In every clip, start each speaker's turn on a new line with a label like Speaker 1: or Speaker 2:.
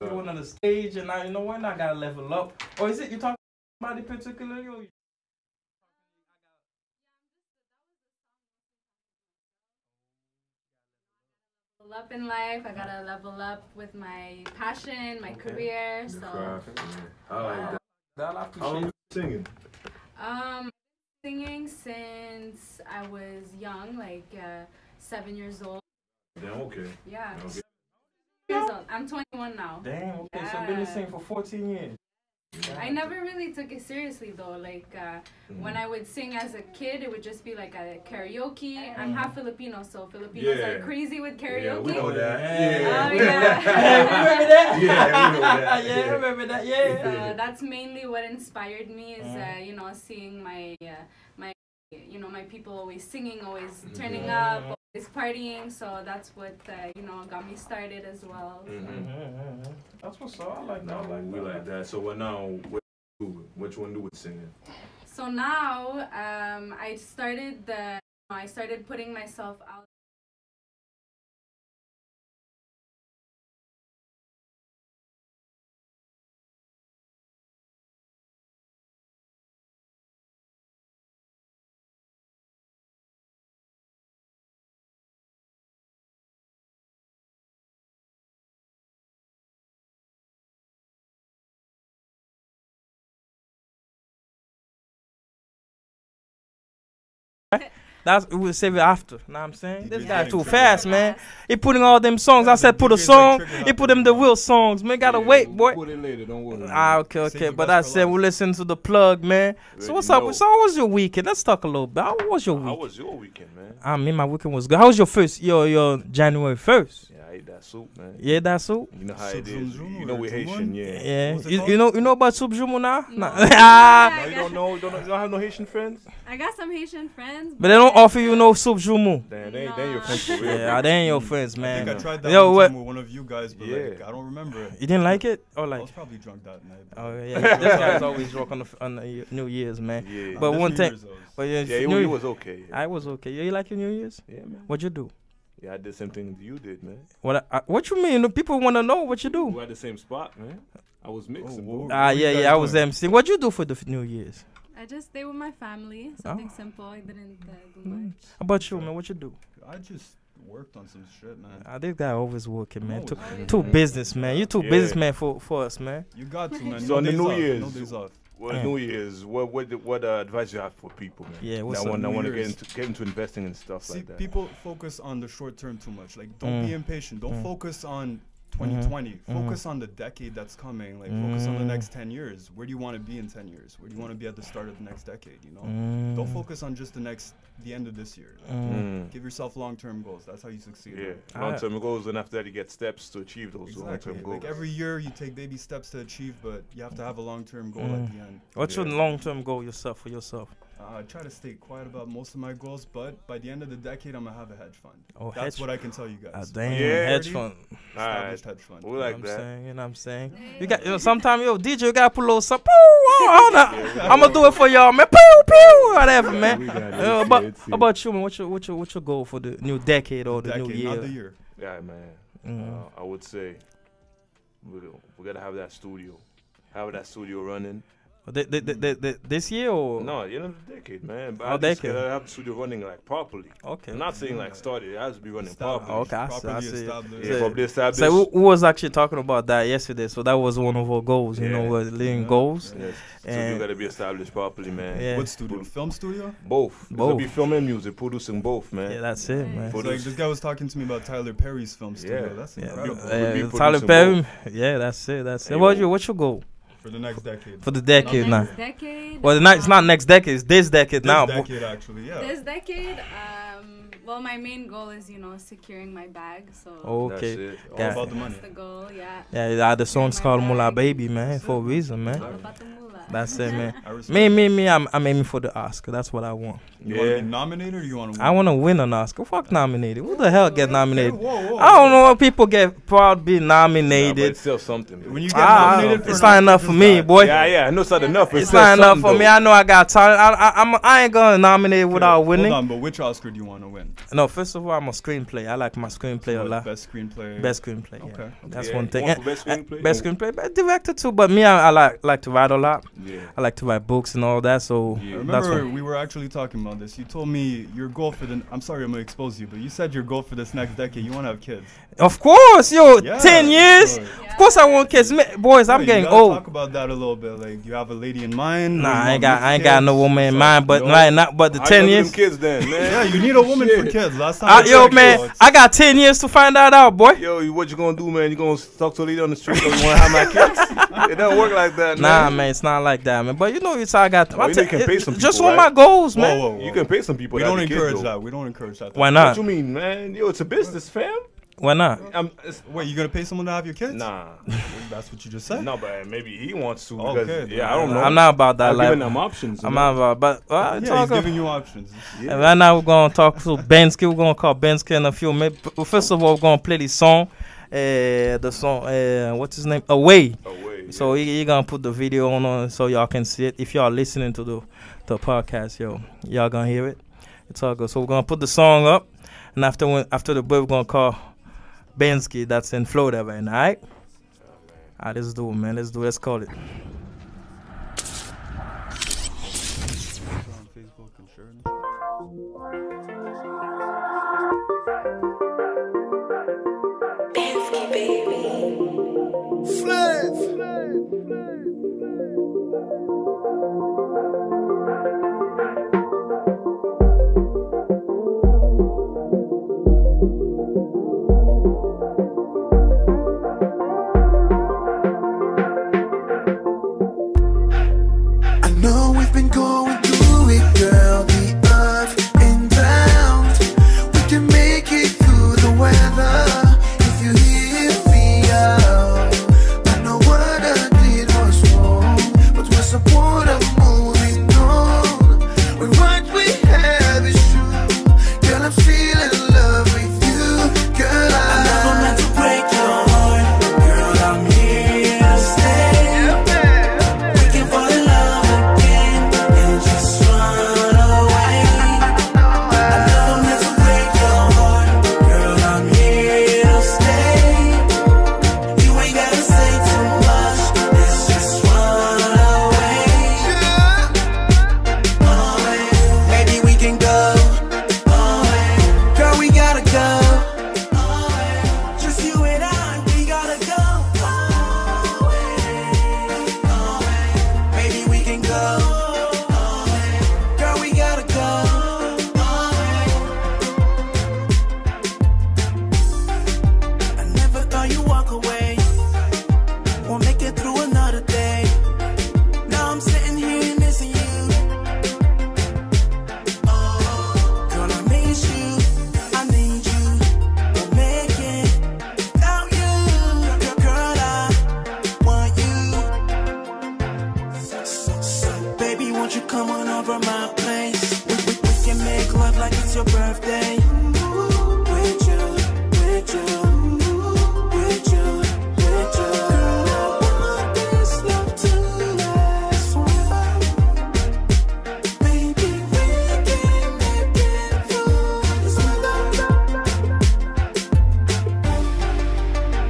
Speaker 1: going on the stage, and I, you know when I gotta level up. Or is it you talking about it particularly? Or you...
Speaker 2: level up in life. I gotta level up with my passion, my career. So,
Speaker 3: I like that.
Speaker 1: That I
Speaker 3: How long
Speaker 1: appreciate.
Speaker 3: you singing?
Speaker 2: um, singing since I was young, like uh, seven years old.
Speaker 3: Damn, okay.
Speaker 2: Yeah,
Speaker 3: Okay.
Speaker 2: years old. I'm 21 now.
Speaker 1: Damn. Okay, so been the
Speaker 2: Yeah.
Speaker 1: same for 14 years.
Speaker 2: I never really took it seriously though. Like uh,
Speaker 3: Mm-hmm.
Speaker 2: when I would sing as a kid, it would just be like a karaoke. I'm half Filipino, so Filipinos are
Speaker 3: Mm-hmm. Yeah.
Speaker 2: crazy with
Speaker 3: Yeah,
Speaker 2: karaoke.
Speaker 3: we know that.
Speaker 1: Yeah.
Speaker 3: Yeah.
Speaker 2: Oh, yeah.
Speaker 1: Hey,
Speaker 3: Yeah,
Speaker 1: remember that?
Speaker 3: we know that.
Speaker 1: yeah, remember that? Yeah. Mm-hmm.
Speaker 2: So that's mainly what inspired me is uh, you know seeing my uh, my you know my people always singing, always turning up, always partying. So that's what uh, you know got me started as well.
Speaker 4: Mm-hmm.
Speaker 3: Mhm.
Speaker 1: Mhm, mhm. That's what's up. I like that.
Speaker 3: No,
Speaker 1: I like
Speaker 3: we
Speaker 1: that.
Speaker 3: like that. So what now? What you do? What you want to do with singing?
Speaker 2: So now um, I started the I started putting myself out.
Speaker 1: That's we'll save it after. Know what I'm saying? This
Speaker 5: did
Speaker 1: guy
Speaker 5: that
Speaker 1: too
Speaker 5: in
Speaker 1: fast, man. He putting all them songs.
Speaker 5: Yeah,
Speaker 1: I said
Speaker 5: the
Speaker 1: put a
Speaker 5: DJ is like
Speaker 1: song.
Speaker 5: tricking
Speaker 1: He
Speaker 5: out
Speaker 1: put
Speaker 5: the
Speaker 1: them the
Speaker 5: crowd.
Speaker 1: real songs. Man, gotta
Speaker 3: Yeah,
Speaker 1: wait,
Speaker 3: we'll
Speaker 1: boy.
Speaker 3: Put it later. Don't worry.
Speaker 1: Ah, okay,
Speaker 5: Save
Speaker 1: okay.
Speaker 5: your
Speaker 1: But I
Speaker 5: best for
Speaker 1: said
Speaker 5: last.
Speaker 1: we'll listen to the plug, man. So
Speaker 3: Ready
Speaker 1: what's
Speaker 3: to
Speaker 1: up?
Speaker 3: go.
Speaker 1: So how was your weekend? Let's talk a little bit. How was your
Speaker 4: How
Speaker 1: weekend?
Speaker 4: was your weekend, man?
Speaker 1: I mean, my weekend was good. How was your first? Your your January first?
Speaker 4: Yeah, I ate that soup, man.
Speaker 1: Yeah, that's all.
Speaker 4: You know how
Speaker 5: So
Speaker 4: it
Speaker 5: Zoom
Speaker 4: is.
Speaker 5: Zoom
Speaker 4: You know
Speaker 5: or
Speaker 4: we
Speaker 5: Zoom
Speaker 4: Haitian,
Speaker 5: one?
Speaker 4: yeah.
Speaker 1: Yeah,
Speaker 5: What's it
Speaker 1: you,
Speaker 5: called?
Speaker 1: you know you know about Soup Jumu now?
Speaker 2: No.
Speaker 1: Nah. Ah,
Speaker 4: No, you don't know. You don't, know, you don't have no Haitian friends.
Speaker 2: I got some Haitian friends,
Speaker 1: but they don't offer you no Soup Jumu.
Speaker 4: Damn, they ain't they ain't your
Speaker 2: Nah.
Speaker 4: friends for real.
Speaker 1: Yeah, they ain't your friends,
Speaker 5: I think I
Speaker 1: man.
Speaker 5: tried that
Speaker 1: Yo,
Speaker 5: one
Speaker 1: what-
Speaker 5: time with one of you guys, but like
Speaker 4: Yeah.
Speaker 5: I don't remember it.
Speaker 1: You didn't like it or
Speaker 5: I
Speaker 1: like?
Speaker 5: was probably drunk that night. but-
Speaker 1: Oh yeah, yeah, this guy's always drunk on the, f- on the y- New Year's, man.
Speaker 4: Yeah,
Speaker 1: But
Speaker 5: This
Speaker 1: one
Speaker 5: New
Speaker 1: thing-
Speaker 5: Year's I was-
Speaker 1: But yeah,
Speaker 4: yeah, it,
Speaker 1: New
Speaker 4: wa- it
Speaker 1: Year-
Speaker 4: was okay. Yeah.
Speaker 1: I was okay. Yeah, you like your New Year's?
Speaker 4: yeah, man.
Speaker 1: What'd you do?
Speaker 4: Yeah, I did the same thing you did, man.
Speaker 1: What? I, what you mean? The People want to know what you do.
Speaker 4: We're at the same spot, man. I was mixing.
Speaker 5: whoa.
Speaker 4: bro.
Speaker 1: Ah,
Speaker 5: What you
Speaker 1: yeah,
Speaker 5: guys
Speaker 1: yeah. I was
Speaker 5: doing?
Speaker 1: MC. What'd you do for the f- New Year's?
Speaker 2: I just stay with my family. Something simple. I didn't uh, do much.
Speaker 1: How about you, man? What you do?
Speaker 5: I just worked on some shit, man.
Speaker 1: Ah, this guy always working, man.
Speaker 5: No,
Speaker 1: Too,
Speaker 5: it's-
Speaker 1: too business, man. You too
Speaker 4: Yeah.
Speaker 1: businessman for for us, man.
Speaker 5: You got to, man.
Speaker 4: So
Speaker 5: no
Speaker 4: on the
Speaker 5: days
Speaker 4: New
Speaker 5: off,
Speaker 4: Year's-
Speaker 5: No days off.
Speaker 4: Well,
Speaker 1: Yeah.
Speaker 4: New Year's. What what the- what uh, advice you have for people, man?
Speaker 1: Yeah, what's
Speaker 4: that
Speaker 1: up?
Speaker 4: one. I
Speaker 5: New
Speaker 4: want to get
Speaker 5: Year's.
Speaker 4: into get into investing and stuff
Speaker 5: See,
Speaker 4: like that.
Speaker 5: people focus on the short term too much. Like, don't
Speaker 1: Mm.
Speaker 5: be impatient. Don't focus on
Speaker 1: Mm-hmm.
Speaker 5: 2020. Focus on the decade that's coming. Like, focus on the
Speaker 1: Mm.
Speaker 5: next 10 years. Where do you want to be in 10 years? Where do you want to be at the start of the next decade? You know,
Speaker 1: Mm.
Speaker 5: don't focus on just the next, the end of this year.
Speaker 4: Mm.
Speaker 5: Give yourself long term goals. That's how you succeed.
Speaker 4: Yeah,
Speaker 1: Ah.
Speaker 5: man.
Speaker 4: long term goals, and after that, you get steps to achieve those
Speaker 5: Exactly.
Speaker 4: long term goals.
Speaker 5: Like every year, you take baby steps to achieve, but you have to have a long-term goal at
Speaker 1: Mm.
Speaker 5: the end.
Speaker 1: What's your
Speaker 4: Yeah.
Speaker 1: long-term goal yourself for yourself?
Speaker 5: Uh, I try to stay quiet about most of my goals, but by the end of the decade, I'm gonna have a hedge fund.
Speaker 1: Oh,
Speaker 5: That's
Speaker 1: hedge-
Speaker 5: what I can tell you guys.
Speaker 1: Ah,
Speaker 5: By
Speaker 1: damn,
Speaker 4: Yeah.
Speaker 1: hedge
Speaker 5: 30,
Speaker 1: fund.
Speaker 5: Established hedge fund.
Speaker 4: we
Speaker 1: You know
Speaker 4: like
Speaker 1: what I'm
Speaker 4: that.
Speaker 1: saying, you know what I'm saying? You got, you know, sometimes, yo, DJ, you gotta put a little something. Pew, I'm gonna do it for y'all, man. Pew, pew, whatever, man.
Speaker 3: We got it.
Speaker 1: Uh,
Speaker 3: It's
Speaker 1: about,
Speaker 3: it, it's it.
Speaker 1: about you, man? What's your, what's your, what's your goal for the new decade or the
Speaker 5: decade,
Speaker 1: new year?
Speaker 5: not the year.
Speaker 4: Yeah, man.
Speaker 1: Mm.
Speaker 4: Uh, I would say we we gotta have that studio, have that studio running.
Speaker 1: Th- th- th- th- th- this year or
Speaker 4: No, at the end of the decade, man. But
Speaker 1: Oh,
Speaker 4: I just
Speaker 1: decade.
Speaker 4: gotta have the studio running like properly.
Speaker 1: Okay.
Speaker 4: I'm not saying like started. It has to be running
Speaker 5: Estab-
Speaker 4: properly.
Speaker 1: Okay, I see. I
Speaker 5: Properly
Speaker 1: see.
Speaker 5: established.
Speaker 4: Yeah, probably established.
Speaker 1: So we, we was actually talking about that yesterday. So that was one of our goals, you know,
Speaker 4: Yeah.
Speaker 1: was leading goals.
Speaker 4: Yes.
Speaker 1: And-
Speaker 4: studio gotta be established properly, man.
Speaker 1: Yeah.
Speaker 5: What studio? Film studio?
Speaker 4: Both.
Speaker 1: Both.
Speaker 4: Both. Be filming music, producing both, man.
Speaker 1: Yeah, that's it, man.
Speaker 5: It's like
Speaker 4: Produce-
Speaker 5: this guy was talking to me about Tyler Perry's film studio.
Speaker 4: Yeah.
Speaker 5: That's
Speaker 1: Yeah,
Speaker 5: incredible.
Speaker 4: be
Speaker 1: uh,
Speaker 4: producing
Speaker 1: Tyler
Speaker 4: more.
Speaker 1: Perry. Yeah, that's it. That's it.
Speaker 4: Hey,
Speaker 1: What's
Speaker 4: yo.
Speaker 1: your, what's your goal
Speaker 5: For the next decade.
Speaker 1: for the decade now?
Speaker 2: Next decade.
Speaker 1: Well, the night, it's not next decade. It's this decade
Speaker 5: This
Speaker 1: now.
Speaker 5: decade, actually, yeah.
Speaker 2: This decade, um, well, my main goal is you know securing my bag. So
Speaker 4: That's
Speaker 1: Okay.
Speaker 4: it.
Speaker 5: All
Speaker 1: Yeah.
Speaker 5: about the money.
Speaker 2: that's the goal. Yeah.
Speaker 1: Yeah, the- the song's
Speaker 2: my
Speaker 1: called Mula
Speaker 2: bag.
Speaker 1: Baby, man, for a reason, man.
Speaker 2: All about the moolah.
Speaker 1: That's it, man.
Speaker 5: I respect
Speaker 1: Me,
Speaker 5: it.
Speaker 1: me, me. I'm, I'm aiming for the Oscar. That's what I want.
Speaker 5: You want to be
Speaker 4: Yeah.
Speaker 5: nominated or you want to
Speaker 1: I want to win an Oscar. Fuck nominated. Who the hell get nominated?
Speaker 5: whoa, whoa.
Speaker 1: I don't know why people get proud be
Speaker 4: Nah, but
Speaker 1: nominated.
Speaker 4: it's still something.
Speaker 5: When you get
Speaker 1: Ah,
Speaker 5: nominated for
Speaker 1: it's
Speaker 5: an
Speaker 1: not enough
Speaker 5: Oscar,
Speaker 1: for
Speaker 5: just
Speaker 1: me,
Speaker 5: not-
Speaker 1: boy.
Speaker 4: Yeah, yeah, I know it's not enough. But
Speaker 1: It's not enough for me. I know I got talent. I, I, I'm, I ain't gonna nominate without
Speaker 5: Hold
Speaker 1: winning.
Speaker 5: on, but which Oscar do you want to win?
Speaker 1: No, first of all, I'm a screenplay. I like my screenplay a
Speaker 5: What,
Speaker 1: lot.
Speaker 5: Best screenplay.
Speaker 1: Best screenplay. Yeah.
Speaker 5: Okay.
Speaker 1: That's
Speaker 4: Yeah,
Speaker 1: one
Speaker 4: you
Speaker 1: thing.
Speaker 4: want
Speaker 1: Eh,
Speaker 4: for best
Speaker 1: eh,
Speaker 4: screenplay?
Speaker 1: Best screenplay, best director too. But me, I, I like like to write a lot.
Speaker 4: Yeah.
Speaker 1: I like to write books and all that. So
Speaker 5: I
Speaker 1: that's
Speaker 5: remember
Speaker 1: one.
Speaker 5: we were actually talking about this. You told me your goal for the. I'm sorry, I'm gonna expose you, but you said your goal for this next decade, you want to have kids.
Speaker 1: Of course, yo,
Speaker 5: Yeah,
Speaker 1: ten years.
Speaker 5: sure.
Speaker 1: Of course, I want kids, Ma- boys.
Speaker 5: Wait,
Speaker 1: I'm
Speaker 5: you
Speaker 1: getting
Speaker 5: gotta
Speaker 1: old.
Speaker 5: Talk about that a little bit. Like you have a lady in mind.
Speaker 1: Nah,
Speaker 5: or you
Speaker 1: I ain't
Speaker 5: want
Speaker 1: got
Speaker 5: more
Speaker 1: I ain't got no
Speaker 5: kids?
Speaker 1: woman in mind, but
Speaker 5: no.
Speaker 1: like not but the
Speaker 4: I
Speaker 1: ten
Speaker 4: know
Speaker 1: years.
Speaker 4: Them kids then, man.
Speaker 5: Yeah, you need a woman for kids. Last time.
Speaker 1: I, yo
Speaker 5: checked,
Speaker 1: man,
Speaker 5: it's-
Speaker 1: I got ten years to find that out, boy.
Speaker 4: Yo, you- what you gonna do, man? You gonna talk to a lady on the street? Or you wanna have my kids? It don't work like that.
Speaker 1: Nah, man, it's not like that, man. But you know, it's how I got.
Speaker 4: Well,
Speaker 1: my
Speaker 4: you
Speaker 1: te-
Speaker 4: can pay some
Speaker 1: just
Speaker 4: people,
Speaker 1: want my
Speaker 4: right?
Speaker 1: goals,
Speaker 5: Whoa,
Speaker 1: man.
Speaker 5: whoa, whoa.
Speaker 4: You can pay some people.
Speaker 5: we
Speaker 4: to have
Speaker 5: don't
Speaker 4: the kids,
Speaker 5: encourage
Speaker 4: though.
Speaker 5: that. uh, We don't encourage that.
Speaker 1: Why
Speaker 4: What
Speaker 1: not?
Speaker 4: you mean, man? Yo, it's a business, fam.
Speaker 1: Why not?
Speaker 4: I'm, it's,
Speaker 5: Wait, you gonna pay someone to have your kids?
Speaker 4: nah,
Speaker 5: That's what you just said.
Speaker 4: no, but maybe he wants to.
Speaker 5: Okay,
Speaker 4: Because,
Speaker 5: then.
Speaker 4: yeah, I don't know.
Speaker 1: I'm not about that
Speaker 4: I'm
Speaker 1: life.
Speaker 4: giving them options. you
Speaker 1: I'm
Speaker 4: know?
Speaker 1: not about, but uh,
Speaker 5: Yeah, he's
Speaker 1: talk
Speaker 5: giving you options.
Speaker 1: And right now we're gonna talk to Bensky. We're gonna call Bensky in a few minutes. But First of all, we're gonna play the song. Uh, the song. Uh, what's his name? Away.
Speaker 4: Away,
Speaker 1: So he, he gonna put the video on uh, so y'all can see it. If y'all listening to the the podcast, yo, y'all gonna hear it. It's all good. So we're gonna put the song up, and after when, after the break, we're gonna call Bensky. That's in Florida right now. All right. All right, let's do it, man. Let's do it. Let's call it.
Speaker 6: I know we've been going through it, girl, the ups and downs. We can make it through the weather if you hear me out. I know what I did was wrong, but we're supportive moving on. We what we have is true. Girl, I'm still in love with you. Girl, I, I never meant to break your heart. Girl, I'm here to stay. We can fall in love again and just run away. I never meant to break your heart, girl. I'm here to stay. You ain't gotta say too much. Let's just run away. Maybe we can go. Girl, we gotta go. Just you and I, we gotta go. Maybe we can go. Girl, we gotta go. I never thought you'd walk away. Won't make it through another day. Now I'm sitting here missing you. Oh, girl, I miss you. I need you. Won't make it without you. Girl, girl, I want you. So, baby, won't you come on over my place? We, we, we can make love like it's your birthday. With you, with you, with you, with you. Girl, I want this love to last forever. Baby, we can make it through this weather.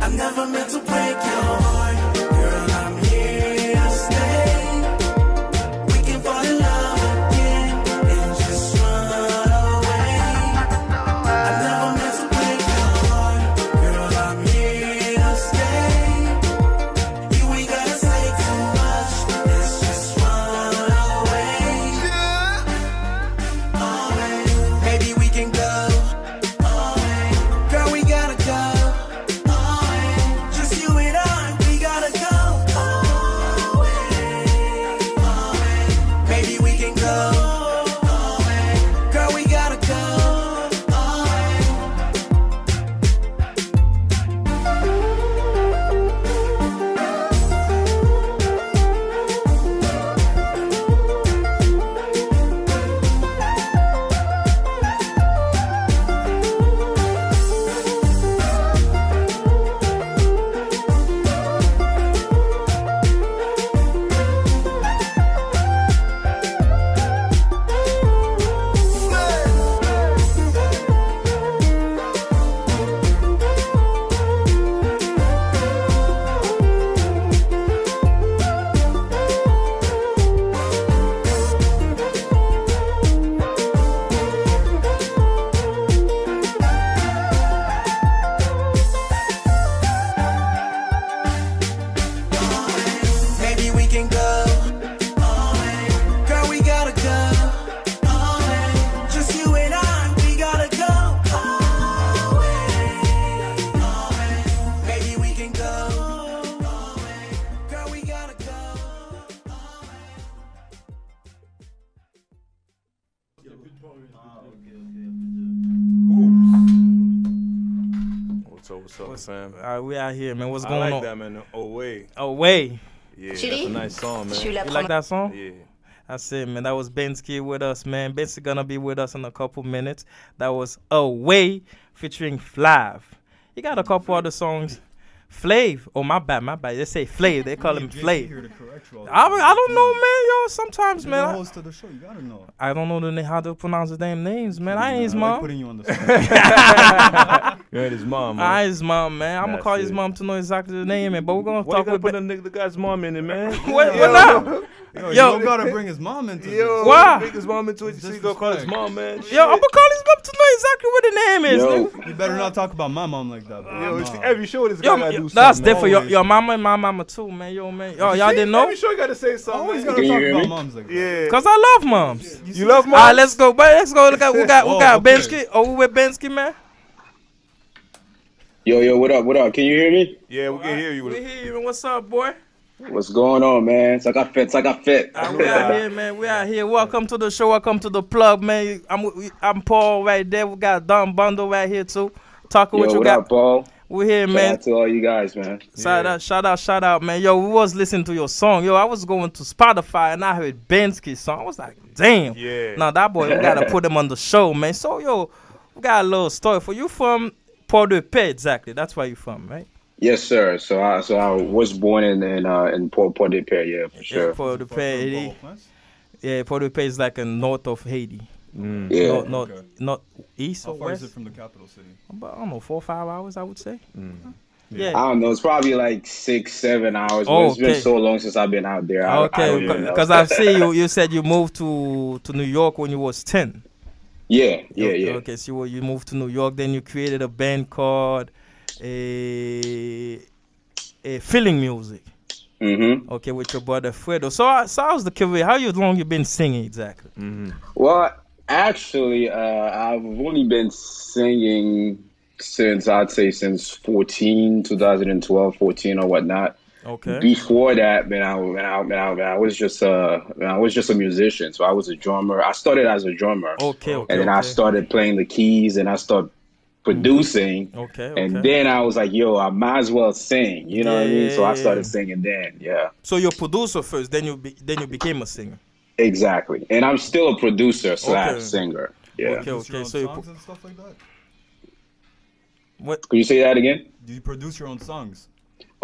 Speaker 6: I never meant to break your heart. Girl, I'm here to stay. We can fall in love again and just run away. I never meant to break your heart. Girl, I'm here to stay. You ain't gotta say too much. Let's just run away. Away. Maybe we can go. Away. Girl, we gotta go. Just you and I, we gotta
Speaker 4: What's up,
Speaker 1: What's-
Speaker 4: fam?
Speaker 1: All right, we out here, man. What's
Speaker 4: I
Speaker 1: going
Speaker 4: like
Speaker 1: on?
Speaker 4: that, man. Away.
Speaker 1: Away.
Speaker 4: Yeah, that's
Speaker 7: Judy?
Speaker 4: a nice song,
Speaker 7: Je suis
Speaker 4: man.
Speaker 7: la
Speaker 1: You like that song?
Speaker 4: Yeah.
Speaker 1: That's it, man. That was Bensky with us, man. Bensky gonna be with us in a couple minutes. That was Away featuring Flav. You got a couple other songs. Flav. Oh my bad, my bad. They say Flav. They call him Ah, Flav. I, I don't know, man. Yo, sometimes,
Speaker 5: man.
Speaker 1: man.
Speaker 5: host of the show, you gotta know.
Speaker 1: I, I don't know the, na- how to pronounce the damn names, man. I ain't his
Speaker 5: I like
Speaker 1: mom.
Speaker 5: putting you on the spot.
Speaker 4: You heard his mom, man.
Speaker 1: I ain't his mom, man. I'm gonna
Speaker 4: That's
Speaker 1: call his
Speaker 4: it.
Speaker 1: mom to know exactly the name, man. But we're gonna
Speaker 4: Why you
Speaker 1: talk
Speaker 4: gotta
Speaker 1: with.
Speaker 4: put
Speaker 1: Ben-
Speaker 4: the nigga the guy's mom in it, man?
Speaker 1: what, what up?
Speaker 5: Yo, you
Speaker 1: Yo.
Speaker 5: don't gotta bring his mom into
Speaker 4: Yo,
Speaker 5: this.
Speaker 1: Why?
Speaker 4: Bring his mom into it. You see, go call his mom, man.
Speaker 1: Yo, I'm gonna call his mom to know exactly what the name is. nigga.
Speaker 5: You better not talk about my mom like that. bro.
Speaker 4: Yo,
Speaker 5: Nah.
Speaker 4: it's every show this guy
Speaker 1: Yo,
Speaker 4: gotta
Speaker 1: yo,
Speaker 4: do
Speaker 1: that's
Speaker 4: something.
Speaker 1: different. Yo,
Speaker 5: always.
Speaker 1: your mama and my mama too, man. Yo, man. Yo, y'all
Speaker 4: See,
Speaker 1: didn't know?
Speaker 4: Every show you gotta say
Speaker 5: I always
Speaker 4: something. man.
Speaker 5: gotta talk about moms like that.
Speaker 4: Yeah.
Speaker 1: Cause I love moms.
Speaker 5: You,
Speaker 4: You love
Speaker 1: All
Speaker 4: moms?
Speaker 1: right, let's go. But let's go. Look at we got we
Speaker 5: Oh,
Speaker 1: got
Speaker 5: okay.
Speaker 1: Bensky. Oh, we with Bensky, man.
Speaker 8: Yo, yo, what up, what up? Can you hear me?
Speaker 4: Yeah, we can hear you.
Speaker 1: We hear you. man. What's up, boy?
Speaker 8: What's going on, man? It's like I fit, it's like I fit.
Speaker 1: All right, we out here, man. We out here. Welcome to the show. Welcome to the plug, man. I'm we- I'm Paul right there. We got Don Bundle right here too. Talking
Speaker 8: Yo,
Speaker 1: what you
Speaker 8: what
Speaker 1: got.
Speaker 8: up, Paul?
Speaker 1: We here,
Speaker 8: Shout
Speaker 1: man.
Speaker 8: out to all you guys, man.
Speaker 1: Shout out, shout out, shout out, man. Yo, we was listening to your song. Yo, I was going to Spotify and I heard Bensky's song. I was like, damn.
Speaker 4: Yeah.
Speaker 1: Now that boy, we gotta put him on the show, man. So yo, we got a little story for you from Port de Paix, exactly. That's where you from, right?
Speaker 8: Yes, sir. So I, so I was born in in uh, in Port Port de Paix, yeah, for sure.
Speaker 1: Port de
Speaker 5: Fuck them
Speaker 1: Paix, it-
Speaker 5: both, man.
Speaker 1: E. yeah, Port de Paix E is like in north of Haiti,
Speaker 8: Mm. Yeah,
Speaker 1: north, north,
Speaker 5: Okay.
Speaker 1: north east
Speaker 5: How
Speaker 1: or
Speaker 5: far is
Speaker 1: west.
Speaker 5: it from the capital city?
Speaker 1: About, I don't know, four or five hours, I would say.
Speaker 8: Mm.
Speaker 4: Mm.
Speaker 1: Yeah.
Speaker 8: I don't know. It's probably like six, seven hours.
Speaker 1: Oh,
Speaker 8: but it's
Speaker 1: okay.
Speaker 8: been so long since I've been out there. I, I don't
Speaker 1: Okay,
Speaker 8: even know.
Speaker 1: because I see you. You said you moved to to New York when you was ten.
Speaker 8: Yeah, yeah,
Speaker 1: Okay,
Speaker 8: yeah.
Speaker 1: Okay, so you, you moved to New York, then you created a band called a a feeling music.
Speaker 8: Mm-hmm.
Speaker 1: Okay, with your brother Fredo. So, I- so how's the career? How you long you been singing exactly?
Speaker 8: Well, actually, uh, I've only been singing since I'd say since 14, 2012, 14 or whatnot.
Speaker 1: Okay.
Speaker 8: Before that, man, I, man, I, man, I, man, I was just uh, man, I was just a musician. So I was a drummer. I started as a drummer,
Speaker 1: okay. Okay.
Speaker 8: and then
Speaker 1: okay.
Speaker 8: I started playing the keys, and I started producing.
Speaker 1: Mm-hmm. Okay. Okay.
Speaker 8: And then I was like, "Yo, I might as well sing," you know what I mean? So I
Speaker 1: Yeah.
Speaker 8: started singing then, yeah,
Speaker 1: so you're producer first, then you be, then you became a singer.
Speaker 8: exactly. And I'm still a producer slash
Speaker 1: Okay.
Speaker 8: singer. Yeah,
Speaker 1: Okay.
Speaker 5: Produce your
Speaker 1: Okay.
Speaker 5: own
Speaker 1: So you
Speaker 5: songs
Speaker 1: pu-
Speaker 5: and stuff like that.
Speaker 1: what?
Speaker 8: could you say that again?
Speaker 5: Do you produce your own songs?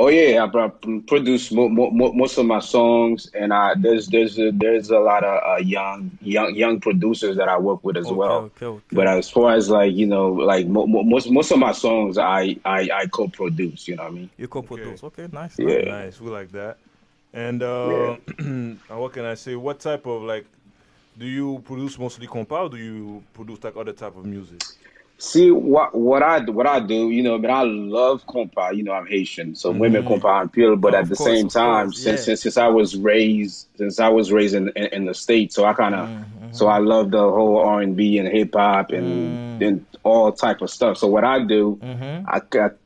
Speaker 8: Oh yeah, I pro- produce mo- mo- mo- most of my songs, and I there's there's a, there's a lot of uh, young young young producers that I work with as
Speaker 1: Okay.
Speaker 8: well.
Speaker 1: Okay. Okay.
Speaker 8: But as far as like you know, like mo- mo- most most of my songs, I I, I co-produce. You know what I mean?
Speaker 1: you co-produce. Okay. Nice.
Speaker 8: Yeah.
Speaker 1: nice.
Speaker 4: Nice, we like that. And uh, now what can I say? What type of like? Do you produce mostly compa? Or do you produce like other type of music?
Speaker 8: See what what I what I do, you know, but I love compa. You know, I'm Haitian, so women compa and pure. But
Speaker 1: Oh,
Speaker 8: at
Speaker 1: of
Speaker 8: the
Speaker 1: course,
Speaker 8: same
Speaker 1: of
Speaker 8: time,
Speaker 1: course,
Speaker 8: since,
Speaker 1: yeah.
Speaker 8: since since I was raised since I was raised in, in, in the states, so I kind of so
Speaker 1: Mm-hmm.
Speaker 8: I love the whole R and B and hip hop
Speaker 1: Mm.
Speaker 8: and and all type of stuff. So what I do,
Speaker 1: mm-hmm.
Speaker 8: I,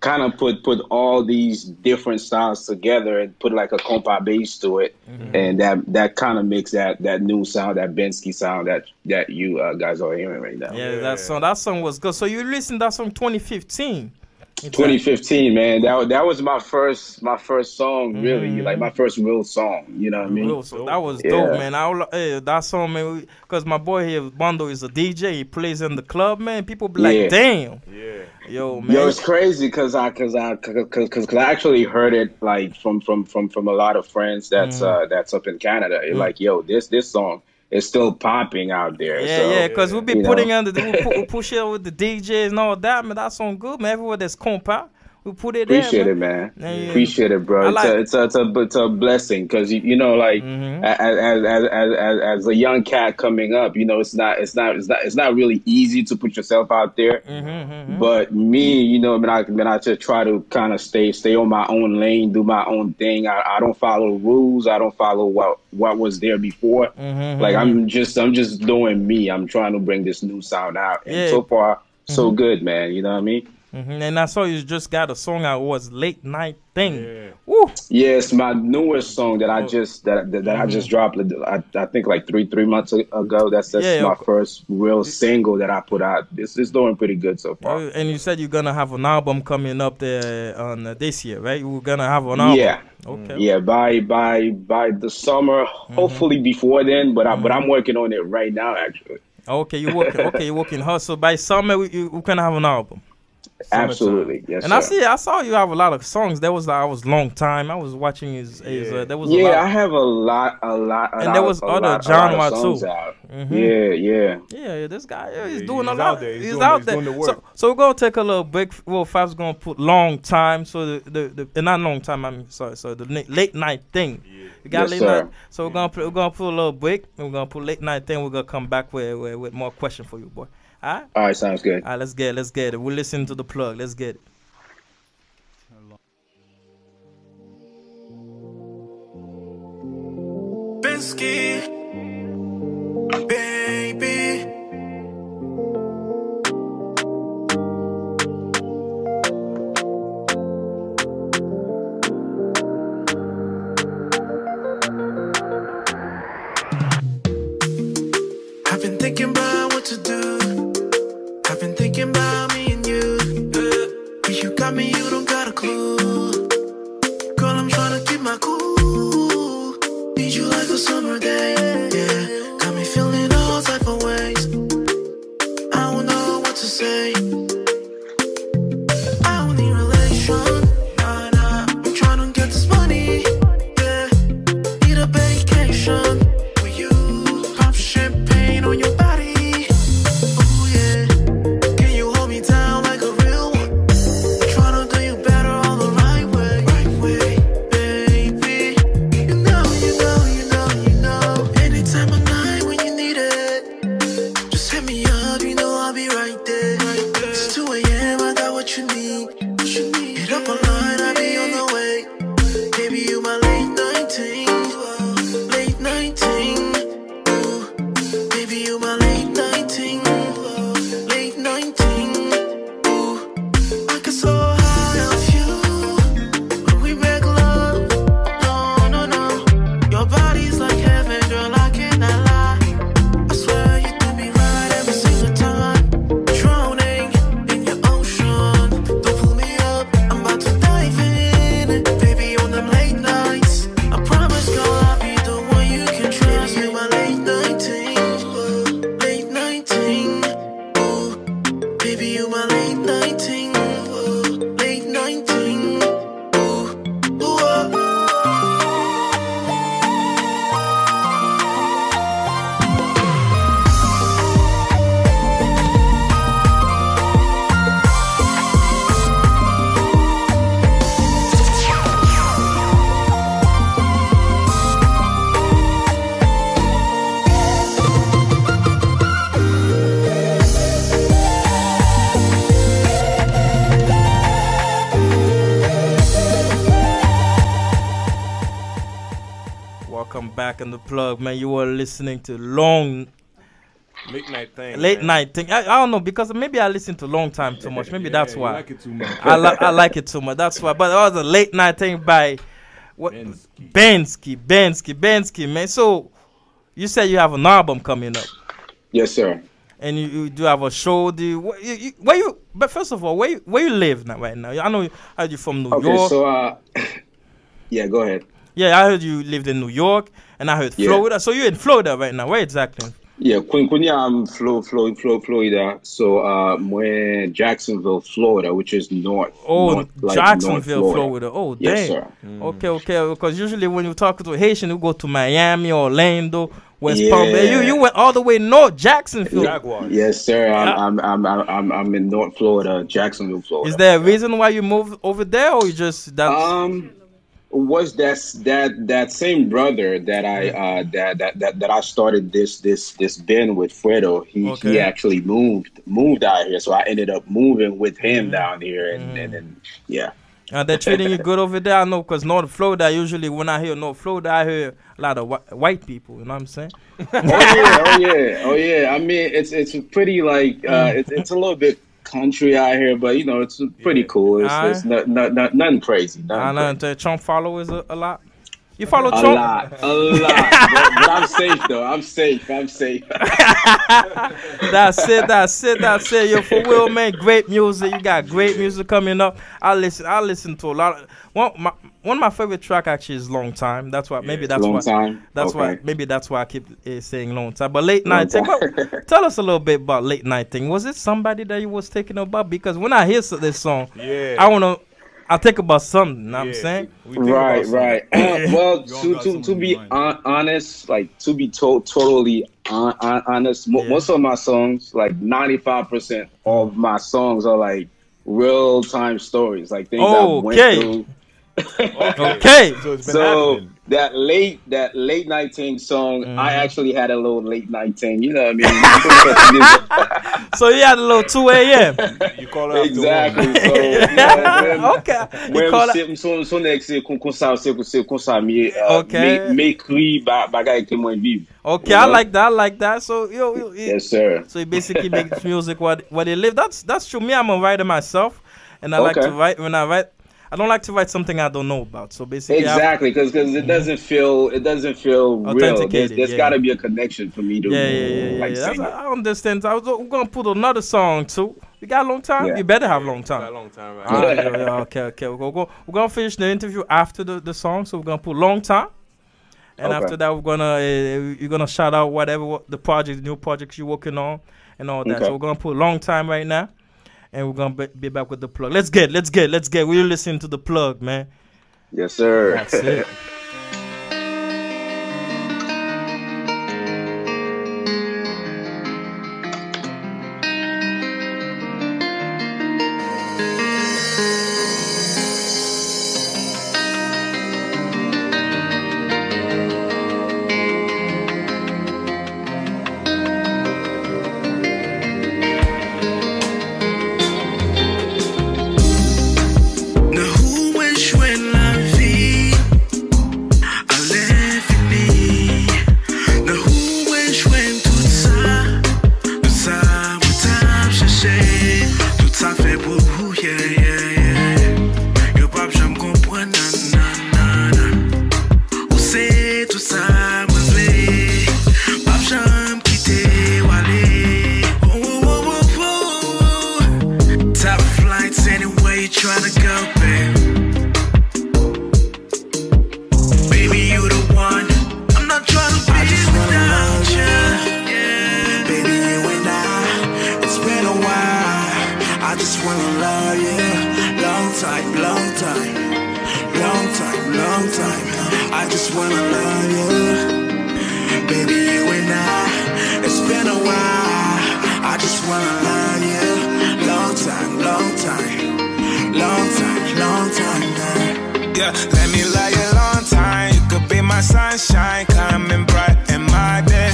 Speaker 8: kind of put put all these different styles together and put like a compa base to it,
Speaker 1: Mm-hmm.
Speaker 8: and that that kind of makes that that new sound, that Bensky sound that that you uh, guys are hearing right now.
Speaker 1: Yeah, that song. That song was good. So you listened that song 2015.
Speaker 8: 2015, man. That wa- that was my first my first song, really. Like my first real song. You know what I mean?
Speaker 1: Mm-hmm. Real, so that was
Speaker 8: Yeah.
Speaker 1: dope, man. I will- eh, that song, man, because my boy here, Bondo, is a DJ. He plays in the club, man. People be like,
Speaker 8: Yeah.
Speaker 1: damn,
Speaker 4: Yeah.
Speaker 1: yo, man.
Speaker 8: Yo, it's crazy because I because I because because I actually heard it like from from from from a lot of friends that's
Speaker 1: Mm.
Speaker 8: uh that's up in Canada. They're Like, yo, this this song is still popping out there.
Speaker 1: yeah,
Speaker 8: so,
Speaker 1: yeah, because we
Speaker 8: you
Speaker 1: be
Speaker 8: know.
Speaker 1: putting under, we, pu- we push it with the DJs and all that, man. That song good, man. Everywhere that's compa, we put it
Speaker 8: Appreciate
Speaker 1: there.
Speaker 8: it, man.
Speaker 1: Yeah.
Speaker 8: Appreciate it,
Speaker 1: I
Speaker 8: bro. It's,
Speaker 1: like-
Speaker 8: a, it's, a, it's, a, it's a blessing because you, you know, like a- as, as, as, as, as a young cat coming up, you know, it's not it's not it's not it's not really easy to put yourself out there.
Speaker 1: Mm-hmm.
Speaker 8: But me, you know, man, I man, I just try to kind of stay stay on my own lane, do my own thing. I, I don't follow rules. I don't follow what what was there before. Like I'm just I'm just doing me. I'm trying to bring this new sound out, and
Speaker 1: Yeah.
Speaker 8: so far so good, man. You know what I mean?
Speaker 1: Mhm, And I saw you just got a song out. Was late night thing.
Speaker 4: Yeah.
Speaker 1: Woo. Oh.
Speaker 8: Yes, my newest song that I just that that,
Speaker 1: Mm-hmm.
Speaker 8: that I just dropped. I, I think like three three months ago. That's that's
Speaker 1: Yeah,
Speaker 8: my
Speaker 1: okay.
Speaker 8: first real single that I put out. It's it's doing pretty good so far.
Speaker 1: Oh, And you said you're gonna have an album coming up there on uh, this year, right? You're gonna have an album.
Speaker 8: Yeah.
Speaker 1: Okay. Mm-hmm.
Speaker 8: Yeah, by by by the summer, hopefully before then. But I but I'm working on it right now. Actually,
Speaker 1: Okay. You working? Okay. You working hard. So by summer, we, you, we can have an album.
Speaker 8: absolutely. Yes,
Speaker 1: And
Speaker 8: sir.
Speaker 1: I see, I saw you have a lot of songs. That was, I was long time. I was watching his. his uh, there was a lot.
Speaker 8: Yeah, I have a lot, a lot, a
Speaker 1: And
Speaker 8: lot,
Speaker 1: there was
Speaker 8: a
Speaker 1: other
Speaker 8: lot, a
Speaker 1: genre
Speaker 8: lot of songs
Speaker 1: too. Mm-hmm.
Speaker 8: out. Yeah, yeah.
Speaker 1: Yeah, yeah, this guy, yeah, he's
Speaker 4: Yeah,
Speaker 1: doing a
Speaker 4: he's
Speaker 1: lot.
Speaker 4: out there,
Speaker 1: He's,
Speaker 4: he's doing-
Speaker 1: out
Speaker 4: he's
Speaker 1: there.
Speaker 4: doing the
Speaker 1: So,
Speaker 4: work.
Speaker 1: so we're gonna take a little break. Well, Fab's gonna put long time. So the the, the and not long time. I'm sorry. So the na- late night thing. We got
Speaker 8: Yes,
Speaker 1: late
Speaker 8: sir.
Speaker 1: night. So we're gonna put, we're gonna put a little break. and We're gonna put late night thing. We're gonna come back with with, with more question for you, boy. All right.
Speaker 8: All right, sounds good.
Speaker 1: All right. Let's get it, let's get it. We'll listen to the plug. Let's get it.
Speaker 6: Binsky, baby. I've been thinking about what to do. I've been thinking about me and you. Uh, But you got me, you don't got a clue. Girl, I'm tryna keep my cool. Need you like a summer day. Yeah, got me feeling all type of ways. I don't know what to say. I don't need relation. Nah, nah. I'm tryna get this money. Yeah, need a vacation with you. Pop champagne on your body. Ooh yeah, can you hold me down like a real one? Tryna do you better all the right way, right way, baby. You know, you know, you know, you know. Anytime of night when you need it, just hit me up. You know I'll be right there. It's 2 a.m. I got what you need. Hit up online, I'll be on the way. Baby, you my late night ting, late night ting. Ooh, baby, you my late night ting, late night ting. Ooh. I get so high off you when we make love. No, no, no. Your body's like heaven, girl. I cannot lie. I swear you do me right every single time. Drowning in your ocean. Don't pull me up. I'm about to dive in, baby. On them late nights, I promise, girl, I'll be the one you can trust. You my late night ting, late night ting. Baby, you my late night ting, ooh, late night ting, ooh, ooh, oh.
Speaker 1: Welcome back in the plug, man. You are listening to long
Speaker 4: Late night thing.
Speaker 1: late
Speaker 4: man.
Speaker 1: night thing. I, I don't know because maybe I listen to long time too much. Maybe
Speaker 4: Yeah,
Speaker 1: that's
Speaker 4: you
Speaker 1: why.
Speaker 4: like it too much.
Speaker 1: I, li- I like it too much. That's why. But that was a late night thing by what
Speaker 4: Bensky.
Speaker 1: Bensky, Bensky, Bensky, man. So you said you have an album coming up,
Speaker 8: Yes, sir.
Speaker 1: and you, you do have a show. Do you, where, you, you, where you? But first of all, where you, where you live now? Right now, I know you- I heard you from New
Speaker 8: Okay,
Speaker 1: York.
Speaker 8: so uh, yeah, go ahead.
Speaker 1: yeah, I heard you lived in New York, and I heard
Speaker 8: Yeah.
Speaker 1: Florida. So you're in Florida right now. Where exactly?
Speaker 8: Yeah, Queen Queen, I'm Flo, Flo, Flo, Florida. So uh, we're Jacksonville, Florida, which is north.
Speaker 1: Oh,
Speaker 8: north, like,
Speaker 1: Jacksonville,
Speaker 8: north
Speaker 1: Florida. Oh, dang.
Speaker 8: Yes, sir.
Speaker 1: Okay, okay. Because usually when you talk to a Haitian, you go to Miami, Orlando, West
Speaker 8: Yeah.
Speaker 1: Palm. Bay. You you went all the way north, Jacksonville.
Speaker 4: Jaguar.
Speaker 8: Yes, sir.
Speaker 1: Yeah.
Speaker 8: I'm, I'm, I'm, I'm, I'm, I'm in North Florida, Jacksonville, Florida.
Speaker 1: Is there a reason why you moved over there, or you just that?
Speaker 8: Um, was that that that same brother that I uh, that, that that that I started this this this band with Fredo? He
Speaker 1: Okay.
Speaker 8: he actually moved moved out here, so I ended up moving with him
Speaker 1: Mm-hmm.
Speaker 8: down here, and and, and yeah.
Speaker 1: Are they Uh, treating you good over there? I know because North Florida. Usually when I hear North Florida, I hear a lot of whi- white people. You know what I'm saying?
Speaker 8: oh yeah, oh yeah, oh yeah. I mean, it's it's pretty like uh, it's it's a little bit country out here, but you know it's pretty cool. It's,
Speaker 1: Aye.
Speaker 8: it's not, not, not, nothing crazy.
Speaker 1: I
Speaker 8: Nothing
Speaker 1: know
Speaker 8: crazy.
Speaker 1: that Trump followers a, a lot. You follow
Speaker 8: A
Speaker 1: Trump?
Speaker 8: lot, a lot. but, but I'm safe though. I'm safe. I'm safe.
Speaker 1: That's it. That's it. That's it. Yo, for real, man. Great music. You got great music coming up. I listen. I listen to a lot. Of, one, my, one of my favorite track actually is "Long Time." That's why. Maybe that's
Speaker 8: Long
Speaker 1: why.
Speaker 8: time.
Speaker 1: That's why.
Speaker 8: Okay.
Speaker 1: Maybe that's why I keep uh, saying "Long Time." But late night thing.
Speaker 8: Long
Speaker 1: What, tell us a little bit about late night thing. Was it somebody that you was thinking about? Because when I hear so- this song,
Speaker 4: Yeah.
Speaker 1: I wanna. I think about something. You know what I'm
Speaker 4: Yeah.
Speaker 1: saying.
Speaker 4: We think about
Speaker 8: Right,
Speaker 4: something.
Speaker 8: right. Uh, well,
Speaker 9: You all
Speaker 8: to
Speaker 9: got
Speaker 8: to, to
Speaker 9: someone
Speaker 8: be
Speaker 9: in mind.
Speaker 8: on, honest, like to be to- totally on, on, honest, mo-
Speaker 1: Yeah.
Speaker 8: most of my songs, like ninety five percent of my songs, are like real time stories, like things I went
Speaker 1: Okay.
Speaker 8: through.
Speaker 1: Okay.
Speaker 4: So it's been
Speaker 8: so
Speaker 4: happening.
Speaker 8: that late that late night thing song, I
Speaker 1: Mm-hmm.
Speaker 8: actually had a little late night thing. You know what I
Speaker 1: So you had a little 2 a.m.
Speaker 4: You call her
Speaker 8: mean?
Speaker 4: After
Speaker 8: exactly.
Speaker 4: one.
Speaker 8: So you know, when-
Speaker 1: okay. You
Speaker 8: Mwen
Speaker 1: call it.
Speaker 8: mse, mse, mse mse ekse kon kon sa, mse kon se kon sa mi, uh,
Speaker 1: Ok.
Speaker 8: me, me kri ba, bagay ke mwen viv.
Speaker 1: Okay,
Speaker 8: You
Speaker 1: I
Speaker 8: know?
Speaker 1: like that. I like that. So yo, yo it-
Speaker 8: Yes, sir.
Speaker 1: so he basically makes music where where they live. That's that's true. Me, I'm a writer myself, and I like
Speaker 8: Okay.
Speaker 1: to write. When I write, I don't like to write something I don't know about. So basically, I-
Speaker 8: Exactly, because it doesn't feel, it doesn't feel real. There's,
Speaker 1: Authenticated,
Speaker 8: there's
Speaker 1: yeah.
Speaker 8: gotta be a connection for me to,
Speaker 1: yeah, yeah, yeah, yeah.
Speaker 8: like,
Speaker 1: yeah.
Speaker 8: say
Speaker 1: That's-
Speaker 8: that.
Speaker 1: I understand. I was we're gonna put another song too. You got a long time.
Speaker 8: Yeah.
Speaker 1: You better have long
Speaker 4: That
Speaker 1: time.
Speaker 4: long time, right?
Speaker 1: All right, yo, yo, okay, okay. We're gonna, go, we're gonna finish the interview after the, the song, so we're gonna put long time, and
Speaker 8: Okay.
Speaker 1: after that, we're gonna uh, you're gonna shout out whatever what the project, new projects you're working on, and all that.
Speaker 8: Okay.
Speaker 1: So we're gonna put long time right now, and we're gonna be, be back with the plug. Let's get, let's get, let's get. We're listening to the plug, man.
Speaker 8: Yes, sir.
Speaker 1: That's it.
Speaker 6: Top flights anywhere you tryna go, babe. Baby, you the one. I'm not trying to be without you. Yeah. Baby, you and I. It's been a while. I just wanna love you. Long time, long time. Long time, long time. I just wanna love you. Baby, you and I. It's been a while. I just wanna love you. Long time, long time. Long time, long time. Yeah. Yeah, let me love you a long time. You could be my sunshine, coming bright in my day.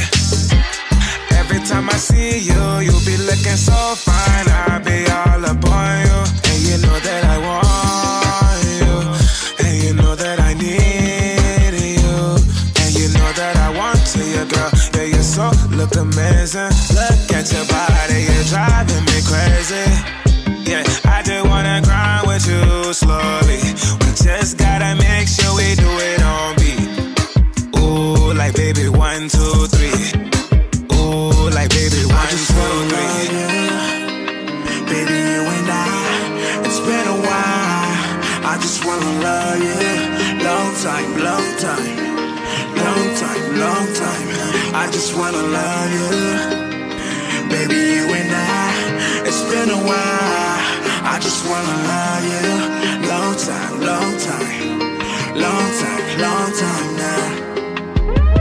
Speaker 6: Every time I see you, you be looking so fine. I be all up on you, and you know that I want you, and you know that I need you, and you know that I want to you, girl. Yeah, you so look amazing. Look at your body, you're driving me crazy. Yeah, I just wanna grind with you slowly. We just gotta make sure we do it on beat. Ooh, like baby, one, two, three. Ooh, like baby, one, two, three. Baby, you and I, it's been a while. I just wanna love you. Long time, long time. Long time, long time. I just wanna love you. Baby, you and I, it's been a while. I just wanna love you. Long time, long time, long time, long time now.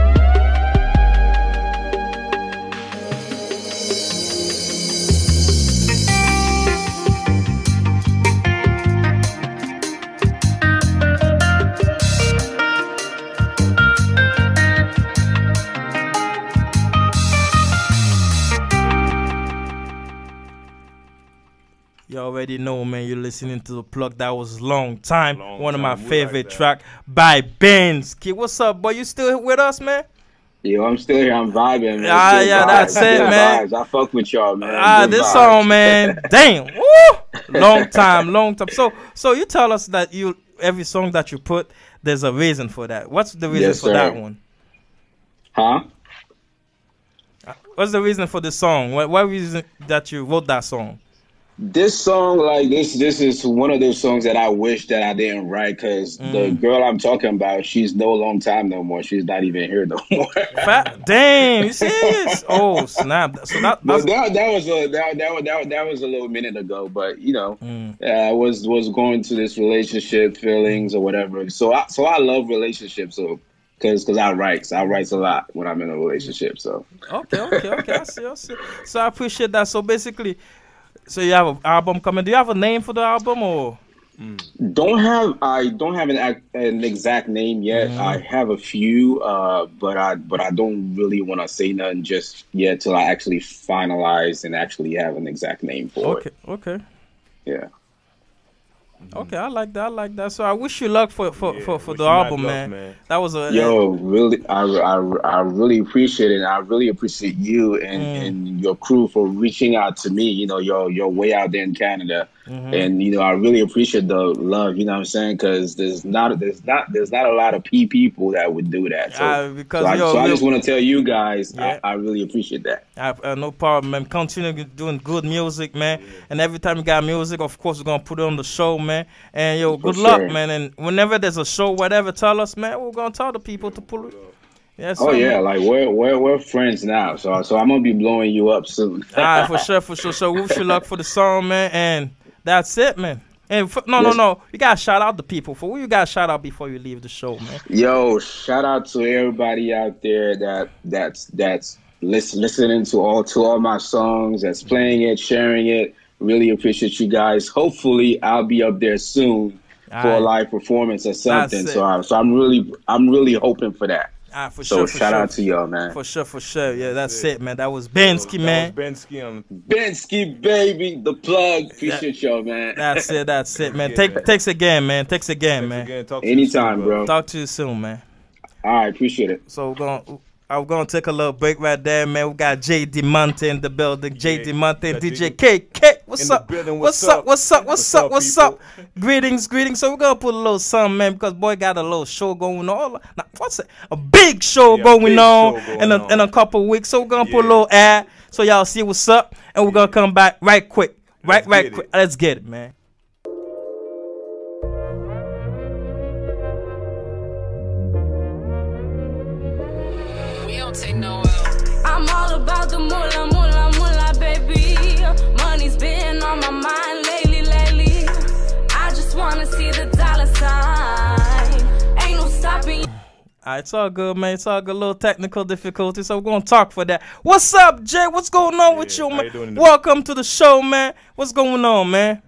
Speaker 1: You already know, man. You're listening to the plug. That was long time.
Speaker 4: Long
Speaker 1: One
Speaker 4: Time.
Speaker 1: of my
Speaker 4: We like
Speaker 1: favorite
Speaker 4: that.
Speaker 1: track by Benz. Kid, what's up, boy? You still with us, man?
Speaker 8: Yo, I'm still here. I'm vibing, man.
Speaker 1: Ah,
Speaker 8: Good
Speaker 1: yeah,
Speaker 8: vibes,
Speaker 1: that's it,
Speaker 8: good
Speaker 1: man.
Speaker 8: Vibes. I fuck with y'all, man.
Speaker 1: Ah,
Speaker 8: Good
Speaker 1: this
Speaker 8: vibes.
Speaker 1: song, man. Damn. Woo! Long time, long time. So, so you tell us that you every song that you put, there's a reason for that. What's the reason
Speaker 8: Yes,
Speaker 1: for that
Speaker 8: sir.
Speaker 1: one?
Speaker 8: Huh?
Speaker 1: What's the reason for the song? What, what reason that you wrote that song?
Speaker 8: This song, like this, this is one of those songs that I wish that I didn't write because the
Speaker 1: Mm.
Speaker 8: girl I'm talking about, she's no long time no more. She's not even here no more.
Speaker 1: Fa- Damn, you serious? Oh snap! So that
Speaker 8: But
Speaker 1: that's,
Speaker 8: that, that was a that, that, was- that, was- that was a little minute ago. But you know, I was was going to this relationship feelings or whatever. So I so I love relationships. So because because I write, I write a lot when I'm in a relationship. So
Speaker 1: okay, okay, okay. I see, I see. So I appreciate that. So basically, so you have an album coming. Do you have a name for the album or?
Speaker 8: don't have I don't have an ac- an exact name yet.
Speaker 1: Mm-hmm.
Speaker 8: I have a few, uh, but I but I don't really want to say nothing just yet till I actually finalize and actually have an exact name for
Speaker 1: Okay,
Speaker 8: it.
Speaker 1: okay.
Speaker 8: Yeah.
Speaker 1: Okay, I like that. I like that. So I wish you luck for for for, for
Speaker 4: Mm. wish
Speaker 1: the
Speaker 4: you mad
Speaker 1: album,
Speaker 4: luck,
Speaker 1: man.
Speaker 4: man.
Speaker 1: That was a
Speaker 8: Yo, really, I, I, I really appreciate it. and I really appreciate you and,
Speaker 1: Mm.
Speaker 8: and your crew for reaching out to me. You know, your your way out there in Canada,
Speaker 1: Mm-hmm.
Speaker 8: and you know, I really appreciate the love. You know what I'm saying? Because there's not there's not there's not a lot of P people that would do that. So,
Speaker 1: Ah, because,
Speaker 8: so I,
Speaker 1: yo,
Speaker 8: so I
Speaker 1: yo-
Speaker 8: just want to tell you guys,
Speaker 1: Yeah.
Speaker 8: I, I really appreciate that.
Speaker 1: I, uh, no problem, man. Continue doing good music, man. And every time you got music, of course, we're gonna put it on the show, man. And yo, good luck,
Speaker 8: sure.
Speaker 1: man. And whenever there's a show, whatever, tell us, man. We're gonna tell the people to pull it. Yes,
Speaker 8: Oh
Speaker 1: sir,
Speaker 8: yeah,
Speaker 1: man.
Speaker 8: like we're we're we're friends now. So so I'm gonna be blowing you up soon.
Speaker 1: All right, Ah, for sure, for sure. So we wish you luck for the song, man. And that's it, man. And for, no, no,
Speaker 8: Yes.
Speaker 1: no. You gotta shout out the people. For who you gotta shout out before you leave the show, man.
Speaker 8: Yo, shout out to everybody out there that that's that's listen, listening to all to all my songs, that's playing it, sharing it. Really appreciate you guys. Hopefully, I'll be up there soon for a
Speaker 1: Aight.
Speaker 8: live performance or something.
Speaker 1: it.
Speaker 8: So, I, so I'm really I'm really hoping for that.
Speaker 1: All right, for
Speaker 8: So
Speaker 1: sure. for
Speaker 8: shout
Speaker 1: sure.
Speaker 8: out to y'all, man.
Speaker 1: For sure, for sure. Yeah, that's it, man. That was Bensky, man.
Speaker 4: That was Bensky on
Speaker 8: Bensky baby, the plug. Appreciate y'all, man.
Speaker 1: That's it. That's it, man. Take takes again, man. Takes again, man.
Speaker 4: again. Talk to you
Speaker 8: Anytime,
Speaker 4: soon,
Speaker 8: bro.
Speaker 1: Talk to you soon, man.
Speaker 8: All right, appreciate it.
Speaker 1: So we're gonna I'm gonna take a little break right there, man. We got JD Monte in the building. JD Monte and
Speaker 4: Yeah,
Speaker 1: DJ KK. What's
Speaker 4: in the
Speaker 1: up?
Speaker 4: building,
Speaker 1: What's
Speaker 4: what's
Speaker 1: up?
Speaker 4: up?
Speaker 1: What's up? What's
Speaker 4: What's
Speaker 1: up?
Speaker 4: up,
Speaker 1: What's
Speaker 4: people?
Speaker 1: up? Greetings, greetings. So we're gonna put a little something, man, because boy got a little show going on. Now, what's it? A big show
Speaker 4: Yeah,
Speaker 1: going
Speaker 4: big
Speaker 1: on
Speaker 4: show
Speaker 1: in
Speaker 4: going
Speaker 1: a
Speaker 4: on.
Speaker 1: in a couple weeks. So we're gonna put a
Speaker 4: Yeah.
Speaker 1: little ad so y'all see what's up, and we're gonna come back right quick,
Speaker 4: Let's
Speaker 1: right, right
Speaker 4: get
Speaker 1: quick.
Speaker 4: it.
Speaker 1: Let's get it, man.
Speaker 10: We don't take no L.
Speaker 2: I'm all about the moolah, moolah, moolah, baby. Money's been on my mind lately, lately. I just wanna see the dollar sign. Ain't no stopping.
Speaker 1: All right, it's all good, man. It's all good. little technical difficulty, so we're gonna talk for that. What's up, Jay? What's going on with
Speaker 4: Yeah,
Speaker 1: you,
Speaker 4: how
Speaker 1: man?
Speaker 4: you doing in the-
Speaker 1: Welcome to the show, man. What's going on, man?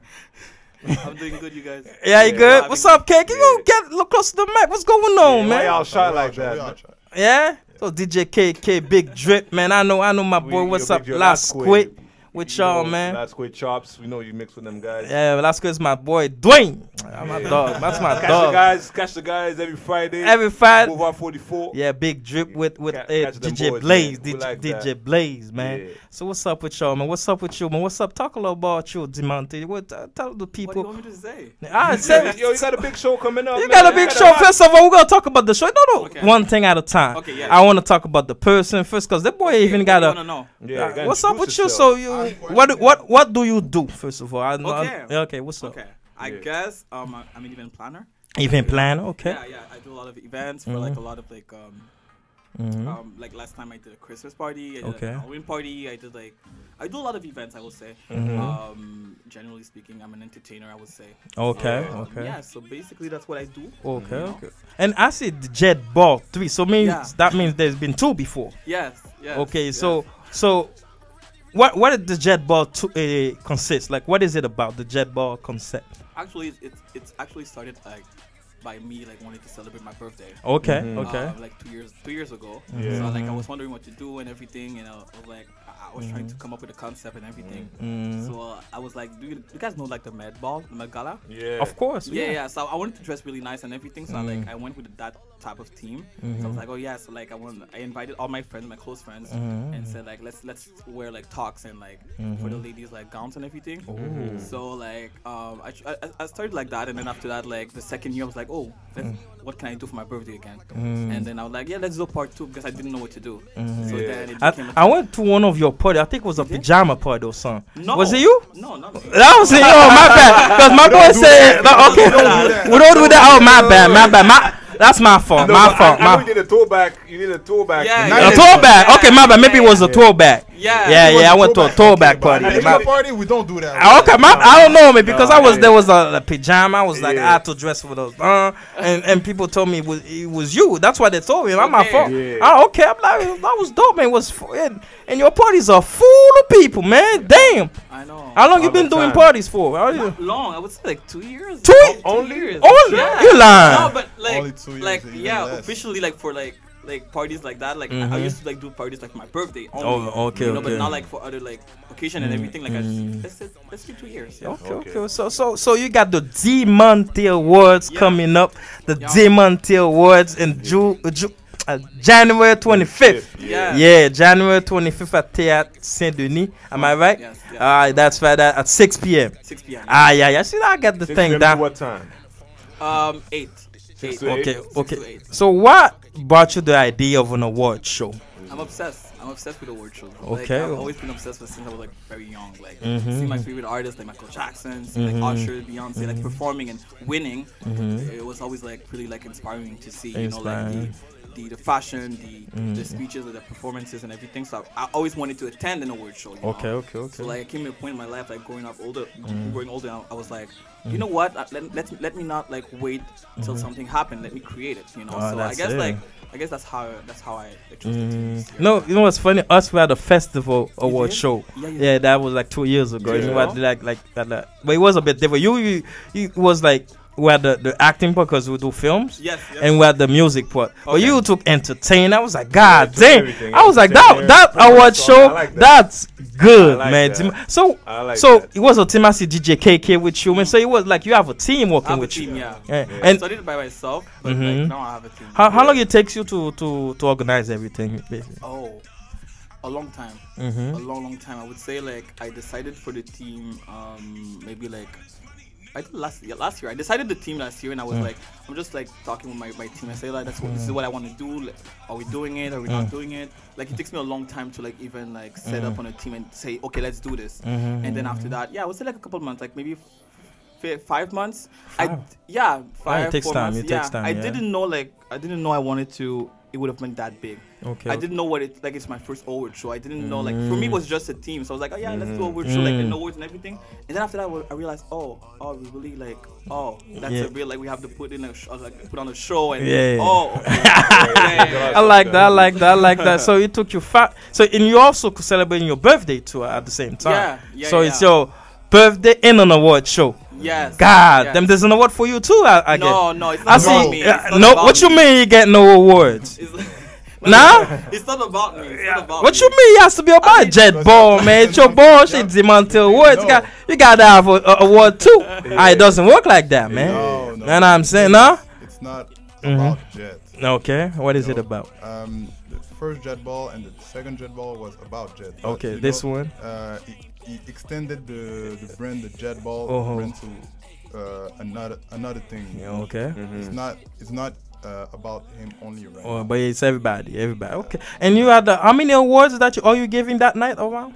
Speaker 11: I'm doing good, you guys.
Speaker 1: Yeah, you good?
Speaker 11: vibing.
Speaker 1: What's up, Cake? You gonna get a little close to the mic? What's going on,
Speaker 4: Why
Speaker 1: man?
Speaker 4: y'all shot like that?
Speaker 1: Yeah. So DJ KK, Big Drip, man. I know, I know, my boy.
Speaker 4: We-
Speaker 1: What's
Speaker 4: yo,
Speaker 1: up,
Speaker 4: Big Drip,
Speaker 1: Last
Speaker 4: Lasquid.
Speaker 1: Squid? With
Speaker 4: You
Speaker 1: y'all,
Speaker 4: know,
Speaker 1: man.
Speaker 4: That's quick chops. We know you mix with them guys.
Speaker 1: yeah, Last Squid's my boy, Dwayne. Ah, my dog. That's my
Speaker 4: Catch the
Speaker 1: dog.
Speaker 4: guys, catch the guys every Friday.
Speaker 1: Every fight.
Speaker 4: Boulevard 44.
Speaker 1: Yeah, big drip with with
Speaker 4: Catch-
Speaker 1: uh,
Speaker 4: catch them
Speaker 1: DJ
Speaker 4: boys,
Speaker 1: Blaze,
Speaker 4: man. We
Speaker 1: DJ,
Speaker 4: like that.
Speaker 1: DJ Blaze, man.
Speaker 4: Yeah.
Speaker 1: So what's up with y'all, man? What's up with you, man? What's up? Talk a little about you, Demonte. What uh, tell the
Speaker 11: What do you
Speaker 1: people?
Speaker 11: want me to say?
Speaker 1: Ah,
Speaker 4: Yo,
Speaker 1: say
Speaker 4: yo, you got a big show coming up.
Speaker 1: you
Speaker 4: man.
Speaker 1: got a big
Speaker 4: You
Speaker 1: show.
Speaker 4: got a lot.
Speaker 1: First of all, we're gonna talk about the show. No, no,
Speaker 11: Okay.
Speaker 1: one thing at a time.
Speaker 11: Okay, yeah.
Speaker 1: I want to talk about the person first, cause that boy even got
Speaker 11: No,
Speaker 1: a.
Speaker 11: no,
Speaker 4: Yeah, you gotta
Speaker 1: Uh, what's up with
Speaker 4: introduce
Speaker 1: you?
Speaker 4: yourself.
Speaker 1: So uh, you, what, what, what do you do? First of all, I know.
Speaker 11: Okay.
Speaker 1: I- okay. What's
Speaker 11: no.
Speaker 1: up?
Speaker 11: Okay. I
Speaker 4: Yeah.
Speaker 11: guess um, I- I'm an event planner.
Speaker 1: Event planner. Okay. Mm-hmm.
Speaker 11: Yeah, yeah. I do a lot of events for like a lot of like um, um, like last time I did a Christmas party. I did
Speaker 1: Okay.
Speaker 11: a Halloween party. I did like, I do a lot of events. I will say.
Speaker 1: Mm-hmm.
Speaker 11: Um, generally speaking, I'm an entertainer. I would say.
Speaker 1: Okay.
Speaker 11: Um,
Speaker 1: okay.
Speaker 11: Yeah. So basically, that's what I do.
Speaker 1: Okay, okay. And I see the jet ball three, so means
Speaker 11: Yeah.
Speaker 1: that means there's been two before.
Speaker 11: Yes. Yes.
Speaker 1: Okay,
Speaker 11: yes.
Speaker 1: so so what what did the jet ball to, uh, consist? Like, what is it about the jet ball concept?
Speaker 11: actually, it's it's actually started like by me like wanting to celebrate my birthday.
Speaker 1: Okay, Mhm. okay.
Speaker 11: Uh, like two years, two years ago.
Speaker 1: Yeah.
Speaker 11: So like I
Speaker 1: Mhm.
Speaker 11: was wondering what to do and everything, and uh, I was like I I was trying
Speaker 1: Mhm.
Speaker 11: to come up with a concept and everything.
Speaker 1: Mhm.
Speaker 11: So uh, I was like, do you, you guys know like the Med Ball, the Met Gala?
Speaker 4: Yeah.
Speaker 1: Of course,
Speaker 11: Yeah,
Speaker 1: yeah.
Speaker 11: yeah. So I wanted to dress really nice and everything. So I like
Speaker 1: Mhm.
Speaker 11: I went with that type of team. So I was
Speaker 1: Mhm.
Speaker 11: like, oh yeah. So like I want I invited all my friends, my close friends,
Speaker 1: Mhm.
Speaker 11: and said like let's let's wear like talks and like for the
Speaker 1: Mhm.
Speaker 11: ladies like gowns and everything.
Speaker 1: Ooh.
Speaker 11: So like um I, I I started like that, and then after that like the second year I was like oh. Let's, What can I do for my birthday again?
Speaker 1: Mm.
Speaker 11: And then I was like, yeah, let's do part two because I didn't know what to do.
Speaker 1: Mhm.
Speaker 11: So then it became
Speaker 1: I, I went to one of your party. I think it was a pajama party or something.
Speaker 11: No.
Speaker 1: Was it you?
Speaker 11: No, no.
Speaker 1: That was it. Oh my bad. Because my
Speaker 4: We don't
Speaker 1: boy
Speaker 4: do
Speaker 1: said,
Speaker 4: that.
Speaker 1: no,
Speaker 4: We
Speaker 1: "Okay,
Speaker 4: don't do
Speaker 1: we don't do that." Oh my bad, my bad. My that's my fault.
Speaker 4: No,
Speaker 1: my
Speaker 4: but
Speaker 1: fault.
Speaker 4: I, I know
Speaker 1: my
Speaker 4: you did a toe back. You did a toe back.
Speaker 11: Yeah,
Speaker 4: Not
Speaker 11: yeah.
Speaker 1: a
Speaker 4: a-
Speaker 1: tour back. Okay, my bad. Maybe it was a tour back.
Speaker 11: Yeah.
Speaker 1: yeah,
Speaker 4: It was
Speaker 1: yeah.
Speaker 4: a
Speaker 1: I went to a
Speaker 4: throwback.
Speaker 1: tour back party.
Speaker 4: I
Speaker 5: At
Speaker 4: think
Speaker 1: My-
Speaker 5: my party, we don't do
Speaker 1: Ah,
Speaker 5: that.
Speaker 1: Okay, my, I don't know me because
Speaker 4: No,
Speaker 1: I was
Speaker 4: yeah.
Speaker 1: there was a, a pajama. I was like
Speaker 4: Yeah.
Speaker 1: I had to dress for those, uh, and and people told me it was, it was you. That's why they told me. Not my
Speaker 11: Okay.
Speaker 1: fault.
Speaker 4: Yeah.
Speaker 1: Ah, okay. I'm like that was dope, man. It was fu- and, and your parties are full of people, man. Damn.
Speaker 11: I know.
Speaker 1: How long you
Speaker 4: All the
Speaker 1: been doing
Speaker 4: time.
Speaker 1: parties for? How you-
Speaker 11: long. I would say like two years.
Speaker 1: Two-
Speaker 11: Oh,
Speaker 4: only-
Speaker 11: years.
Speaker 1: Oh, you
Speaker 11: No,
Speaker 1: lying?
Speaker 11: but like,
Speaker 5: Only two years,
Speaker 11: like
Speaker 5: even
Speaker 11: yeah,
Speaker 5: less.
Speaker 11: officially like for like like parties like that. Like I- I
Speaker 1: Mhm.
Speaker 11: used to like do parties like my birthday. Only,
Speaker 1: Oh, okay,
Speaker 11: You know, but
Speaker 1: okay. Mm,
Speaker 11: not like for other like occasion and everything. Like I just let's just- let's do two years. Yeah.
Speaker 1: Okay, okay,
Speaker 4: Okay.
Speaker 1: So, so, so you got the D Monty Awards
Speaker 11: Yeah.
Speaker 1: coming up, the
Speaker 11: Yeah.
Speaker 1: D Monty Awards in Ju- uh, Ju- uh, January 25th.
Speaker 11: Yeah.
Speaker 1: Yeah, January 25th at Théâtre Saint Denis. Am I right?
Speaker 11: Oh, Yes, yes.
Speaker 1: Ah, that's right. At, at 6 p.m.
Speaker 11: Six p.m.
Speaker 1: Ah, yeah, yeah. See, I got the
Speaker 4: Six
Speaker 1: thing
Speaker 4: p.m.
Speaker 1: down.
Speaker 4: to What time?
Speaker 11: Um, eight. Eight.
Speaker 4: to
Speaker 1: Okay,
Speaker 4: Six
Speaker 11: to
Speaker 1: okay.
Speaker 11: eight.
Speaker 1: So, what brought you the idea of an award show?
Speaker 11: I'm obsessed. I'm obsessed with award shows.
Speaker 1: Okay. Mm-hmm.
Speaker 11: Like, I've always been obsessed with since I was like very young. Like see my favorite artists like Michael Jackson, see, like Usher, Beyonce,
Speaker 1: Mm-hmm.
Speaker 11: like performing and winning. It was always like really like inspiring to see. You know, like
Speaker 1: Inspiring. Mm-hmm.
Speaker 11: the the, the fashion, the the speeches, the performances, and everything. So I, I always wanted to attend an award show. You
Speaker 1: Okay,
Speaker 11: know?
Speaker 1: okay, Mm-hmm. okay.
Speaker 11: So like I came to a point in my life, like growing up older, growing older, I- I was like,
Speaker 1: Mm-hmm.
Speaker 11: you know what? Uh, Let, let let me not like wait till something happened. Let me create it. You know.
Speaker 1: Oh,
Speaker 11: so I
Speaker 1: Mm-hmm. that's
Speaker 11: guess
Speaker 1: it.
Speaker 11: like. I guess that's how that's how I I chose the team this year.
Speaker 1: Mm. No, you know what's funny? Us we had a festival award
Speaker 11: did?
Speaker 1: show.
Speaker 11: Yeah,
Speaker 1: Yeah,
Speaker 11: you did.
Speaker 1: that was like two years ago. You know, I
Speaker 4: Yeah.
Speaker 1: did, like like that, that. But it was a bit different. You you, you it was like we had the, the acting part because we do films.
Speaker 11: Yes, yes.
Speaker 1: And we had the music part. But
Speaker 11: Okay.
Speaker 1: you took entertain. I was like, God
Speaker 4: took
Speaker 1: damn.
Speaker 4: everything.
Speaker 1: I was like, that
Speaker 4: Entertain,
Speaker 1: that
Speaker 4: yeah.
Speaker 1: award
Speaker 4: So,
Speaker 1: show,
Speaker 4: I like that.
Speaker 1: that's good,
Speaker 4: I like
Speaker 1: man.
Speaker 4: that.
Speaker 1: So
Speaker 4: I like
Speaker 1: so
Speaker 4: that.
Speaker 1: it was a team. I see DJ KK with you, man. So it was like you have a team working
Speaker 11: I have a
Speaker 1: with
Speaker 11: team,
Speaker 1: you.
Speaker 11: yeah.
Speaker 1: Yeah.
Speaker 4: Yeah.
Speaker 11: I
Speaker 1: And
Speaker 11: started by myself, but like
Speaker 1: Mhm.
Speaker 11: now I have a team.
Speaker 1: how, how long it takes you to to to organize everything?
Speaker 11: Oh, a long time,
Speaker 1: Mm-hmm.
Speaker 11: a long, long time. I would say like I decided for the team, um, maybe like. I did last yeah, last year. I decided the team last year, and I
Speaker 1: Mm.
Speaker 11: was like, I'm just like talking with my, my team. I say like, that's what this is what I want to do. Like, are we doing it? Are we
Speaker 1: Mm.
Speaker 11: not doing it? Like it takes me a long time to like even like set up on a team and say, okay, let's do this.
Speaker 1: Mm-hmm.
Speaker 11: And then after that, yeah, I would say like a couple months, like maybe f- five months. I
Speaker 1: Five?
Speaker 11: yeah, five.
Speaker 1: takes
Speaker 11: four
Speaker 1: time,
Speaker 11: Months,
Speaker 1: it takes
Speaker 11: yeah.
Speaker 1: time,
Speaker 11: I
Speaker 1: yeah.
Speaker 11: didn't know like I didn't know I wanted to. It would have been that big.
Speaker 1: Okay.
Speaker 11: I didn't know what it like. It's my first award show. I didn't know like for me it was just a team. So I was like, oh yeah, let's do award show like an
Speaker 1: Mm.
Speaker 11: awards and everything. And then after that, I wa- I realized, oh, oh, we really like, oh, that's
Speaker 1: Yeah.
Speaker 11: a real like we have to put in a sh- uh, like put on a show and
Speaker 1: Yeah.
Speaker 11: oh, okay. Yeah, yeah, yeah.
Speaker 1: I like that. I like that. I like that. So it took you five. So and you also co- celebrating your birthday too at the same time.
Speaker 11: Yeah, yeah,
Speaker 1: so it's
Speaker 11: yeah.
Speaker 1: your birthday and an award show.
Speaker 11: yes.
Speaker 1: God,
Speaker 11: yes.
Speaker 1: them there's an award for you too. I, I guess.
Speaker 11: No, no, it's not
Speaker 1: I
Speaker 11: about
Speaker 1: see.
Speaker 11: me.
Speaker 1: yeah,
Speaker 11: It's not
Speaker 1: no,
Speaker 11: about
Speaker 1: what you
Speaker 11: me.
Speaker 1: mean you get no awards?
Speaker 11: It's-
Speaker 1: Nah?
Speaker 11: It's not about me. It's not about
Speaker 1: What
Speaker 11: me.
Speaker 1: you mean? It has to be about
Speaker 11: mean-
Speaker 1: jet ball, man. It's your ball shit demand awards. You got you gotta have a, a award too. Ah, it doesn't work like that, man.
Speaker 5: No,
Speaker 1: Know
Speaker 5: no.
Speaker 1: what I'm saying, no?
Speaker 5: It's not about Jet.
Speaker 1: Okay, what is it about?
Speaker 5: Um, the first Jet Ball and the second Jet Ball was about Jet. but,
Speaker 1: Okay,
Speaker 5: you
Speaker 1: this
Speaker 5: know,
Speaker 1: one?
Speaker 5: Uh, he, he extended the, the brand, the Jet Ball
Speaker 1: Uh-huh.
Speaker 5: brand to uh, another another thing. you know.
Speaker 1: Okay.
Speaker 11: Mm-hmm.
Speaker 5: It's not it's not uh, about him only right.
Speaker 1: Oh,
Speaker 5: now.
Speaker 1: but it's everybody, everybody. Okay. And you had the, how many awards that you are you giving that night around?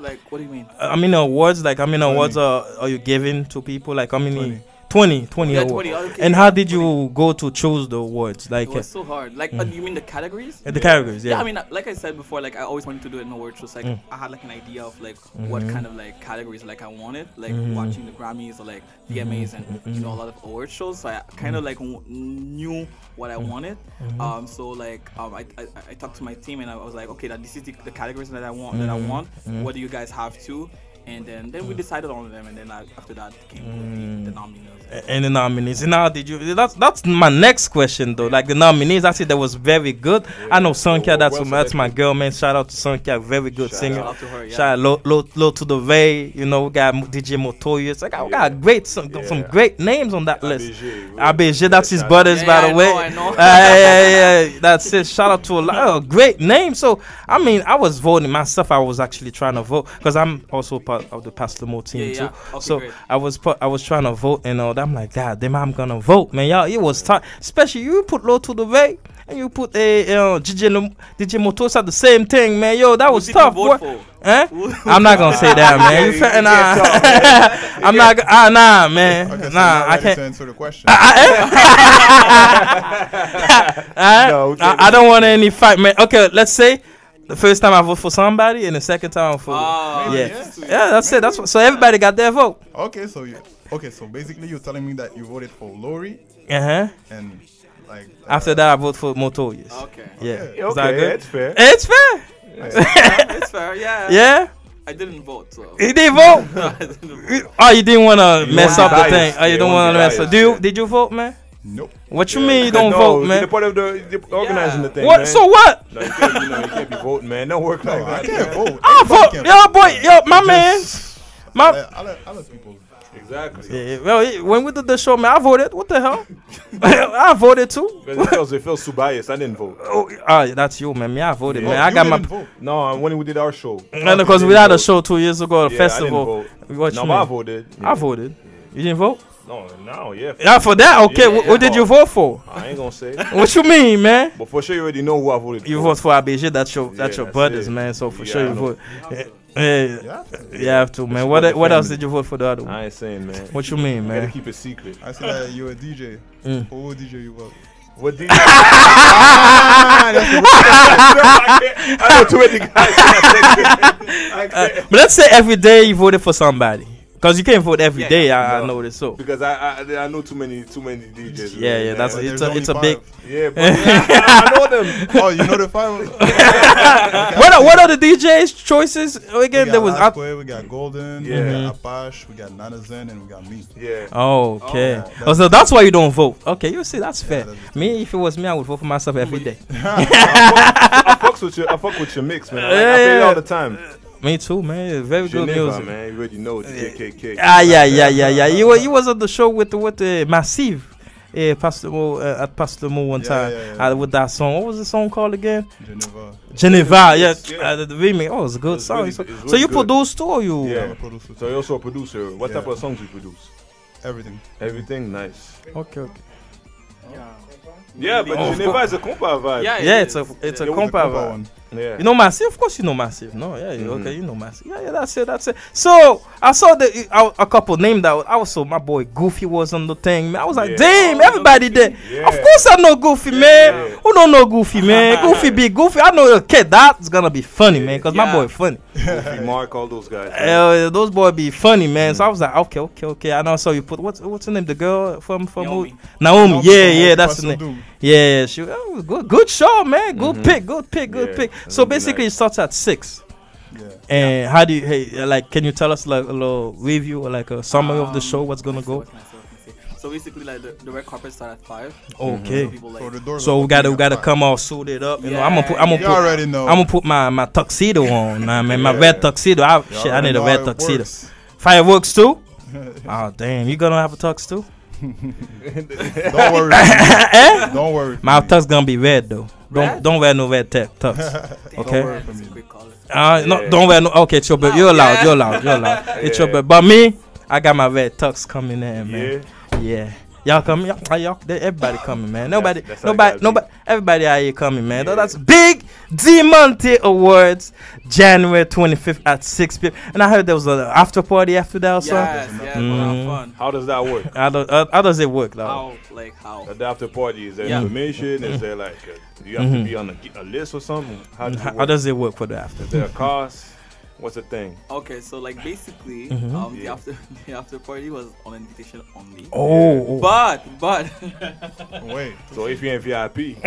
Speaker 11: Like, what do you mean?
Speaker 1: I mean awards, like how many awards
Speaker 5: Twenty.
Speaker 1: are, are you giving to people? Like how many? 20, 20
Speaker 11: Yeah,
Speaker 1: awards.
Speaker 11: 20, okay,
Speaker 1: and
Speaker 11: yeah,
Speaker 1: how did you go to choose the awards? Like mm.
Speaker 11: It was so hard. Like, uh, you mean the categories?
Speaker 1: uh, the categories, yeah. Mm.
Speaker 11: Yeah, I mean, uh, like I said before, like I always wanted to do it in a word show. So, like, I had like an idea of like what
Speaker 1: Mm-hmm.
Speaker 11: kind of like categories like I wanted, like watching the Grammys or like
Speaker 1: Mm-hmm.
Speaker 11: the VMAs and you know a lot of award shows. So I kind of like w- knew what
Speaker 1: Mm-hmm.
Speaker 11: I wanted. Um, so like um, I, I
Speaker 1: Mm-hmm.
Speaker 11: I talked to my team and I was like, okay, that this is the, the categories that I want that I want. What do you guys have to? and then then
Speaker 1: Mm.
Speaker 11: we decided on them, and then I, after that came the, the nominees.
Speaker 1: And the Mm. nominees. Now, did you? That's that's my next question though. Like the nominees, I said that was very good. I know Sunkia. That's my, that's my girl, man. Shout out to Sunkia, very good singer.
Speaker 11: out to her, yeah.
Speaker 1: Shout out low, low, low to the Ray. You know, we got Mo- DJ Motoya. Like I got great some some great names on that list. ABG, that's his brothers,
Speaker 11: Yeah,
Speaker 1: by
Speaker 11: I
Speaker 1: the
Speaker 11: know,
Speaker 1: way.
Speaker 11: I know.
Speaker 1: Uh, yeah, yeah, yeah. That's it. Shout out to a lot of great names. So I mean, I was voting myself. I was actually trying to vote because I'm also part of the Pastor Mo team
Speaker 11: Yeah,
Speaker 1: too.
Speaker 11: yeah. Okay,
Speaker 1: so
Speaker 11: great.
Speaker 1: I was put, I was trying to vote and all that. I'm like, God damn, I'm gonna vote, man. Y'all, it was time. Especially you put low to the way. And you put a uh, DJ Lum- DJ Motosa the same thing, man. Yo, that was
Speaker 11: did you
Speaker 1: tough, boy.
Speaker 11: vote for?
Speaker 1: Eh?
Speaker 11: Who-
Speaker 1: I'm not gonna say that, man. You fa- nah. I'm not. go- Ah, nah, man.
Speaker 12: Okay, so
Speaker 1: nah,
Speaker 12: now
Speaker 1: I
Speaker 12: ready
Speaker 1: can't.
Speaker 12: to answer the question.
Speaker 1: I,
Speaker 4: No, we
Speaker 1: I,
Speaker 4: can't.
Speaker 1: I don't want any fight, man. Okay, let's say the first time I vote for somebody and the second time I vote for.
Speaker 11: Ah,
Speaker 1: yeah.
Speaker 12: yeah.
Speaker 1: yeah, that's it. That's what, so everybody got their vote.
Speaker 12: Okay, so you, okay, so basically you're telling me that you voted for Lori
Speaker 1: Uh huh.
Speaker 12: and like uh,
Speaker 1: After that, I vote for Moto. Yes.
Speaker 11: Okay,
Speaker 1: Yeah.
Speaker 4: Okay,
Speaker 1: Is that good?
Speaker 4: that's fair.
Speaker 1: It's fair.
Speaker 11: it's fair. Yeah.
Speaker 1: Yeah.
Speaker 11: I didn't vote. So.
Speaker 1: He did vote.
Speaker 11: I didn't vote.
Speaker 1: Oh, you didn't want to mess
Speaker 4: won't
Speaker 1: up
Speaker 4: be
Speaker 1: the thing.
Speaker 4: biased.
Speaker 1: Oh, you
Speaker 4: Yeah,
Speaker 1: don't
Speaker 4: won't
Speaker 1: want to
Speaker 4: be
Speaker 1: mess up.
Speaker 4: biased,
Speaker 1: Do you? Did you vote, man?
Speaker 12: nope.
Speaker 1: What you mean you don't
Speaker 4: no,
Speaker 1: vote,
Speaker 4: you're
Speaker 1: man?
Speaker 4: The part of the, the organizing the thing.
Speaker 1: What?
Speaker 4: Man.
Speaker 1: So what?
Speaker 4: No, you can't, you know, you can't be voting, man. Don't work like
Speaker 12: No, I
Speaker 4: that.
Speaker 12: can't vote.
Speaker 1: I
Speaker 12: Everybody
Speaker 1: vote.
Speaker 12: can
Speaker 1: Yo, boy. Yo, my man.
Speaker 12: Just- I
Speaker 1: My.
Speaker 12: let, I let, I let people.
Speaker 4: Exactly.
Speaker 1: Yeah, well, it- when we did the show, man, I voted. What the hell? I voted too.
Speaker 4: Because it feels, it feels too biased. I didn't vote.
Speaker 1: Oh, ah, that's you, man. Me, I voted, man.
Speaker 12: Oh,
Speaker 1: I
Speaker 12: you
Speaker 1: got my.
Speaker 12: didn't vote.
Speaker 4: No, I- when we did our show.
Speaker 1: And because we had a show two years ago, a festival. What you
Speaker 4: no,
Speaker 1: mean?
Speaker 4: I voted.
Speaker 1: I voted. You didn't vote?
Speaker 4: No, no, yeah.
Speaker 1: Yeah, for that. Okay,
Speaker 4: Yeah,
Speaker 1: wh-
Speaker 4: yeah,
Speaker 1: what did
Speaker 4: vote.
Speaker 1: you vote for?
Speaker 4: I ain't gonna say.
Speaker 1: What you mean, man?
Speaker 4: But for sure, you already know who I voted
Speaker 1: You
Speaker 4: for.
Speaker 1: vote for ABG. That's your
Speaker 4: Yeah,
Speaker 1: that's your
Speaker 4: that's
Speaker 1: brothers,
Speaker 4: it.
Speaker 1: man. So for
Speaker 4: Yeah,
Speaker 1: sure
Speaker 4: I
Speaker 1: you
Speaker 4: know.
Speaker 1: vote. Yeah,
Speaker 12: Yeah.
Speaker 1: you have to, man.
Speaker 4: about
Speaker 1: What
Speaker 4: the
Speaker 1: what else
Speaker 4: family.
Speaker 1: did you vote for the other one?
Speaker 4: I ain't saying, man.
Speaker 1: What you mean,
Speaker 4: Gotta
Speaker 1: man?
Speaker 4: keep it secret.
Speaker 12: I said that you're a DJ.
Speaker 1: Mm.
Speaker 12: Oh, what DJ you vote?
Speaker 4: What did you? I can't. I know too many guys. I can't.
Speaker 1: Uh, But let's say every day you voted for somebody, because you can't vote every
Speaker 11: Yeah,
Speaker 1: day. I, I know this. So
Speaker 4: Because I, I I know too many too many DJs.
Speaker 1: yeah, yeah,
Speaker 4: man.
Speaker 1: that's
Speaker 12: But
Speaker 1: it's
Speaker 12: there's
Speaker 1: a
Speaker 12: only
Speaker 1: it's a
Speaker 12: five.
Speaker 1: big.
Speaker 4: yeah. But I know them.
Speaker 12: Oh, you know the five.
Speaker 1: What are, what are the DJs' choices Oh, again?
Speaker 12: we
Speaker 1: There
Speaker 12: got
Speaker 1: was
Speaker 12: Last Boy, we got Golden,
Speaker 4: Yeah.
Speaker 12: we got Apache, we got Nana Zen, and we got me.
Speaker 4: Yeah.
Speaker 1: Oh, okay.
Speaker 12: Oh,
Speaker 1: Oh, so that's why you don't vote. Okay, you see, that's fair.
Speaker 12: that's-
Speaker 1: me, if it was me, I would vote for myself every day.
Speaker 4: I fucks with your I fuck with your mix, man. I, like, I play it all the time.
Speaker 1: me too, man. It's Very good
Speaker 4: Geneva,
Speaker 1: music.
Speaker 4: man. You already know it's KKK.
Speaker 1: Ah, yeah, yeah, yeah, yeah. You were, you was on the show with with uh, Massive. Yeah, Pastor Mo, uh, at Pastor Mo one
Speaker 12: Yeah,
Speaker 1: time
Speaker 12: yeah, yeah.
Speaker 1: Uh, with that song. What was the song called again?
Speaker 12: Geneva.
Speaker 1: Geneva. Yeah,
Speaker 4: Yeah.
Speaker 1: Uh, the, the remix. Oh, it's a good
Speaker 4: It's
Speaker 1: song.
Speaker 4: really-
Speaker 1: so,
Speaker 4: it's
Speaker 1: so
Speaker 4: really
Speaker 1: you
Speaker 4: good.
Speaker 1: produced too, or you?
Speaker 4: Yeah.
Speaker 12: I'm a producer.
Speaker 4: So you're also a producer. What type
Speaker 12: Yeah.
Speaker 4: of songs you produce?
Speaker 12: Everything.
Speaker 4: Everything nice. Oh.
Speaker 1: Okay, okay.
Speaker 4: Yeah, but Geneva is a compa vibe.
Speaker 11: Yeah, it
Speaker 1: Yeah, it's a
Speaker 11: is.
Speaker 1: it's
Speaker 11: Yeah.
Speaker 1: a compa vibe.
Speaker 12: one.
Speaker 4: yeah.
Speaker 1: You know Massive? Of course you know Massive. assim, No, yeah, you okay, you know Massive. Yeah, yeah, that's it, that's it. So I saw the you- I- a couple named that I was so my boy Goofy was on the thing. Man. I was like,
Speaker 4: Yeah. Oh,
Speaker 1: damn, everybody there.
Speaker 4: Yeah.
Speaker 1: Of course I know Goofy, man.
Speaker 4: Yeah.
Speaker 1: Who don't know Goofy, man? Goofy be Goofy. I know okay, that's gonna be funny, man, because my
Speaker 11: Yeah.
Speaker 1: boy funny.
Speaker 4: Goofy, Mark, all those guys.
Speaker 1: Uh, those boy be funny, man. So I was like, okay, okay, okay. I know. So you put what's what's her name? The girl from from who?
Speaker 11: Naomi.
Speaker 1: Naomi.
Speaker 12: Naomi
Speaker 1: Yeah,
Speaker 12: from
Speaker 1: yeah,
Speaker 12: Old
Speaker 1: that's the name.
Speaker 12: Castle Doom.
Speaker 1: Yeah, yeah, she that was good. Good show, man. Good pick, good pick, good
Speaker 4: Yeah,
Speaker 1: pick.
Speaker 4: that
Speaker 1: So
Speaker 4: would be
Speaker 1: basically,
Speaker 4: nice.
Speaker 1: it starts at six.
Speaker 12: Yeah.
Speaker 1: And how do you hey uh, like? Can you tell us like a little review or like a summary of the show? What's gonna
Speaker 11: What
Speaker 1: go?
Speaker 11: can I say, what can I say? So basically, like the, the red carpet started at five. So
Speaker 1: Okay.
Speaker 11: people like
Speaker 12: So the doors
Speaker 1: So
Speaker 12: are
Speaker 1: we gotta we
Speaker 12: opening
Speaker 1: gotta
Speaker 12: at
Speaker 1: come all suited up. You know, I'm gonna put I'm
Speaker 12: five. You
Speaker 1: gonna put.
Speaker 12: already know.
Speaker 1: I'm gonna put my, my tuxedo on, nah, man. My red tuxedo. I,
Speaker 12: You
Speaker 1: shit, I
Speaker 12: already
Speaker 1: need a
Speaker 12: know
Speaker 1: red
Speaker 12: how it
Speaker 1: tuxedo.
Speaker 12: works.
Speaker 1: Fireworks too? oh damn, you gonna have a tux too?
Speaker 12: Don't worry. Don't worry.
Speaker 1: Eh? My tux gonna be red though. Don't
Speaker 11: Red?
Speaker 1: don't wear no red tux. tux.
Speaker 12: Don't
Speaker 1: Okay.
Speaker 12: worry for
Speaker 11: It's a
Speaker 12: me.
Speaker 11: great color.
Speaker 1: Uh, no,
Speaker 4: Yeah.
Speaker 1: don't wear no. Okay, it's your bed. You're loud.
Speaker 11: Yeah.
Speaker 1: You're loud. You're loud. It's your
Speaker 4: Yeah.
Speaker 1: bed. But me, I got my red tux coming in, man.
Speaker 4: Yeah.
Speaker 1: Yeah. Y'all coming? Y'all, uh, y'all, they- everybody coming, man. Nobody,
Speaker 4: that's how it
Speaker 1: nobody,
Speaker 4: gotta be.
Speaker 1: nobody, everybody out here coming, man.
Speaker 4: Yeah.
Speaker 1: That's big D Monte Awards, January 25th at 6 p.m. And I heard there was an after party after that or something.
Speaker 11: Yes, yes, we'll have
Speaker 1: Mm.
Speaker 11: fun.
Speaker 4: How does that work?
Speaker 1: How, do, uh, how does it work, though?
Speaker 11: How, like how?
Speaker 4: At the after party, is there
Speaker 11: Yeah.
Speaker 4: information? Is there like, a, do you have to be on a, a list or something? How does it
Speaker 1: Mm-hmm. How,
Speaker 4: work?
Speaker 1: how does it work for the after?
Speaker 4: is there a cost? What's the thing?
Speaker 11: Okay, so like basically,
Speaker 4: Mhm.
Speaker 11: um, the
Speaker 4: Yeah.
Speaker 11: after the after party was on invitation only.
Speaker 4: Oh, oh.
Speaker 11: but but
Speaker 4: Wait. So if you're in VIP,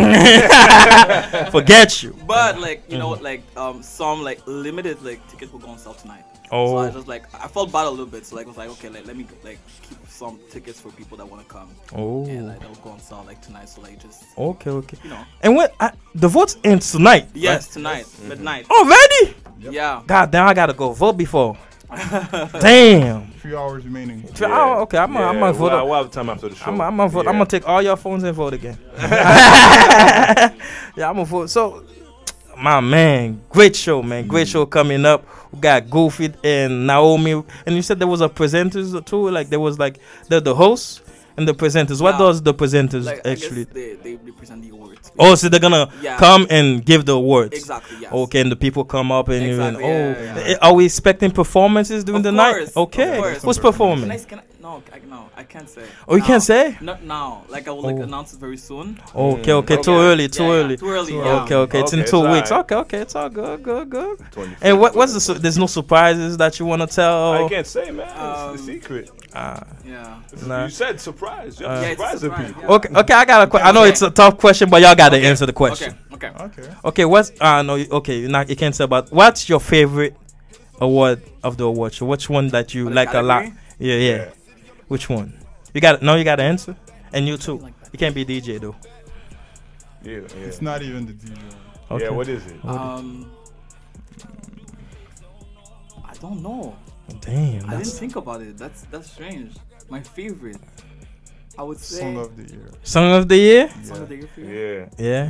Speaker 1: Forget you. Mm-hmm.
Speaker 11: But like you know, like um, some like limited like tickets will go on sale tonight. So I
Speaker 1: Oh.
Speaker 11: just like I felt bad a little bit, so like I was like, okay, like, let me like keep some tickets for people that want to come.
Speaker 1: Oh.
Speaker 11: And like they'll go on sale like tonight, so like just
Speaker 1: Okay, okay.
Speaker 11: You know.
Speaker 1: And when I, the votes ends tonight.
Speaker 11: Yes,
Speaker 1: right?
Speaker 11: tonight, midnight.
Speaker 1: Already?
Speaker 11: Yeah.
Speaker 1: God damn, I gotta go vote before. damn.
Speaker 12: Three hours remaining.
Speaker 1: Three hours? Okay, I'm gonna I'm
Speaker 4: Yeah,
Speaker 1: gonna vote.
Speaker 4: we'll-
Speaker 1: up.
Speaker 4: we'll have time after the show.
Speaker 1: I'm gonna- I'm gonna vote. I'm
Speaker 4: Yeah.
Speaker 1: gonna take all your phones and vote again. yeah, I'm gonna vote. So, my man, great show, man. Great show coming up. We got Goofy and Naomi, and you said there was a presenters too. Like there was like the the host and the presenters. What does the presenters
Speaker 11: Like, I guess
Speaker 1: actually?
Speaker 11: they they represent the awards.
Speaker 1: Oh, so they're gonna
Speaker 11: Yeah.
Speaker 1: come and give the awards.
Speaker 11: Exactly, yes.
Speaker 1: Okay, and the people come up and
Speaker 11: Exactly,
Speaker 1: even
Speaker 11: yeah,
Speaker 1: oh,
Speaker 11: yeah,
Speaker 1: eh, are we expecting performances during the
Speaker 11: course,
Speaker 1: night? Okay,
Speaker 11: of course.
Speaker 1: what's
Speaker 11: Can I,
Speaker 1: performing?
Speaker 11: can I, no, I, no, I can't say.
Speaker 1: Oh, you can't
Speaker 11: Now.
Speaker 1: say?
Speaker 11: Not now. Like I will like
Speaker 1: Oh.
Speaker 11: announce it very soon.
Speaker 1: Okay, okay, too
Speaker 11: Yeah,
Speaker 1: early,
Speaker 11: yeah,
Speaker 1: too
Speaker 11: yeah,
Speaker 1: early.
Speaker 11: Too early.
Speaker 1: Too
Speaker 11: Yeah.
Speaker 1: Okay, okay, it's in
Speaker 4: Okay,
Speaker 1: two
Speaker 4: it's
Speaker 1: weeks.
Speaker 4: alright.
Speaker 1: Okay, okay, it's all good, good, good. And what, what's the? Su- there's no surprises that you want to tell.
Speaker 4: I can't say, man. it's the secret.
Speaker 1: Ah.
Speaker 11: um, yeah.
Speaker 1: Nah.
Speaker 4: You said surprise. You're
Speaker 1: Uh, Yeah, it's a
Speaker 4: surprising
Speaker 11: surprise,
Speaker 4: people.
Speaker 1: Okay, okay, I got a que- I know it's a tough question, but y'all got to answer the question.
Speaker 11: Okay.
Speaker 12: Okay.
Speaker 1: Okay, what's uh no you- okay, you not you can't say about what's your favorite award of the award show? Which one that you
Speaker 11: the
Speaker 1: like a lot?
Speaker 11: category?
Speaker 1: Yeah, yeah. Which one? You got no you gotta answer? And you too. You can't be DJ though.
Speaker 4: Yeah, yeah.
Speaker 12: It's not even the DJ.
Speaker 1: Okay.
Speaker 4: Yeah, what is it?
Speaker 1: What
Speaker 11: Um, I don't know. I
Speaker 1: Damn,
Speaker 11: didn't
Speaker 1: that's
Speaker 11: think about it. That's that's strange. My favorite, I would say.
Speaker 12: Song of the year.
Speaker 1: Song of the Year?
Speaker 11: Song of the year for you?
Speaker 4: Yeah.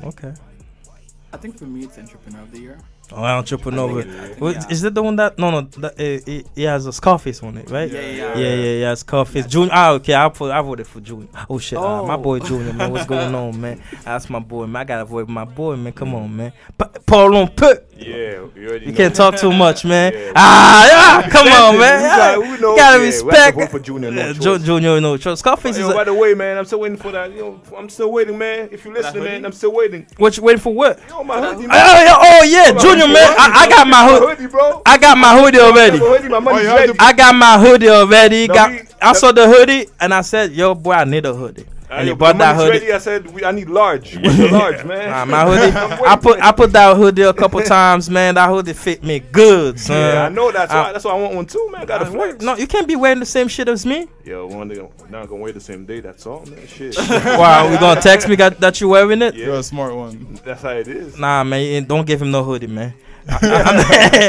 Speaker 1: Yeah. Okay.
Speaker 11: I think for me it's entrepreneur of the year.
Speaker 1: Oh, entrepreneur.
Speaker 11: I think it- I think,
Speaker 1: What-
Speaker 11: yeah.
Speaker 1: Is that the one that no no that uh, it, it has a Scarface on it, right?
Speaker 11: Yeah,
Speaker 1: yeah,
Speaker 11: yeah, yeah.
Speaker 1: yeah. yeah, it's Scarface. Junior. Ah, okay. I put I voted for Junior. Oh shit, ah, my
Speaker 11: Oh.
Speaker 1: boy Junior, man, what's going on, man? That's my boy, man. I gotta vote for my boy, man. Come on, man. Pa- Paul on put.
Speaker 4: Yeah, you already
Speaker 1: You
Speaker 4: know.
Speaker 1: can't talk too much, man.
Speaker 4: Yeah.
Speaker 1: Ah, yeah, come on,
Speaker 4: Listen,
Speaker 1: man.
Speaker 4: we
Speaker 1: Yeah,
Speaker 4: got- we know-
Speaker 1: gotta
Speaker 4: yeah, we have to
Speaker 1: respect.
Speaker 4: vote for Junior, no
Speaker 1: Yeah,
Speaker 4: choice.
Speaker 1: Ju- Junior, no choice. Scarface
Speaker 4: Yo,
Speaker 1: is.
Speaker 4: by
Speaker 1: A,
Speaker 4: the way, man, I'm still waiting for that. You know, I'm still waiting, man. If you listen,
Speaker 11: hoodie?
Speaker 4: man, I'm still waiting.
Speaker 1: what you waiting for? What?
Speaker 4: Yo, my hoodie, man.
Speaker 1: Oh yeah, oh, yeah.
Speaker 4: Hold on,
Speaker 1: Junior,
Speaker 4: my
Speaker 1: man.
Speaker 4: hoodie,
Speaker 1: I, I
Speaker 4: bro.
Speaker 1: got my hood.
Speaker 4: hoodie, bro.
Speaker 1: I got my hoodie
Speaker 4: My
Speaker 1: already.
Speaker 4: hoodie, my money's ready.
Speaker 1: I got my hoodie already.
Speaker 4: No,
Speaker 1: Got,
Speaker 4: we-
Speaker 1: I saw the hoodie and I said, "Yo, boy, I need a hoodie."
Speaker 4: Ah,
Speaker 1: and
Speaker 4: yo,
Speaker 1: he bought
Speaker 4: my
Speaker 1: that
Speaker 4: money's
Speaker 1: hoodie.
Speaker 4: ready. I said, we, I need large. What's the large, man?
Speaker 1: Nah, my hoodie.
Speaker 4: I'm
Speaker 1: I put I put that hoodie a couple times, man. That hoodie fit me good, son.
Speaker 4: Yeah, I know that's
Speaker 1: I-
Speaker 4: why. That's why I want one too, man. Got to flex.
Speaker 1: No, you can't be wearing the same shit as me.
Speaker 4: Yo, one day, not gonna wait the same day. That's all, man. Shit.
Speaker 1: Wow, we gonna text me got, that you wearing it?
Speaker 4: Yeah.
Speaker 12: You're a smart one.
Speaker 4: That's how it is.
Speaker 1: Nah, man, you don't give him no hoodie, man. I,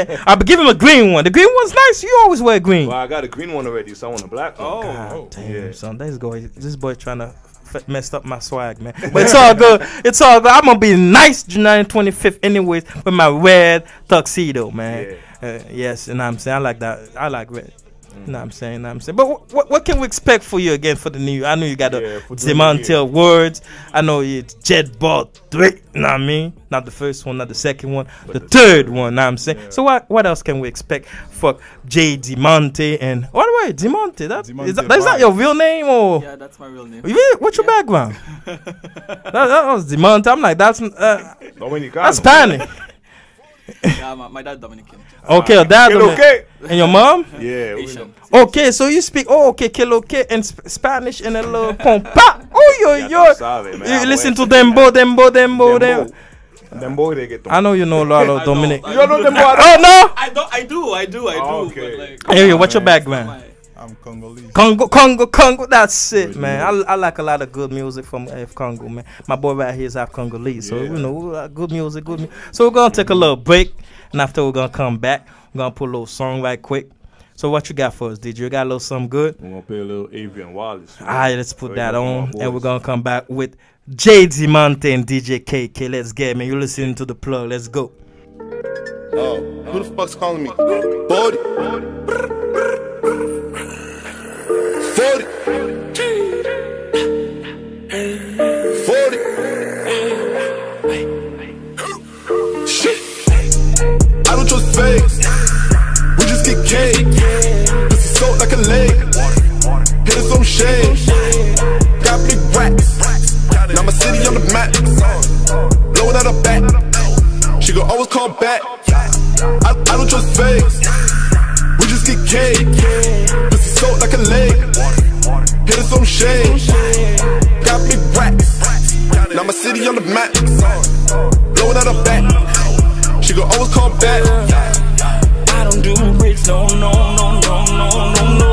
Speaker 1: I, I'm- I'll give him a green one. The green one's nice. You always wear green.
Speaker 4: Well, I got a green one already, so I want a black one.
Speaker 11: Oh.
Speaker 1: God damn,
Speaker 4: yeah.
Speaker 1: son, this boy, this boy trying to f- mess up my swag, man. But it's all good. It's all good. I'm gonna be nice July 25th, anyways, with my red tuxedo, man. Uh, yes, and I'm saying I like that. I like red. You know what I'm saying? You know what I'm saying? But wh- what what can we expect for you again for the new year? I know you got
Speaker 4: Yeah,
Speaker 1: a
Speaker 4: for the new year.
Speaker 1: Demantel words. I know it's Jet Ball 3, you know what I mean? Not the first one, not the second one, the, third one, know what I'm saying? So what what else can we expect for J. Demonte and, what the way, Demonte? That,
Speaker 12: Demonte
Speaker 1: is that, that's not
Speaker 12: Vibes.
Speaker 1: your real name or?
Speaker 11: Yeah, that's my real name.
Speaker 1: Really? What's your
Speaker 11: Yeah.
Speaker 1: background? that, that was Demonte. I'm like, that's, uh,
Speaker 4: Dominicano.
Speaker 1: that's Spanish.
Speaker 11: yeah, my, my dad Dominican.
Speaker 1: Okay, that
Speaker 4: Get okay.
Speaker 1: And your mom?
Speaker 4: Yeah. we
Speaker 11: Asian.
Speaker 4: know.
Speaker 1: Okay, so you speak oh okay, que lo que in sp- Spanish and a little pompa. Oh yo
Speaker 4: Ya
Speaker 1: yo.
Speaker 4: tú sabes, man.
Speaker 1: You
Speaker 4: Ah,
Speaker 1: listen to
Speaker 4: bueno.
Speaker 1: dembo dembo dembo Ah, dembo.
Speaker 4: Dembow. Dembow reggaeton.
Speaker 1: I know you know a lot
Speaker 11: I
Speaker 1: of
Speaker 11: don't-
Speaker 1: Dominic.
Speaker 11: I
Speaker 4: You don't know Dembow at all?
Speaker 1: Oh no.
Speaker 11: I don't. I do. I do. I do.
Speaker 4: Okay.
Speaker 11: But like,
Speaker 1: Anyway, what's your
Speaker 12: man.
Speaker 1: background?
Speaker 11: my,
Speaker 12: I'm Congolese.
Speaker 1: Congo, Congo, Congo. That's it, man. I, I like a lot of good music from AF Congo, man. My boy right here is half Congolese, so you know, we like good music, good. Mu- so we're gonna take a little break, and after we're gonna come back. We're gonna put a little song right quick. So what you got for us, DJ? You got a little something good?
Speaker 4: We're gonna play a little Avian Wallace. man.
Speaker 1: All right, let's put
Speaker 4: So you
Speaker 1: that
Speaker 4: know, my
Speaker 1: on,
Speaker 4: boys.
Speaker 1: and we're gonna come back with JD Monte and DJ KK. Let's get it, man. You're listening to the plug. Let's go.
Speaker 13: Oh, who the fuck's calling me? 40. 40. 40. Shit. I don't trust fakes. We just get cake. Pussy soaked like a lake. Hit some shade. Got big racks. Now my city on the map. Blowing out her back. She gon' always call back. I, I don't trust Shorty on the mat, blowing out her back. She could always call back.
Speaker 14: I don't do bricks, no, no, no, no, no, no, no.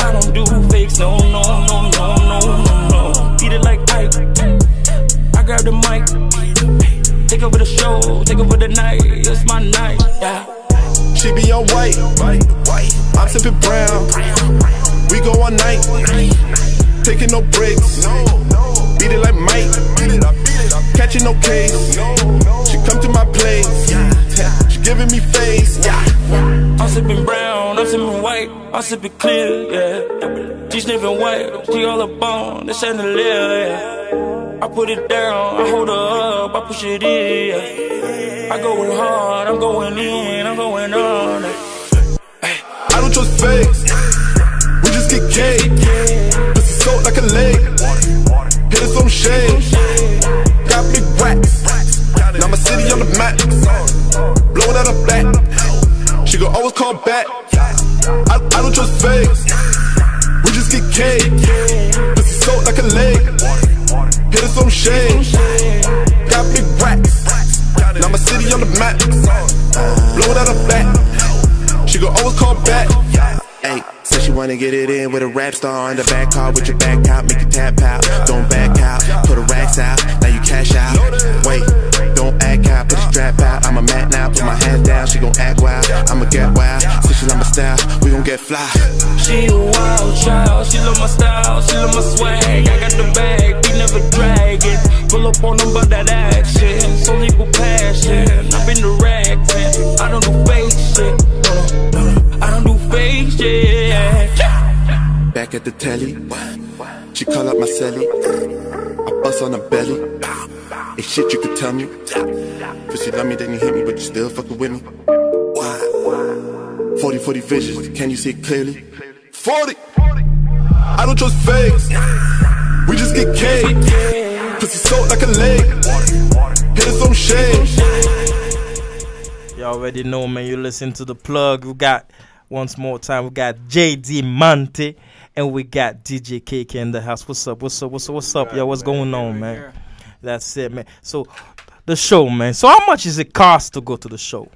Speaker 14: I don't do fakes, no, no, no, no, no, no, no. Beat it like Ike. I grab the mic, take over the show, take over the night. It's my night, yeah.
Speaker 13: She be on white, I'm sipping brown. We go all night, taking no breaks. Beat it like Mike, catching no case. She come to my place, she giving me face.
Speaker 14: I'm sipping brown, I'm sipping white, I'm sipping clear, yeah. She sniffing white, she all up on the chandelier, yeah. I put it down, I hold her up, I push it in, yeah. I go in hard, I'm going in, I'm going on. yeah.
Speaker 13: I don't trust fakes. We just get cake. Pussy soaked like a lake. Hitting some shade. Got me whack. Now my city on the map. Blowing out her back. She gon' always call back. I, I don't trust fakes. We just get cake. Pussy soaked like a lake. Hitting some shade. Got me whack. Now my city on the map. Blowing out her back. She gon' always call back.
Speaker 15: Ayy, said she wanna get it in with a rap star on the back car with your back out, make you tap out. Don't back out, put the racks out, now you cash out. Wait, don't act out, put the strap out. I'm a mat now, put my hands down, she gon' act wild. I'ma get wild, since she's on my style, we gon' get fly.
Speaker 14: She a wild child, she love my style, she love my swag. I got the bag, we never drag it. Pull up on them by that action, so legal passion. I've been the racking, I don't do fake shit. No, no, no, I don't do fake shit.
Speaker 15: Back at the telly, she call up my celly. I bust on her belly. Ain't shit you could tell me. If she love me, then you hit me, but you still fucking with me. Why? 40 40 vision, can you see it clearly?
Speaker 13: 40. I don't trust fakes. We just get cake. Pussy soaked like a lake. Hitting some shade.
Speaker 1: You already know, man. You listen to the plug. We got once more time. We got JD Monte and we got DJ KK in the house. What's up? What's up? What's up? What's up? Yo, what's going on, man? That's it, man. So the show, man. So how much is it cost to go to the show?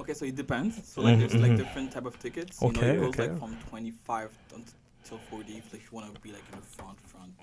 Speaker 11: Okay, so it depends. So like there's
Speaker 1: Mhm.
Speaker 11: like different type of tickets. You
Speaker 1: Okay,
Speaker 11: know, it goes
Speaker 1: okay.
Speaker 11: like from 25 until 40 if like, you want to be like in the front.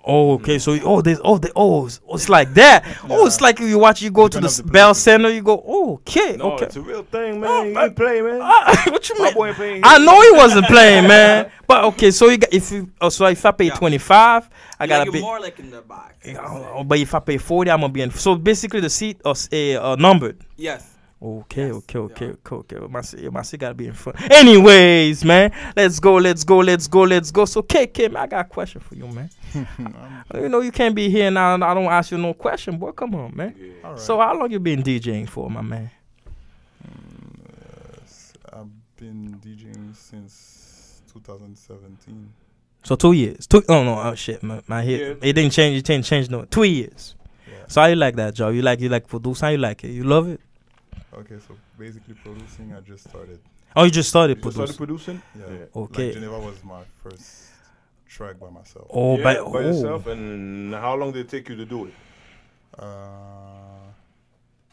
Speaker 1: Oh, okay. So you- oh, there's oh, the, oh, it's, oh, it's like that. Oh, it's like you watch. You go to the s- Bell Center. You go. Oh, okay,
Speaker 4: No,
Speaker 1: okay.
Speaker 4: it's a real thing, Ah, man. you ain't play, man.
Speaker 1: what you
Speaker 4: mean? My boy playing.
Speaker 1: I know he wasn't playing, man. But okay, so you got, if you oh, so if I pay twenty five, I
Speaker 11: You're, like,
Speaker 1: gotta
Speaker 11: you're
Speaker 1: be.
Speaker 11: more like in the back.
Speaker 1: Oh, but if I pay forty, I'm gonna be in. So basically, the seat are uh, numbered.
Speaker 11: Yes.
Speaker 1: Okay, okay, okay, okay, okay. My seat, my seat gotta be in front. Anyways, man, let's go, let's go, let's go, let's go. So KK, man, I got a question for you, man. you know you can't be here now, and I don't ask you no question, boy. Come on, man. So how long you been DJing for, my man?
Speaker 12: I've been DJing since 2017.
Speaker 1: So two years. Two. Oh no. Oh shit. My, my head. It didn't change. It didn't change. No. Two years. So how you like that job? You like you like produce? How you like it? You love it?
Speaker 12: Okay, so basically producing, I just started.
Speaker 1: Oh, you just started
Speaker 4: You started
Speaker 1: producing?
Speaker 12: Yeah.
Speaker 4: Yeah.
Speaker 1: Okay.
Speaker 12: Like Geneva was my first track by myself.
Speaker 1: Oh,
Speaker 4: yeah,
Speaker 1: by-
Speaker 4: by
Speaker 1: oh.
Speaker 4: yourself. And how long did it take you to do it?
Speaker 12: Uh,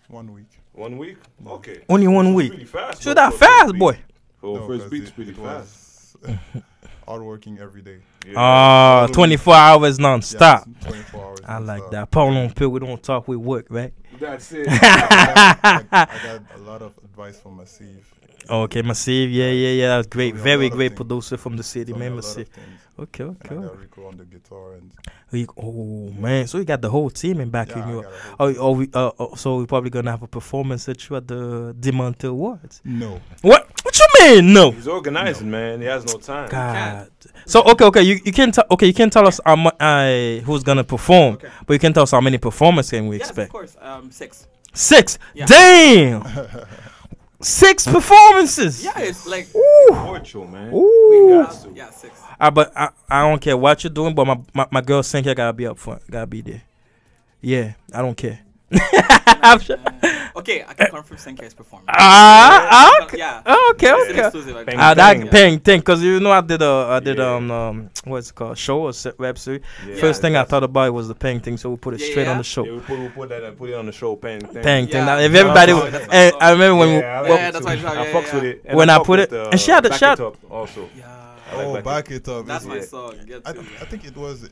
Speaker 12: one week.
Speaker 4: One week? Okay.
Speaker 1: Only one
Speaker 4: This is
Speaker 1: week.
Speaker 4: Pretty fast.
Speaker 1: So
Speaker 4: though,
Speaker 1: that
Speaker 4: for a first
Speaker 1: fast,
Speaker 4: beat.
Speaker 1: boy.
Speaker 4: For a
Speaker 12: No,
Speaker 4: first
Speaker 12: 'cause
Speaker 4: beat's
Speaker 12: it-
Speaker 4: pretty
Speaker 12: it
Speaker 4: fast.
Speaker 12: was hard working every day.
Speaker 1: Ah,
Speaker 12: All the
Speaker 1: 24
Speaker 12: week.
Speaker 1: hours non-stop.
Speaker 12: Yes, 24 hours.
Speaker 1: I like that. Paul on pill. We don't talk. We work, right?
Speaker 12: That's it. I, got, I got a lot of advice from Massive.
Speaker 1: Okay, Massive. Yeah, yeah, yeah. That was great.
Speaker 12: me a
Speaker 1: Very
Speaker 12: lot of
Speaker 1: great
Speaker 12: things.
Speaker 1: producer from the city,
Speaker 12: Told me a
Speaker 1: man.
Speaker 12: lot of
Speaker 1: Massive.
Speaker 12: things.
Speaker 1: Okay, okay.
Speaker 12: And I
Speaker 1: okay.
Speaker 12: got Rico on the guitar and
Speaker 1: He- oh man, so you got the whole team in back in Europe. Oh, oh, we, uh, oh, so we're probably gonna have a performance at you at the Demante Awards.
Speaker 12: No.
Speaker 1: What? What you mean? No.
Speaker 4: He's organizing, man. He has no time.
Speaker 1: God. So okay, okay, you, you can tell okay, you can tell us how mu- uh, who's gonna perform, but you can tell us how many performances can we
Speaker 11: Yes, of
Speaker 1: expect.
Speaker 11: course. Um, six.
Speaker 1: Six.
Speaker 11: Yeah.
Speaker 1: Damn. Six performances.
Speaker 11: Yeah, it's like
Speaker 4: Ocho, man.
Speaker 1: Ooh.
Speaker 11: Yeah, six.
Speaker 1: I, but I, I don't care what you're doing, but my, my, my girl Cynthia gotta be up front, gotta be there. Yeah, I don't care. I'm sure.
Speaker 11: Okay, I can confirm Senkei's performance.
Speaker 1: Ah, ah, okay.
Speaker 11: Yeah.
Speaker 1: Oh, okay,
Speaker 11: It's an
Speaker 1: okay.
Speaker 11: exclusive, I
Speaker 1: Ah,
Speaker 11: think.
Speaker 1: that thing, thing, because you know I did a, I did um, um, what's it called, show or se- web series.
Speaker 4: Yeah.
Speaker 1: First
Speaker 4: Yeah,
Speaker 1: thing I thought about was the ping thing, so we put it straight on the show.
Speaker 4: Yeah, we put, we put that and put it on the show. Pang, thing.
Speaker 1: Thing, thing. Now, if everybody,
Speaker 4: Yeah, that's-
Speaker 1: eh, I remember when,
Speaker 4: Yeah,
Speaker 1: we,
Speaker 4: I
Speaker 1: when-
Speaker 4: fucks with it. I fucks with it. And
Speaker 1: when I,
Speaker 4: fuck
Speaker 1: put
Speaker 4: with,
Speaker 1: it,
Speaker 4: uh,
Speaker 1: and she had, a-
Speaker 4: Back
Speaker 1: she had,
Speaker 4: It Up also. Oh, I like
Speaker 12: Oh,
Speaker 4: Back It
Speaker 12: back it up.
Speaker 11: That's
Speaker 12: is
Speaker 11: my
Speaker 12: it?
Speaker 11: song. Yeah,
Speaker 12: I,
Speaker 11: too.
Speaker 12: I think it was uh,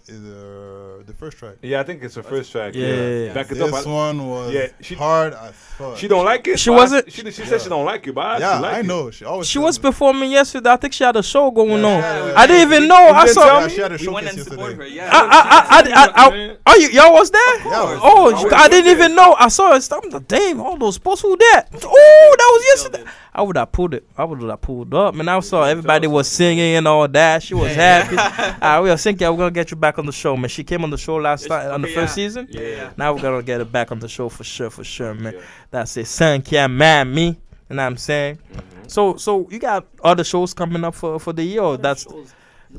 Speaker 12: the first track.
Speaker 4: Yeah, I think it's the first track.
Speaker 1: Yeah,
Speaker 4: Yeah,
Speaker 1: yeah, yeah.
Speaker 4: back it
Speaker 12: this
Speaker 4: up. I-
Speaker 12: one was
Speaker 4: yeah, she,
Speaker 12: hard as fuck.
Speaker 4: she don't like it.
Speaker 1: She
Speaker 4: but I-
Speaker 1: wasn't-
Speaker 4: She, she said she don't like it, but I
Speaker 12: Yeah,
Speaker 4: actually like
Speaker 12: I
Speaker 4: it.
Speaker 12: know. She always.
Speaker 1: she was performing yesterday. I think she had a show going on.
Speaker 12: yeah,
Speaker 1: I didn't even know. I
Speaker 12: did
Speaker 1: saw.
Speaker 12: tell me. She had a
Speaker 11: We went
Speaker 12: showcase
Speaker 11: and supported her.
Speaker 12: yesterday.
Speaker 11: Yeah.
Speaker 1: I, I, I, I, I, oh, you, y'all was there?
Speaker 12: course.
Speaker 1: oh,
Speaker 12: I
Speaker 1: you-
Speaker 12: was
Speaker 1: I, didn't
Speaker 12: with
Speaker 1: even know. I saw it. I'm like, damn, all those posts, who that? Oh, that was yesterday. I would have pulled it. I would have pulled up. And I saw everybody was singing and all that. She was happy. Ah, we were thinking we're going to get you back on the show, man. She came on the show last night on the
Speaker 11: okay,
Speaker 1: first
Speaker 11: yeah.
Speaker 1: season.
Speaker 11: Yeah, yeah.
Speaker 1: Now we're going to get her back on the show for sure, for sure, man. That's it. Son can't mad me. You know what I'm saying?
Speaker 4: Mm-hmm.
Speaker 1: So, so you got other shows coming up for, for the year? Or that's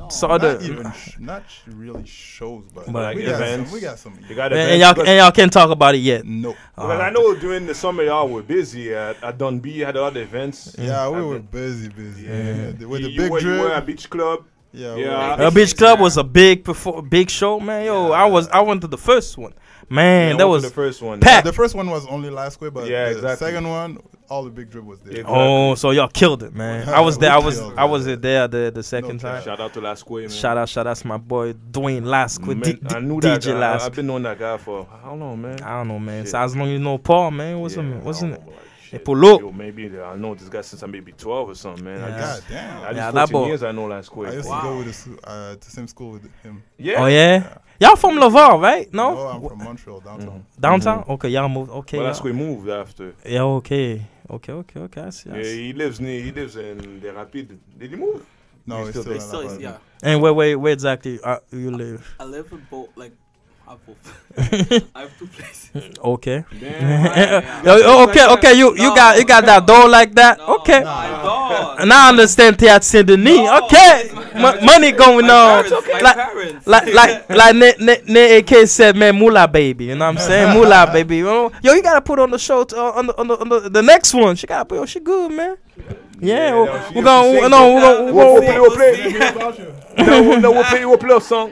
Speaker 1: so
Speaker 12: Not
Speaker 1: other.
Speaker 12: even sh- not sh- really shows, but,
Speaker 1: But like
Speaker 12: we, got
Speaker 4: events.
Speaker 12: some, we got some.
Speaker 4: You got
Speaker 1: Man,
Speaker 4: events,
Speaker 1: and y'all
Speaker 4: but-
Speaker 1: and y'all can't talk Ah. about it yet. Uh,
Speaker 12: No.
Speaker 4: Because I know during the summer y'all were busy at, at Dunby, you had a lot of events.
Speaker 12: Yeah, we
Speaker 4: At
Speaker 12: were
Speaker 4: the-
Speaker 12: busy, busy.
Speaker 4: Yeah.
Speaker 12: Yeah. With
Speaker 4: you,
Speaker 12: the
Speaker 4: you
Speaker 12: big
Speaker 4: were, You were
Speaker 12: drip.
Speaker 4: at Beach Club.
Speaker 12: Yeah, we
Speaker 4: yeah.
Speaker 12: were-
Speaker 1: Uh, Beach Club was a big perfor- big show, man. Yo, I was I went to the first one. Man,
Speaker 4: Yeah,
Speaker 1: that
Speaker 4: went
Speaker 1: was
Speaker 4: to the first one.
Speaker 1: Packed.
Speaker 12: The first one was only last week, but
Speaker 4: Yeah,
Speaker 12: the
Speaker 4: exactly.
Speaker 12: second one, all the big drip was there.
Speaker 4: Exactly.
Speaker 1: Oh, so y'all killed it, man. I was
Speaker 12: We
Speaker 1: there. I was
Speaker 12: killed
Speaker 1: I was there the, the second
Speaker 12: cap.
Speaker 1: time.
Speaker 4: Shout out to Last Square, man.
Speaker 1: Shout out, shout out to my boy Dwayne Lasco,
Speaker 4: Man,
Speaker 1: D- D-
Speaker 4: I knew that
Speaker 1: DJ
Speaker 4: guy. I-
Speaker 1: Lasco.
Speaker 4: I've been on that guy for how long, man?
Speaker 1: I don't know, man.
Speaker 4: Shit.
Speaker 1: So as long as you know Paul, man, what's
Speaker 4: Yeah,
Speaker 1: it, what's
Speaker 4: I
Speaker 1: it?
Speaker 4: don't know, like,
Speaker 1: Hey,
Speaker 4: shit.
Speaker 1: pull up.
Speaker 4: Yo, maybe I know this guy since I'm maybe 12 or something, man. I
Speaker 1: Yeah.
Speaker 4: guess-
Speaker 12: Goddamn.
Speaker 4: At least
Speaker 1: Yeah, that
Speaker 4: 14
Speaker 1: boy-
Speaker 4: years I know Last Square.
Speaker 12: I used
Speaker 4: Wow.
Speaker 12: to go with the, s- uh, to same school with him. Uh,
Speaker 4: Yeah.
Speaker 1: Oh yeah, y'all from Laval, right? No, Mm-hmm.
Speaker 12: No, I'm from Montreal downtown.
Speaker 1: downtown.
Speaker 4: Mm-hmm.
Speaker 1: Okay, y'all moved. Okay,
Speaker 4: Well,
Speaker 1: y'all-
Speaker 4: Last Square moved after.
Speaker 1: yeah, okay, okay, okay, okay. I see. I
Speaker 4: Yeah,
Speaker 1: see.
Speaker 4: he lives near. He lives in the Rapide. Did he move?
Speaker 12: No,
Speaker 4: He's
Speaker 12: it's
Speaker 4: still
Speaker 12: still,
Speaker 4: there.
Speaker 12: in
Speaker 11: Still is,
Speaker 12: Laval.
Speaker 11: yeah.
Speaker 1: And where, where, where exactly uh, you live?
Speaker 11: I live in both, like, I have both. I have two places.
Speaker 1: Okay.
Speaker 11: Damn.
Speaker 1: Yo, yo, okay, okay. You you got you got that door like that. okay. And I understand they at Sydney. okay. Mo- money going on.
Speaker 11: parents, my
Speaker 1: like,
Speaker 11: parents.
Speaker 1: like like like Ne- Ne- Ne AK said, man, Mula baby. You know what I'm saying? Mula baby. You know? Yo, you gotta put on the show to, uh, on the on the, on the the next one. She gotta put. Yo, she good, man. Yeah,
Speaker 4: Yeah,
Speaker 1: we're-
Speaker 4: she-
Speaker 1: we're
Speaker 4: she
Speaker 1: gonna
Speaker 4: sing,
Speaker 1: no,
Speaker 4: though.
Speaker 1: we're gonna,
Speaker 4: We'll
Speaker 1: we're
Speaker 4: play,
Speaker 1: gonna
Speaker 4: we'll play. No, we'll- no, we'll play, we'll play a song.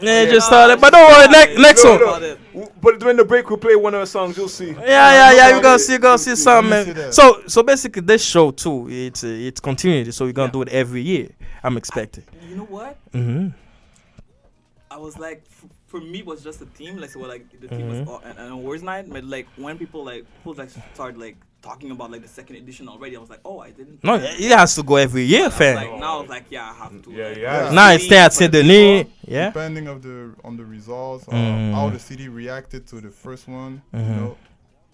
Speaker 1: yeah, just started. But don't worry, next next
Speaker 4: No,
Speaker 1: one.
Speaker 4: no. W- But during the break, we'll play one of the songs. You'll see.
Speaker 1: Yeah, yeah, yeah. You gonna see, you gonna see something.
Speaker 12: see
Speaker 1: Man.
Speaker 12: that.
Speaker 1: So, so basically, this show too, it's uh, it's continuity. So we're gonna do it every year. I'm expecting.
Speaker 11: You know what?
Speaker 1: hmm
Speaker 11: I was like, f- for me, it was just a team. Like, so like the team
Speaker 1: Mhm.
Speaker 11: was all, and, and awards night, but like when people like people like start like talking about like the second edition already, I was like, oh, I didn't.
Speaker 1: No,
Speaker 11: plan.
Speaker 1: it has to go every year,
Speaker 11: But I was
Speaker 1: fam.
Speaker 11: Like now, I was like, yeah, I have to.
Speaker 4: Yeah,
Speaker 11: like,
Speaker 4: yeah.
Speaker 11: really
Speaker 1: Now it's there at
Speaker 11: for the
Speaker 1: Sydney.
Speaker 11: people.
Speaker 1: Yeah.
Speaker 12: Depending of the on the results, uh,
Speaker 1: Mm.
Speaker 12: how the city reacted to the first one. You
Speaker 1: Mhm.
Speaker 12: know,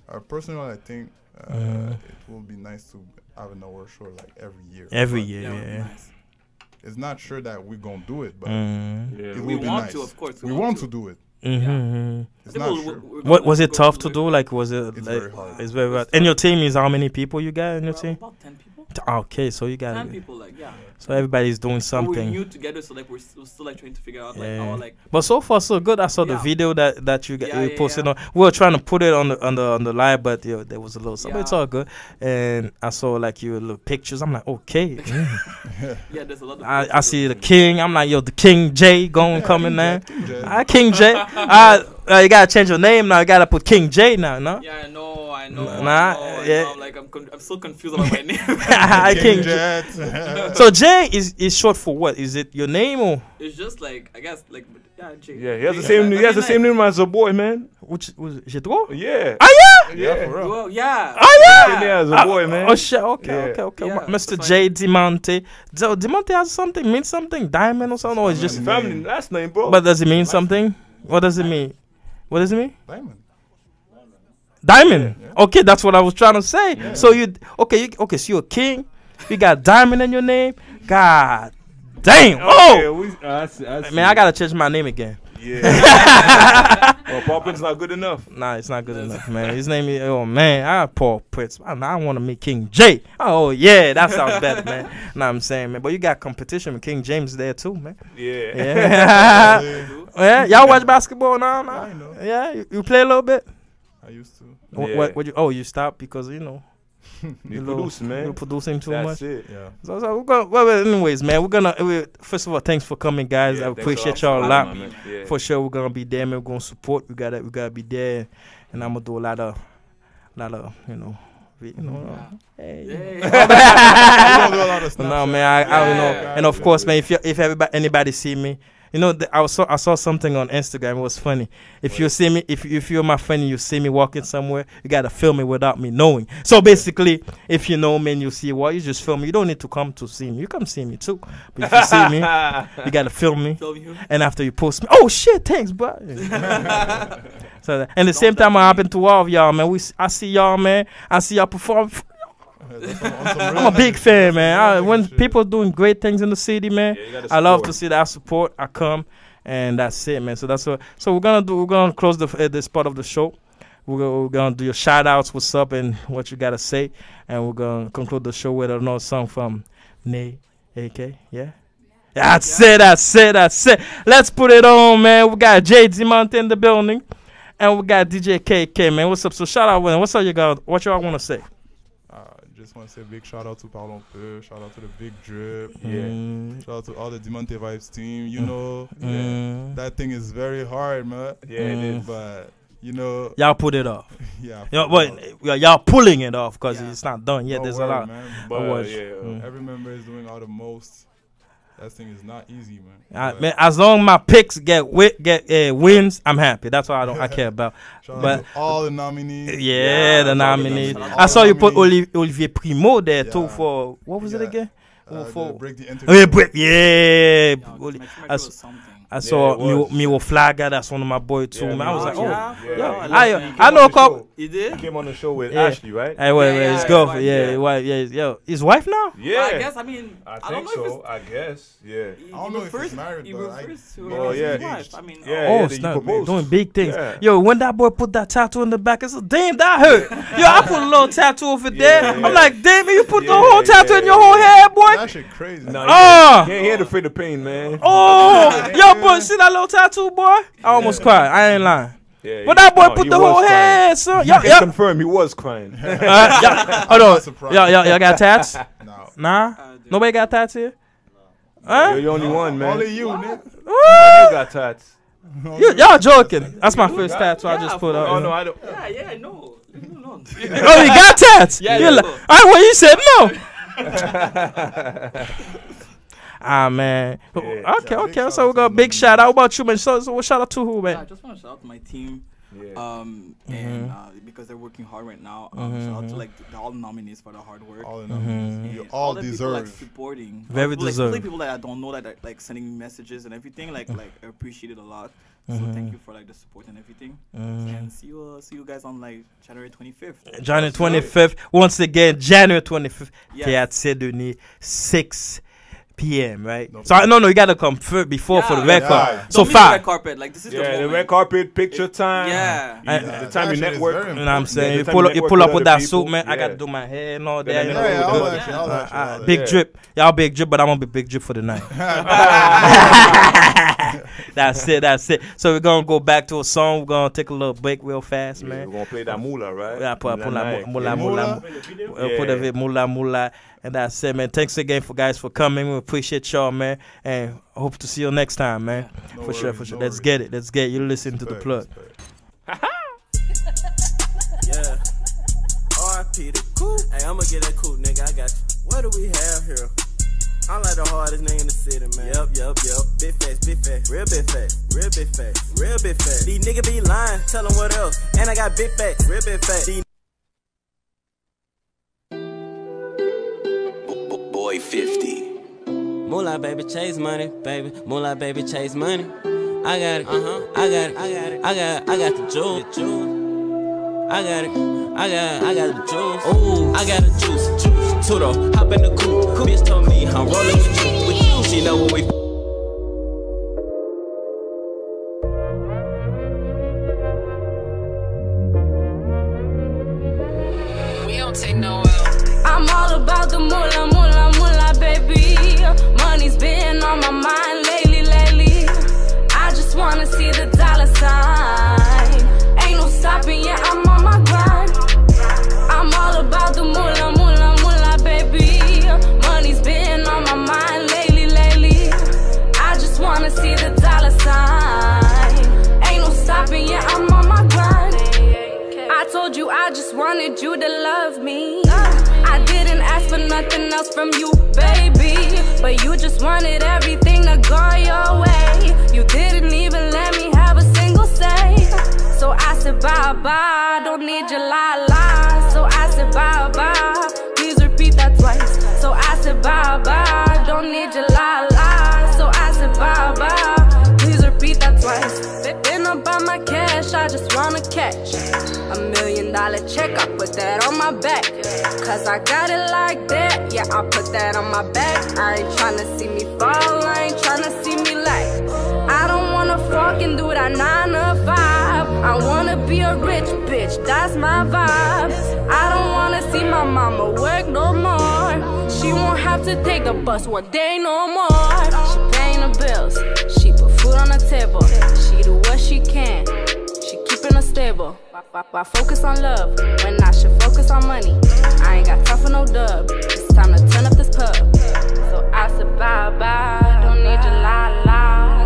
Speaker 12: uh, personally, I think uh,
Speaker 1: Mhm.
Speaker 12: it will be nice to have an award show like every year.
Speaker 1: Every
Speaker 12: But
Speaker 1: year,
Speaker 11: Yeah, it would be
Speaker 1: yeah.
Speaker 11: nice.
Speaker 12: It's not sure that we're gonna do it, but
Speaker 1: Mm.
Speaker 4: Yeah,
Speaker 12: it
Speaker 11: we
Speaker 12: will be
Speaker 11: want
Speaker 12: nice.
Speaker 11: to, of course,
Speaker 12: we, want to do it.
Speaker 1: hmm
Speaker 12: It's
Speaker 11: People
Speaker 12: not
Speaker 11: will-
Speaker 12: sure.
Speaker 11: we're gonna
Speaker 1: What was it
Speaker 11: go
Speaker 1: tough to
Speaker 11: like-
Speaker 1: do? Like, was it?
Speaker 12: It's
Speaker 1: like,
Speaker 12: very hard.
Speaker 1: It's very hard. And your team is how many people you got in your
Speaker 11: About
Speaker 1: team?
Speaker 11: about ten people.
Speaker 1: Okay, so you got
Speaker 11: Ten people, like yeah.
Speaker 1: so everybody's
Speaker 11: But We're
Speaker 1: doing something.
Speaker 11: new together, so like we're s- we're still like trying to figure out like
Speaker 1: Yeah.
Speaker 11: our like
Speaker 1: But so far so good. I saw the
Speaker 11: Yeah.
Speaker 1: video that that you, got,
Speaker 11: Yeah,
Speaker 1: you
Speaker 11: yeah,
Speaker 1: posted
Speaker 11: yeah.
Speaker 1: on. We were trying to put it on the on the on the live, but yo, there was a little something. It's
Speaker 11: Yeah.
Speaker 1: all good. And I saw like your little pictures. I'm like, okay. mm.
Speaker 11: yeah. There's a lot of.
Speaker 1: I,
Speaker 11: people
Speaker 1: I
Speaker 11: to
Speaker 1: see the king. I'm like, yo, the King J going coming now.
Speaker 12: Yeah.
Speaker 1: Ah, King J. Ah, uh, you gotta change your name now. You gotta put King J now, no?
Speaker 11: Yeah, I know, I know. I
Speaker 1: Nah,
Speaker 11: know, I
Speaker 1: yeah.
Speaker 11: know. I'm like, I'm, con- I'm so confused about my name.
Speaker 1: King J.
Speaker 12: Jet.
Speaker 1: So J is is short for what? Is it your name or
Speaker 11: it's just like, I guess, like, but- yeah, Jake.
Speaker 4: Yeah, he has the
Speaker 11: Jake,
Speaker 4: same.
Speaker 11: like,
Speaker 4: He
Speaker 11: I
Speaker 4: has the
Speaker 11: mean,
Speaker 4: same name as a boy, man.
Speaker 1: which was it? Jetro?
Speaker 4: Yeah.
Speaker 1: Ah yeah.
Speaker 12: yeah, for
Speaker 11: like,
Speaker 12: real.
Speaker 11: Well, yeah.
Speaker 1: Oh yeah.
Speaker 4: Same name as a
Speaker 1: Ah,
Speaker 4: boy, man.
Speaker 1: Oh shit! Okay,
Speaker 4: Yeah.
Speaker 1: okay, okay.
Speaker 11: Yeah,
Speaker 1: Mr.
Speaker 11: that's
Speaker 1: J. Demonte. So Demonte has something mean something diamond or something, or it's
Speaker 4: Just
Speaker 1: just.
Speaker 4: family last name, bro.
Speaker 1: But does it mean something? What does it mean? What does it mean?
Speaker 12: Diamond.
Speaker 1: Diamond. Okay, that's what I was trying to say. So you okay? You, okay, so you're a king. You got diamond in your name. God
Speaker 4: Okay,
Speaker 1: damn! Oh
Speaker 4: we, I see, I see.
Speaker 1: man, I gotta change my name again.
Speaker 4: Yeah. well, Poppin's not good enough.
Speaker 1: Nah, it's not good enough, man. His name is oh man, I Paul Prince. I, I want to meet King J. Oh yeah, that sounds better, man. Know what I'm saying, man. But you got competition with King James there too, man.
Speaker 4: Yeah.
Speaker 1: Yeah. yeah. Y'all watch basketball now? now? Yeah. You, you play a little bit?
Speaker 12: I used to.
Speaker 1: What,
Speaker 4: Yeah.
Speaker 1: what, what you, oh, you stopped because, you know.
Speaker 4: You
Speaker 1: little-
Speaker 4: produce, man.
Speaker 1: You're producing too
Speaker 4: That's
Speaker 1: much.
Speaker 4: it. Yeah.
Speaker 1: So, so we're gonna, well, well, anyways, man, we're gonna. We, first of all, thanks for coming, guys.
Speaker 4: Yeah,
Speaker 1: I
Speaker 4: thanks a lot
Speaker 1: appreciate y'all a
Speaker 4: for
Speaker 1: lot.
Speaker 4: having me, man. Yeah.
Speaker 1: For sure, we're gonna be there, man. We're gonna support. We gotta, we gotta be there, and I'm gonna do a lot of, lot of, you know, you know. uh, Hey. no man, I, I don't know, and of course, man, if you, if everybody anybody see me, you know, the, I saw I saw something on Instagram. It was funny. If you see me, if if you're my friend, and you see me walking somewhere, you gotta film me without me knowing. So basically, if you know me and you see what you just film me, you don't need to come to see me. You come see me too, but if you see me, you gotta film me,
Speaker 11: Film you.
Speaker 1: and after you post me, oh shit, thanks, bro. So that- and the same time, I happen to all of y'all, man. We s- I see y'all, man. I see y'all perform. I'm a big fan, man. I, when people doing great things in the city, man, I love to see that I support. I come, and that's it, man. So that's what. So we're gonna do. We're gonna close the uh, this part of the show. We're gonna, we're gonna do your shout outs, what's up, and what you gotta say, and we're gonna conclude the show with another song from Nay AK. Yeah. That's it, that's it, that's it. Let's put it on, man. We got JD Mountain in the building. And we got DJ KK, man. What's up? So shout out with him. What's up, you guys? What y'all want to say?
Speaker 12: Ah, Just want to say a big shout out to Parlons Peu, shout out to the Big Drip,
Speaker 1: Yeah.
Speaker 12: Shout out to all the Demonte Vibes team. You
Speaker 1: Mm.
Speaker 12: know,
Speaker 1: Mm.
Speaker 12: that thing is very hard, man.
Speaker 1: Yeah, it Mm. is.
Speaker 12: But you know,
Speaker 1: Y'all put it off.
Speaker 12: Yeah,
Speaker 1: You know, but y- y'all pulling it off because it's not done yet.
Speaker 12: No
Speaker 1: There's
Speaker 12: word,
Speaker 1: a lot.
Speaker 12: man.
Speaker 1: of words. Mm.
Speaker 12: Every member is doing all the most. That thing is not easy, man.
Speaker 1: I- man, as long as my picks get wi- get uh, wins, I'm happy. That's what I don't I care about.
Speaker 12: Shout out
Speaker 1: but
Speaker 12: to all the nominees.
Speaker 1: yeah, the nominees.
Speaker 12: All
Speaker 1: I
Speaker 12: the
Speaker 1: saw you put
Speaker 12: nominees.
Speaker 1: Oli- Olivier Primo there too
Speaker 12: Yeah.
Speaker 1: for what was it
Speaker 12: Yeah.
Speaker 1: again?
Speaker 12: Uh,
Speaker 1: Oh, for
Speaker 12: the break the interview.
Speaker 1: yeah, break, yeah. Oli- I, s- I saw
Speaker 11: it was.
Speaker 1: Mio, Mio Flaga. That's one of my boys too.
Speaker 4: Yeah,
Speaker 1: man. I
Speaker 4: Mio
Speaker 1: was like, oh,
Speaker 11: Flaga. Yeah.
Speaker 1: yeah.
Speaker 11: Yeah, I love him.
Speaker 1: I, I know a couple.
Speaker 11: You did?
Speaker 4: Came on the show with
Speaker 1: Yeah.
Speaker 4: Ashley, right?
Speaker 1: Hey, wait, wait, his girlfriend, yeah, his wife, yeah, his- yo, his wife now?
Speaker 4: Yeah.
Speaker 11: I guess, I mean,
Speaker 4: I
Speaker 11: I don't
Speaker 4: think
Speaker 11: know if
Speaker 4: so. I guess. Yeah.
Speaker 11: I don't know if he's married, but I-
Speaker 4: Oh, yeah.
Speaker 11: I mean,
Speaker 4: yeah.
Speaker 1: oh
Speaker 4: yeah, that you
Speaker 1: snap, man,
Speaker 4: proposed.
Speaker 1: doing big things.
Speaker 4: Yeah.
Speaker 1: Yo, when that boy put that tattoo in the back, it's a damn that hurt. Yo, I put a little tattoo over there.
Speaker 4: yeah.
Speaker 1: I'm like, damn, you put the whole tattoo in your whole head, boy.
Speaker 12: That shit crazy.
Speaker 4: Nah,
Speaker 1: Ah!
Speaker 4: you can't- you ain't here to feel the pain, man.
Speaker 1: Oh, yo, boy, see that little tattoo, boy? I almost cried. I ain't lying.
Speaker 4: Yeah,
Speaker 1: but
Speaker 4: he-
Speaker 1: that boy
Speaker 4: no,
Speaker 1: put
Speaker 4: he
Speaker 1: the
Speaker 4: was
Speaker 1: whole
Speaker 4: crying.
Speaker 1: head, son.
Speaker 4: You
Speaker 1: Yo,
Speaker 4: can
Speaker 1: yo.
Speaker 4: confirm he was crying.
Speaker 1: Uh, yeah. Hold on. Y'all, y'all, y'all got tats?
Speaker 12: No.
Speaker 1: Nah? Nobody got tats here?
Speaker 4: You're the only one, man.
Speaker 12: Only you, nigga.
Speaker 4: Only you got tats.
Speaker 1: You, y'all joking. That's my first tattoo I just put up.
Speaker 4: Oh no, I don't.
Speaker 11: yeah, yeah, no. Leave me alone.
Speaker 1: eh? oh, you got tats?
Speaker 11: Yeah,
Speaker 1: You're
Speaker 11: yeah,
Speaker 1: like,
Speaker 11: no.
Speaker 1: I, well, you said no. ah, man. Okay, okay. So we got a big shout out. What about you, man? So, so what shout out to who, Mm-hmm.
Speaker 11: Yeah, I
Speaker 1: man?
Speaker 11: just want to shout out to my team. Um, and uh, because they're working hard right now, um, shout out to
Speaker 1: Mhm.
Speaker 11: like the, all the nominees for the hard work.
Speaker 12: All the
Speaker 1: nominees.
Speaker 11: And
Speaker 12: You all
Speaker 11: the people, like,
Speaker 12: deserve.
Speaker 11: supporting.
Speaker 1: Mm-hmm. Very
Speaker 11: people, like,
Speaker 1: deserve. Mm-hmm.
Speaker 11: Like, people that I don't know that are, like sending me messages and everything. Like like I appreciate it a lot. So
Speaker 1: Mhm.
Speaker 11: thank you for like the support and everything.
Speaker 1: Mhm.
Speaker 11: And see you uh, see you guys on like January 25th.
Speaker 1: January 25th. Once again, January 25th.
Speaker 11: Yes.
Speaker 1: Théâtre Saint-Denis, 6 p.m., right? so, I, no, no, you got to come fir- before for the
Speaker 11: Yeah.
Speaker 1: red carpet.
Speaker 11: Don't
Speaker 1: So,
Speaker 11: miss the red
Speaker 1: five.
Speaker 11: carpet. Like this is
Speaker 4: Yeah,
Speaker 11: the
Speaker 4: the
Speaker 11: moment.
Speaker 4: red carpet picture time.
Speaker 11: Yeah.
Speaker 4: You- the time you network.
Speaker 1: You know what I'm saying?
Speaker 4: The
Speaker 1: You
Speaker 4: time
Speaker 1: pull up, you
Speaker 4: network
Speaker 1: pull up with that
Speaker 4: other people.
Speaker 1: suit, man. I
Speaker 4: Yeah.
Speaker 1: gotta do my hair and all
Speaker 4: Then
Speaker 1: that.
Speaker 4: the
Speaker 1: you know,
Speaker 4: network
Speaker 1: look
Speaker 4: with
Speaker 1: good.
Speaker 4: other people.
Speaker 1: Uh,
Speaker 4: Yeah.
Speaker 1: uh, Big
Speaker 4: Yeah.
Speaker 1: drip, y'all big drip, but I'm gonna be big drip for the night. that's it, that's it. So we're gonna go back to a song. We're gonna take a little break real fast, man.
Speaker 4: We're gonna play that moolah, right?
Speaker 1: Yeah, put, put la,
Speaker 4: Night.
Speaker 1: mula, mula, mula, uh, put a bit mula, mula, and that's it, man. Thanks again for guys for coming. We appreciate y'all, man, and hope to see you next time, man.
Speaker 12: No
Speaker 1: for sure,
Speaker 12: worries,
Speaker 1: for sure.
Speaker 12: no
Speaker 1: Let's get it. Let's get it. you. Listen to the
Speaker 12: Respect,
Speaker 1: plug.
Speaker 16: Yeah. RIP the cool. Hey, I'ma get that cool, nigga. I got you. What do we have here? I'm like the hardest nigga in the city, man. Yep, yep, yep. Big face, big face. Real big face. Real big face. Real big face. These niggas be lying. Tell 'em what else. And I got big face. Real big face. These
Speaker 17: Boy 50. Moolah, baby, chase money, baby. Moolah, baby, chase money. I got it. Uh-huh. I got it. I got it. I got. I got the jewel. The jewel. I got it. I got. I got the juice. Ooh. I got the juice. Juice. Tudo. Hop in the coupe. Bitch told me I'm rolling with you. With you. She know what we.
Speaker 10: We don't take no L.
Speaker 2: I'm all about the moolah, moolah, moolah, baby. Money's been on my mind lately, lately. I just wanna see the dollar sign. Ain't no stopping, yeah, I'm on my grind.
Speaker 18: loves me. I didn't ask for nothing else from you, baby. But you just wanted everything to go your way. You didn't even let me have a single say. So I said bye bye, don't need your la la. So I said bye bye, please repeat that twice. So I said bye bye, don't need your la la. So I said bye bye, please repeat that twice. Been about my cash, I just wanna catch a million dollar check. I put that on my back, cause I got it like that. Yeah, I put that on my back. I ain't tryna see me fall, I ain't tryna see me lack. I don't wanna fucking do that nine to five. I wanna be a rich bitch, that's my vibe. I don't wanna see my mama work no more. She won't have to take the bus one day no more. She paying the bills, she put food on the table. She do what she can, she keeping us stable. Why- Why why focus on love when I should focus on money? I ain't got time for no dub. It's time to turn up this pub. So I said bye bye, don't need your la la.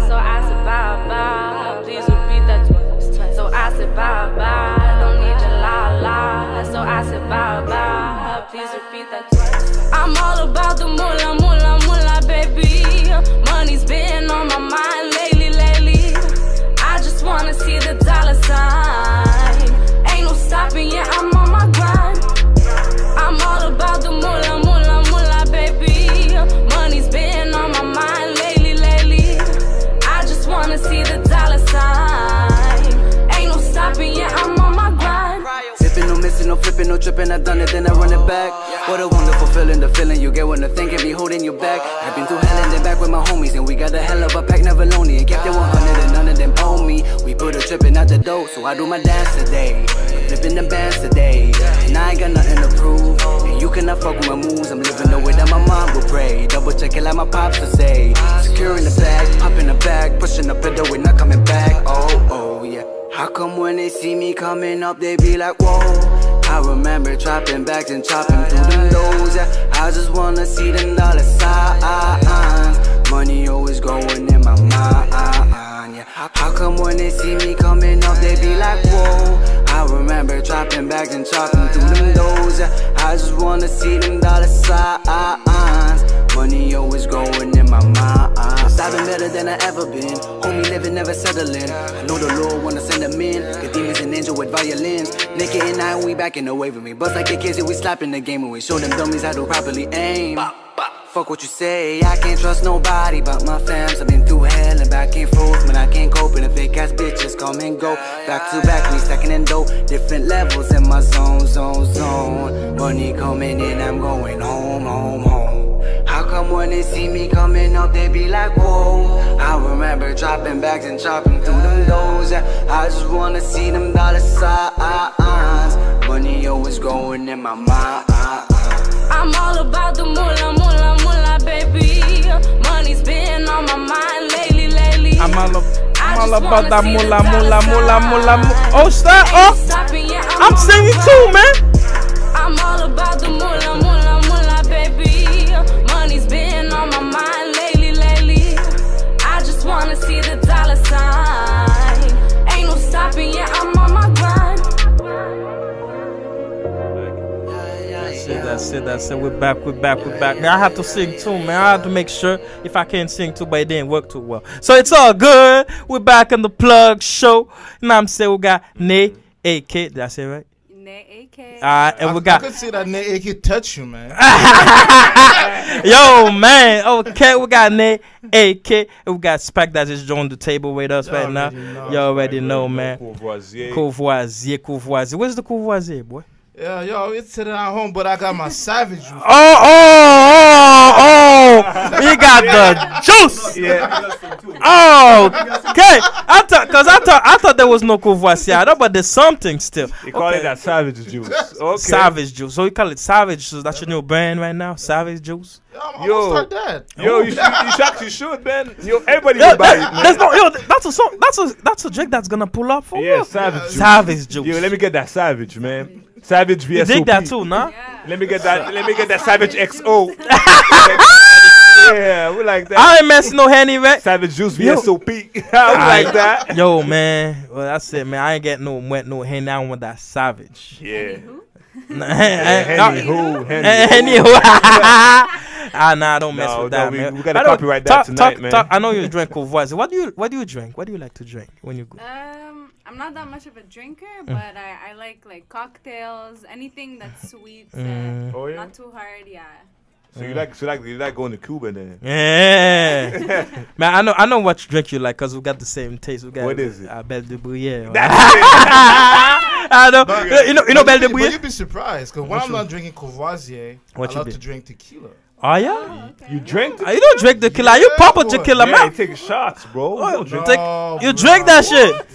Speaker 18: So I said bye bye, please repeat that twice. So I said bye bye, don't need your la la. So I said bye bye, please repeat that twice. I'm all about the moolah, moolah, moolah, baby. Money's been on my mind lately, lately. I just wanna see the dollar sign. Ain't no stopping, yeah, I'm on my grind. I'm all about the moolah, moolah, moolah, baby. Money's been on my mind lately, lately. I just wanna see the dollar sign. Ain't no stopping, yeah, I'm on my grind.
Speaker 19: Sipping, no missing, no flipping, no tripping. I done it, then I run it back. What a wonderful feeling, the feeling you get when the thing can be holding you back. I've been through hell and then back with my homies, and we got a hell of a pack, never lonely. And kept it 100, and none of them owe me. We put a tripping out the dough, so I do my dance today. Flipping them bands today, and I ain't got nothing to prove. And you cannot fuck with my moves, I'm living the way that my mom would pray. Double check it like my pops would say. Securing the bag, popping the bag, pushing up the door, we not coming back. Oh, oh, yeah. How come when they see me coming up, they be like, whoa? I remember dropping back and chopping through them lows. Yeah, I just wanna see them dollar signs. Money always going in my mind. Yeah, how come when they see me coming up, they be like, whoa? I remember dropping back and chopping through them lows. Yeah, I just wanna see them dollar signs. Money always growing in my mind. I've been better than I ever been. Homie living, never settling. I know the Lord wanna send them in. Good demons and angel with violins. Nicky and I, we back in the wave with me. Bust like the kids, and we slapping the game. And we show them dummies how to properly aim. Fuck what you say, I can't trust nobody but my fams. I've been through hell and back and forth, man. I can't cope. And the fake ass bitches come and go. Back to back, we stacking and dope. Different levels in my zone, zone, zone. Money coming in, I'm going home, home, home. How come when they see me coming up, they be like, whoa? I remember dropping bags and chopping through them lows. Yeah, I just wanna see them dollar signs. Money always going in my mind.
Speaker 18: I'm all about the moolah, moolah, moolah, baby. Money's been on my mind lately, lately.
Speaker 1: I'm all, ab-
Speaker 18: I
Speaker 1: I'm
Speaker 18: just
Speaker 1: all
Speaker 18: wanna
Speaker 1: about that
Speaker 18: see the
Speaker 1: moolah,
Speaker 18: dollar
Speaker 1: moolah, moolah, moolah, moolah. Oh, stop!
Speaker 18: Ain't
Speaker 1: Oh,
Speaker 18: stopping, yeah, I'm
Speaker 1: I'm
Speaker 18: on
Speaker 1: singing
Speaker 18: the grind.
Speaker 1: too, man.
Speaker 18: I'm all about the moolah, moolah, moolah, baby. Money's been on my mind lately, lately. I just wanna see the dollar sign. Ain't no stopping, yeah, I'm on my grind.
Speaker 1: That's it, that's it, that's it. We're back, we're back, we're back. I have to sing too, man. I have to make sure if I can't sing too, but it didn't work too well. So it's all good. We're back in the plug show. You know what I'm saying? We got Nay AK. Did I say it right? Nay AK. Alright, and we
Speaker 20: I-
Speaker 1: got
Speaker 20: I could see that nigga it could touch you, man.
Speaker 1: Yo, man. Okay, we got Nate, AK, and we got Spec that just joined the table with us right now. You already know, man.
Speaker 4: Courvoisier.
Speaker 1: Courvoisier, Courvoisier. Where's the Courvoisier, boy?
Speaker 20: Yeah, yo, it's sitting at home, but I got my savage. Oh,
Speaker 1: oh, oh, oh. He got the juice.
Speaker 20: Yeah.
Speaker 1: Oh, okay. I thought, cause I thought, I thought there was no Courvoisier. I thought, but there's something still.
Speaker 4: They call
Speaker 1: Okay.
Speaker 4: it that savage juice. Okay.
Speaker 1: Savage Juice. So you call it Savage Juice. That's your new brand right now, Savage Juice.
Speaker 4: Yo,
Speaker 20: start that.
Speaker 4: yo, you should, you should actually should, man. Yo, everybody
Speaker 1: Yo,
Speaker 4: should buy it,
Speaker 1: that-
Speaker 4: man.
Speaker 1: that's not- yo, that's a song. That's a that's a drink that's gonna pull up for
Speaker 4: Yeah,
Speaker 1: real.
Speaker 4: savage juice.
Speaker 1: Savage juice.
Speaker 4: Yo, let me get that savage, man. Savage VSOP.
Speaker 1: You dig that too, nah?
Speaker 4: Let me get that. Let me get that savage XO. yeah, we like that.
Speaker 1: I ain't messing no handy right?
Speaker 4: Savage juice
Speaker 1: Yo.
Speaker 4: VSOP. we like that.
Speaker 1: Yo, man. Well, that's it, man. I ain't getting no wet, no handy. I want that savage. eh,
Speaker 4: Yeah.
Speaker 1: Anywho,
Speaker 4: Anywho.
Speaker 1: anywho, eh, ah, nah, don't mess
Speaker 4: No,
Speaker 1: with
Speaker 4: no,
Speaker 1: that,
Speaker 4: we-
Speaker 1: man.
Speaker 4: we gotta
Speaker 1: I don't-
Speaker 4: copyright that
Speaker 1: talk,
Speaker 4: tonight,
Speaker 1: talk,
Speaker 4: man.
Speaker 1: Talk, I know you drink with voice. What do you What do you drink? What do you like to drink when you go?
Speaker 2: Um, I'm not that much of a drinker,
Speaker 1: Mm.
Speaker 2: but I, I like like cocktails, anything that's sweet,
Speaker 4: Mm.
Speaker 2: uh,
Speaker 4: Oh, yeah?
Speaker 2: not too hard. Yeah.
Speaker 4: So you like, so you like, you like going to Cuba then?
Speaker 1: Yeah, man, I know I know what drink you like because we got the same taste. We got
Speaker 4: What is it?
Speaker 1: Uh, Belle de Bruyere.
Speaker 4: That's
Speaker 1: I know. Ah, you know. You know Belle de
Speaker 20: but
Speaker 1: Bruyere.
Speaker 20: You'd be surprised because when
Speaker 1: What
Speaker 20: I'm
Speaker 1: you-
Speaker 20: not drinking Courvoisier,
Speaker 1: What
Speaker 20: I
Speaker 1: you
Speaker 20: love
Speaker 1: be-
Speaker 20: to drink tequila.
Speaker 1: Oh yeah.
Speaker 4: You drink?
Speaker 1: you don't drink tequila. you pop a tequila,
Speaker 4: Yeah,
Speaker 1: man.
Speaker 4: you take shots, bro. You
Speaker 1: Oh,
Speaker 4: don't drink-
Speaker 1: take- you drink that shit.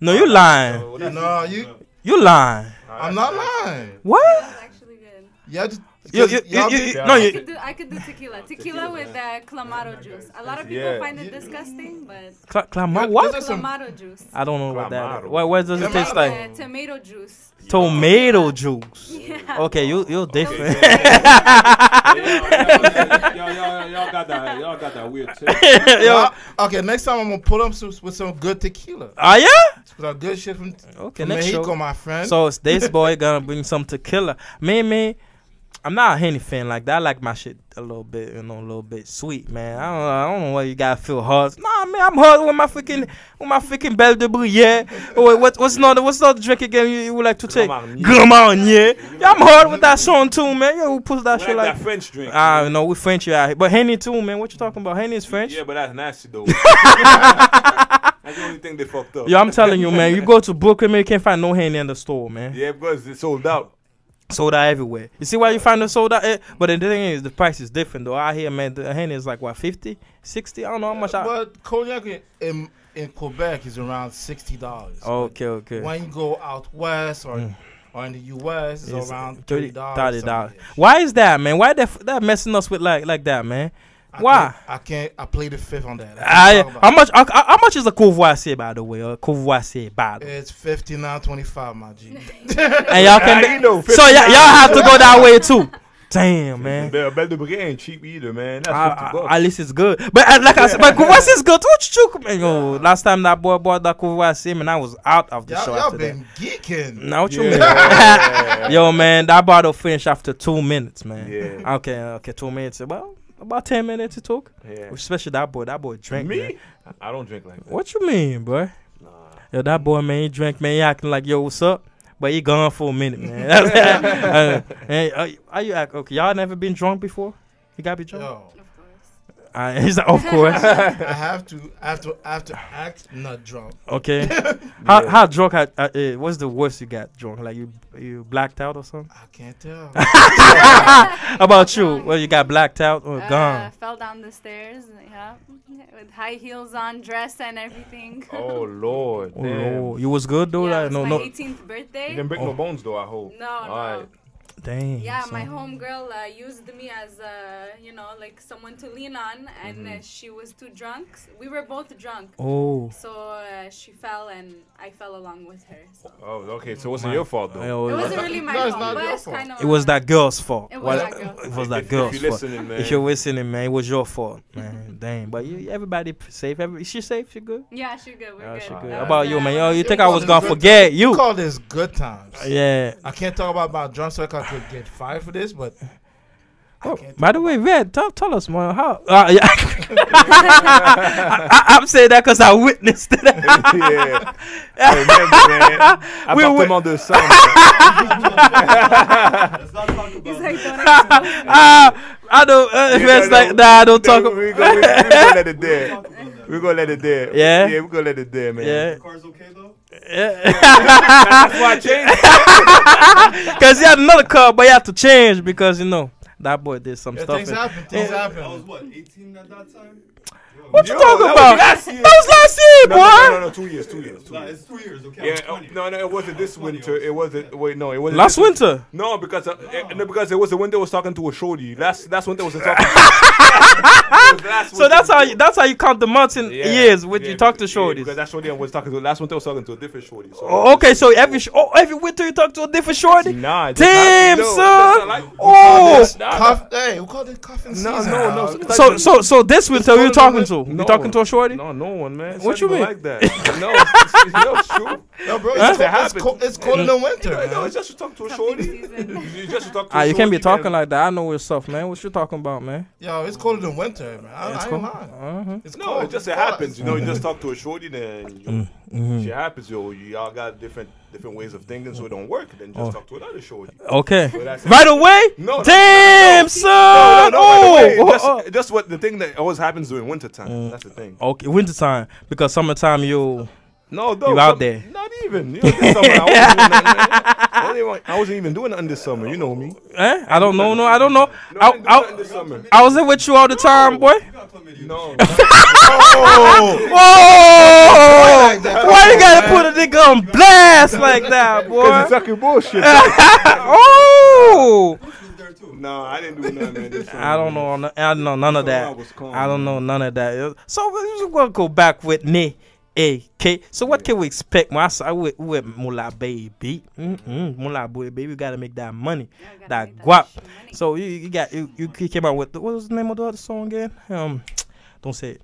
Speaker 1: No, you lying.
Speaker 20: No, you.
Speaker 1: You lying.
Speaker 20: I'm not lying.
Speaker 1: What?
Speaker 20: Yeah, just,
Speaker 1: You-
Speaker 20: because
Speaker 1: you- you-
Speaker 20: y'all
Speaker 1: you-
Speaker 20: be-
Speaker 1: you- no,
Speaker 2: I
Speaker 1: you-
Speaker 2: could do I could do tequila, tequila with uh, clamato juice. A lot of people
Speaker 1: Yeah.
Speaker 2: find it disgusting, but
Speaker 1: Cla- clama-
Speaker 2: what?
Speaker 1: what?
Speaker 2: Clamato juice.
Speaker 1: I don't know what that. Is. What, what does it taste
Speaker 2: Uh,
Speaker 1: like?
Speaker 2: tomato juice.
Speaker 1: Tomato juice.
Speaker 2: Yeah.
Speaker 1: Okay, you you're different.
Speaker 3: Y'all, y'all, y'all got that. Y'all got that weird shit.
Speaker 20: Well, okay, next time I'm gonna pull up some, with some good tequila.
Speaker 1: Are ya?
Speaker 20: Some good shit from,
Speaker 1: Ah, Okay,
Speaker 20: from
Speaker 1: next
Speaker 20: Mexico,
Speaker 1: show.
Speaker 20: my friend.
Speaker 1: So it's this boy gonna bring some tequila. Me, me, I'm not a Henny fan like that. I like my shit a little bit, you know, a little bit sweet, man. I don't, know, I don't know why you gotta feel hard. Nah, man, I'm hard with my freaking, with my freaking Belle de Bruyere. Oh, Wait, what, what's not, what's not drink again you, you would like to take? Grand Marnier. Yeah, I'm hard with that song too, man. Yo, who puts that
Speaker 4: We
Speaker 1: shit
Speaker 4: like
Speaker 1: like?
Speaker 4: that French drink,
Speaker 1: Ah, no, we French yeah, but Henny too, man. What you talking about? Henny is French.
Speaker 4: Yeah, but that's nasty though. that's the only thing they fucked up.
Speaker 1: Yo, I'm telling you, man. You go to Brooklyn, man, you can't find no Henny in the store, man.
Speaker 4: Yeah, because it's sold out.
Speaker 1: sold out everywhere. You see why you find the sold out? eh, But the thing is, the price is different though. Out here, man, the henny is like what 50, 60? I don't know how much. I,
Speaker 20: but cognac in- in, in Quebec is around sixty dollars.
Speaker 1: okay, okay. Mm.
Speaker 20: When you go out west or or in the U.S., it's, around thirty dollars.
Speaker 1: Thirty dollars. Why is that, man? Why that that messing us with like like that, man? Why?
Speaker 20: I can't. I play the fifth on that.
Speaker 1: I, how much? How, how much is a courvoisier, by the way? A courvoisier bottle.
Speaker 20: It's fifty nine twenty five, my G.
Speaker 1: And y'all can.
Speaker 4: Ah, you know,
Speaker 1: so y'all, y'all have to go that way too. Damn, man.
Speaker 4: Man. Belle de Brigade ain't cheap either, man. That's
Speaker 1: I-
Speaker 4: 50
Speaker 1: I-
Speaker 4: bucks.
Speaker 1: Ah, at least it's good. But uh, like I said, but Kouvasi is good. What you man, yo, last time that boy bought that Kouvasi, man, I was out of the
Speaker 20: Y'all,
Speaker 1: show
Speaker 20: y'all
Speaker 1: after
Speaker 20: been
Speaker 1: that.
Speaker 20: geeking.
Speaker 1: Now what you mean? yo, man, that bottle finished after two minutes, man.
Speaker 4: Yeah.
Speaker 1: Okay, okay, two minutes. Well, about ten minutes it took.
Speaker 4: Yeah.
Speaker 1: Especially that boy. That boy drank.
Speaker 4: Me?
Speaker 1: man.
Speaker 4: I don't drink like that.
Speaker 1: What you mean, boy? Yo, that boy, man, he drank, man. He acting like, yo, what's up? But he gone for a minute, man. uh, hey, are, you- are you act okay? Y'all never been drunk before? You gotta be drunk.
Speaker 20: Yo.
Speaker 1: Uh, he's like, of course.
Speaker 20: I have to. I have to. I have to act not drunk.
Speaker 1: Okay. How how drunk? I, I, uh, what's the worst you got drunk? Like you you blacked out or something?
Speaker 20: I can't tell.
Speaker 1: How about you? Well, you got blacked out or
Speaker 2: Uh,
Speaker 1: gone?
Speaker 2: fell down the stairs. Yeah, with high heels on, dress and everything.
Speaker 4: Oh Lord,
Speaker 1: Oh,
Speaker 4: damn.
Speaker 1: Lord. you was good though.
Speaker 2: yeah,
Speaker 1: like,
Speaker 2: it's
Speaker 1: no
Speaker 2: my
Speaker 1: no. Oh.
Speaker 2: 18th birthday.
Speaker 4: You didn't break no bones though. I hope.
Speaker 2: No,
Speaker 4: All
Speaker 2: no.
Speaker 4: right.
Speaker 1: Dang.
Speaker 2: Yeah, my
Speaker 1: son.
Speaker 2: homegirl uh, used me as a, you know, like someone to lean on, and uh, she was too drunk. We were both drunk.
Speaker 1: Mm-hmm. Oh.
Speaker 2: So uh, she fell, and I fell along with her. So.
Speaker 4: Oh, okay. So it wasn't your fault though.
Speaker 1: Yo,
Speaker 2: It wasn't really my
Speaker 20: No, it's
Speaker 2: fault.
Speaker 20: not
Speaker 2: but
Speaker 20: your
Speaker 2: it's
Speaker 20: fault.
Speaker 2: Kind of
Speaker 1: It was that girl's fault.
Speaker 2: It was
Speaker 1: Well, uh,
Speaker 2: that girl's fault.
Speaker 1: it was that
Speaker 4: If- if
Speaker 1: girl's
Speaker 4: you're
Speaker 1: fault.
Speaker 4: listening, man.
Speaker 1: If you're listening, man, it was your fault, man. Dang, but you, everybody p- safe. Every, is she safe? She good?
Speaker 2: Yeah, she good. We're
Speaker 1: Yeah,
Speaker 2: good.
Speaker 1: she good.
Speaker 2: That
Speaker 1: How
Speaker 2: was
Speaker 1: about
Speaker 2: the-
Speaker 1: you, man? Yo, you
Speaker 20: You
Speaker 1: think I
Speaker 20: call
Speaker 1: was
Speaker 20: this
Speaker 1: gonna
Speaker 20: good
Speaker 1: forget
Speaker 20: time-
Speaker 1: you?
Speaker 20: Call this good times.
Speaker 1: Yeah.
Speaker 20: I can't talk about my drum circle. I could get fired for this, but
Speaker 1: Oh, By the way, Red, tell, tell us more. How? Uh, yeah. I, I, I'm saying that because I witnessed it.
Speaker 4: yeah. I remember, man. Appartement de sang.
Speaker 2: He's like, don't
Speaker 1: Ah, I don't. Uh,
Speaker 4: Yeah,
Speaker 1: Red's
Speaker 4: no,
Speaker 1: like,
Speaker 4: no.
Speaker 1: nah, I don't
Speaker 4: No,
Speaker 1: talk.
Speaker 4: we- we gonna- we- we gonna let it there. We're gonna let it there.
Speaker 1: Yeah?
Speaker 4: Yeah, we're gonna let it there, man.
Speaker 1: Yeah.
Speaker 4: Car's okay
Speaker 1: That's
Speaker 4: why I changed
Speaker 1: Because he had another car, but he had to change because, you know, that boy did some
Speaker 20: Yeah,
Speaker 1: stuff.
Speaker 20: things
Speaker 1: and-
Speaker 20: happen. Things
Speaker 4: Oh,
Speaker 1: Yeah.
Speaker 20: happen.
Speaker 12: I was what, 18 at that time?
Speaker 1: What you talking
Speaker 4: Oh, that was
Speaker 1: about?
Speaker 4: last year.
Speaker 1: That was last year,
Speaker 4: no,
Speaker 1: boy.
Speaker 4: No, no, no, two years, two years, two years.
Speaker 12: It's two years, okay?
Speaker 4: Yeah, oh, no, no, it wasn't this winter. It wasn't. Wait, no, it wasn't
Speaker 1: Last
Speaker 4: this
Speaker 1: winter.
Speaker 4: No, because uh, eh, no, because it was the winter. I was talking to a shorty. That's that's when they was talking. to.
Speaker 1: So that's how you, that's how you count the months and years when
Speaker 4: Yeah,
Speaker 1: you talk to
Speaker 4: because- Yeah,
Speaker 1: shorties.
Speaker 4: because that shorty I was talking to. Last winter I was talking to a different shorty. So
Speaker 1: Oh, okay, so every sh- oh every winter you talk to a different shorty.
Speaker 4: Nah, that's
Speaker 1: damn
Speaker 4: not- no, that's not
Speaker 1: son.
Speaker 4: like-
Speaker 1: oh,
Speaker 4: Nah, nah.
Speaker 20: Cuff, hey, we call it cuffing
Speaker 4: No,
Speaker 20: season.
Speaker 4: no, no.
Speaker 1: so so so this winter you you talking to?
Speaker 4: No
Speaker 1: You talking to a shorty?
Speaker 4: No, no one, man. It's
Speaker 1: What
Speaker 4: not
Speaker 1: you
Speaker 4: even
Speaker 1: mean?
Speaker 4: Like that? no, it's, it's, no, it's true.
Speaker 1: No, bro, it's Huh? cold- it's cold- it's cold in the winter,
Speaker 4: No,
Speaker 1: man.
Speaker 4: it's just to talk to a shorty. you just to talk to.
Speaker 1: Ah,
Speaker 4: a
Speaker 1: you can't be
Speaker 4: shorty, man.
Speaker 1: talking like that. I know it's tough, man. What you talking about, man?
Speaker 20: Yo, it's colder than winter, man. I,
Speaker 4: It's
Speaker 20: I ain't
Speaker 4: cold.
Speaker 20: lying.
Speaker 1: Uh-huh.
Speaker 20: It's
Speaker 4: no,
Speaker 20: cold.
Speaker 4: it
Speaker 20: It's
Speaker 4: just it
Speaker 20: cold.
Speaker 4: happens. You know, you just talk to a shorty, then you,
Speaker 1: Mm, mhm.
Speaker 4: shit happens. Yo, you all got different different ways of thinking, so it don't work. Then just
Speaker 1: Oh.
Speaker 4: talk to another shorty.
Speaker 1: Okay.
Speaker 4: So that's it.
Speaker 1: Right away?
Speaker 4: No, no,
Speaker 1: Damn, son.
Speaker 4: No, no, right away.
Speaker 1: Oh, Mm.
Speaker 4: That's-
Speaker 1: oh,
Speaker 4: that's, what the thing that always happens during winter time. That's the thing.
Speaker 1: Okay, wintertime because summertime you.
Speaker 4: No, though,
Speaker 1: you out
Speaker 4: some-
Speaker 1: there.
Speaker 4: Not even. You know, this summer, I, wasn't doing nothing, man. I didn't want- I wasn't even doing nothing this summer. You know me.
Speaker 1: Eh? I don't know. No, I don't know.
Speaker 4: No, I
Speaker 1: I,
Speaker 4: didn't do nothing this
Speaker 1: I,
Speaker 4: summer.
Speaker 1: I was in with you all the time, boy.
Speaker 4: No.
Speaker 1: Whoa!
Speaker 4: like that?
Speaker 1: Why you gotta put a nigga on blast like that, boy?
Speaker 4: Because it's talking bullshit.
Speaker 1: oh!
Speaker 4: No, I didn't do nothing, man. This summer.
Speaker 1: I don't know. no- I don't know none of
Speaker 4: That's why I
Speaker 1: that.
Speaker 4: was calm,
Speaker 1: I don't know none of that. So we just gonna go back with Ne. AK. So what can we expect? My I with, with Mula baby, Mm-mm. Mula boy baby, you gotta make that money, that guap. So you, you got you, you came out with what was the name of the other song again? Um, don't say it.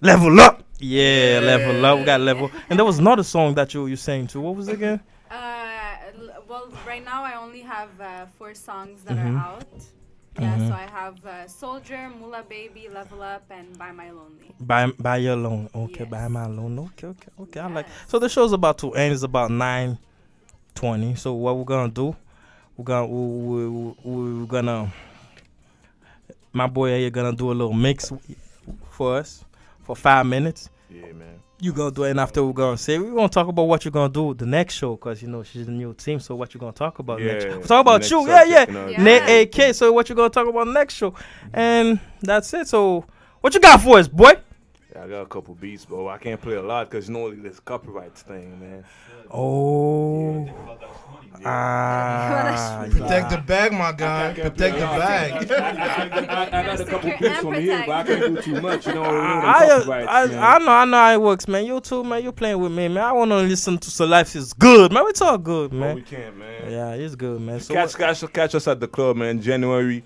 Speaker 1: Level up. Yeah, level up. We got level. And there was another song that you you sang too. What was it again?
Speaker 2: Uh, l- well, right now I only have uh, four songs that
Speaker 1: Mhm.
Speaker 2: are out. Yeah,
Speaker 1: Mhm.
Speaker 2: so I have uh, Soldier, Mula Baby, Level Up, and By My Lonely.
Speaker 1: By by your loan. Okay, by my loan. Okay, okay, okay. I like so the show's about to end. It's about nine twenty. So what we're gonna do? We're gonna we, we, we, we're gonna my boy here gonna do a little mix for us for five minutes.
Speaker 4: Yeah, man.
Speaker 1: You gonna do it, and after we're gonna say we're gonna talk about what you're gonna do the next show, cause you know she's a new team. So what you gonna talk about next?
Speaker 4: Yeah,
Speaker 1: Show? Talk about
Speaker 4: next
Speaker 1: you, yeah, yeah.
Speaker 4: subject and all that.
Speaker 1: Nate AK. So what you gonna talk about next show? And that's it. So what you got for us, boy?
Speaker 4: Yeah, I got a couple beats, but I can't play a lot because you know this copyright thing, man.
Speaker 1: Oh. Ah,
Speaker 20: Protect the bag, my guy. Protect the bag.
Speaker 3: I got a couple picks from here, but I can't do too much. You know, you know
Speaker 1: I,
Speaker 3: they
Speaker 1: I,
Speaker 3: copyrights, man.
Speaker 1: I, know, I know how it works, man. You too, man. You playing with me, man. I want to listen to So Life is Good, man. It's all good, man.
Speaker 4: we can't, man.
Speaker 1: Yeah, it's good, man. So
Speaker 4: catch, catch, catch us at the club, man. January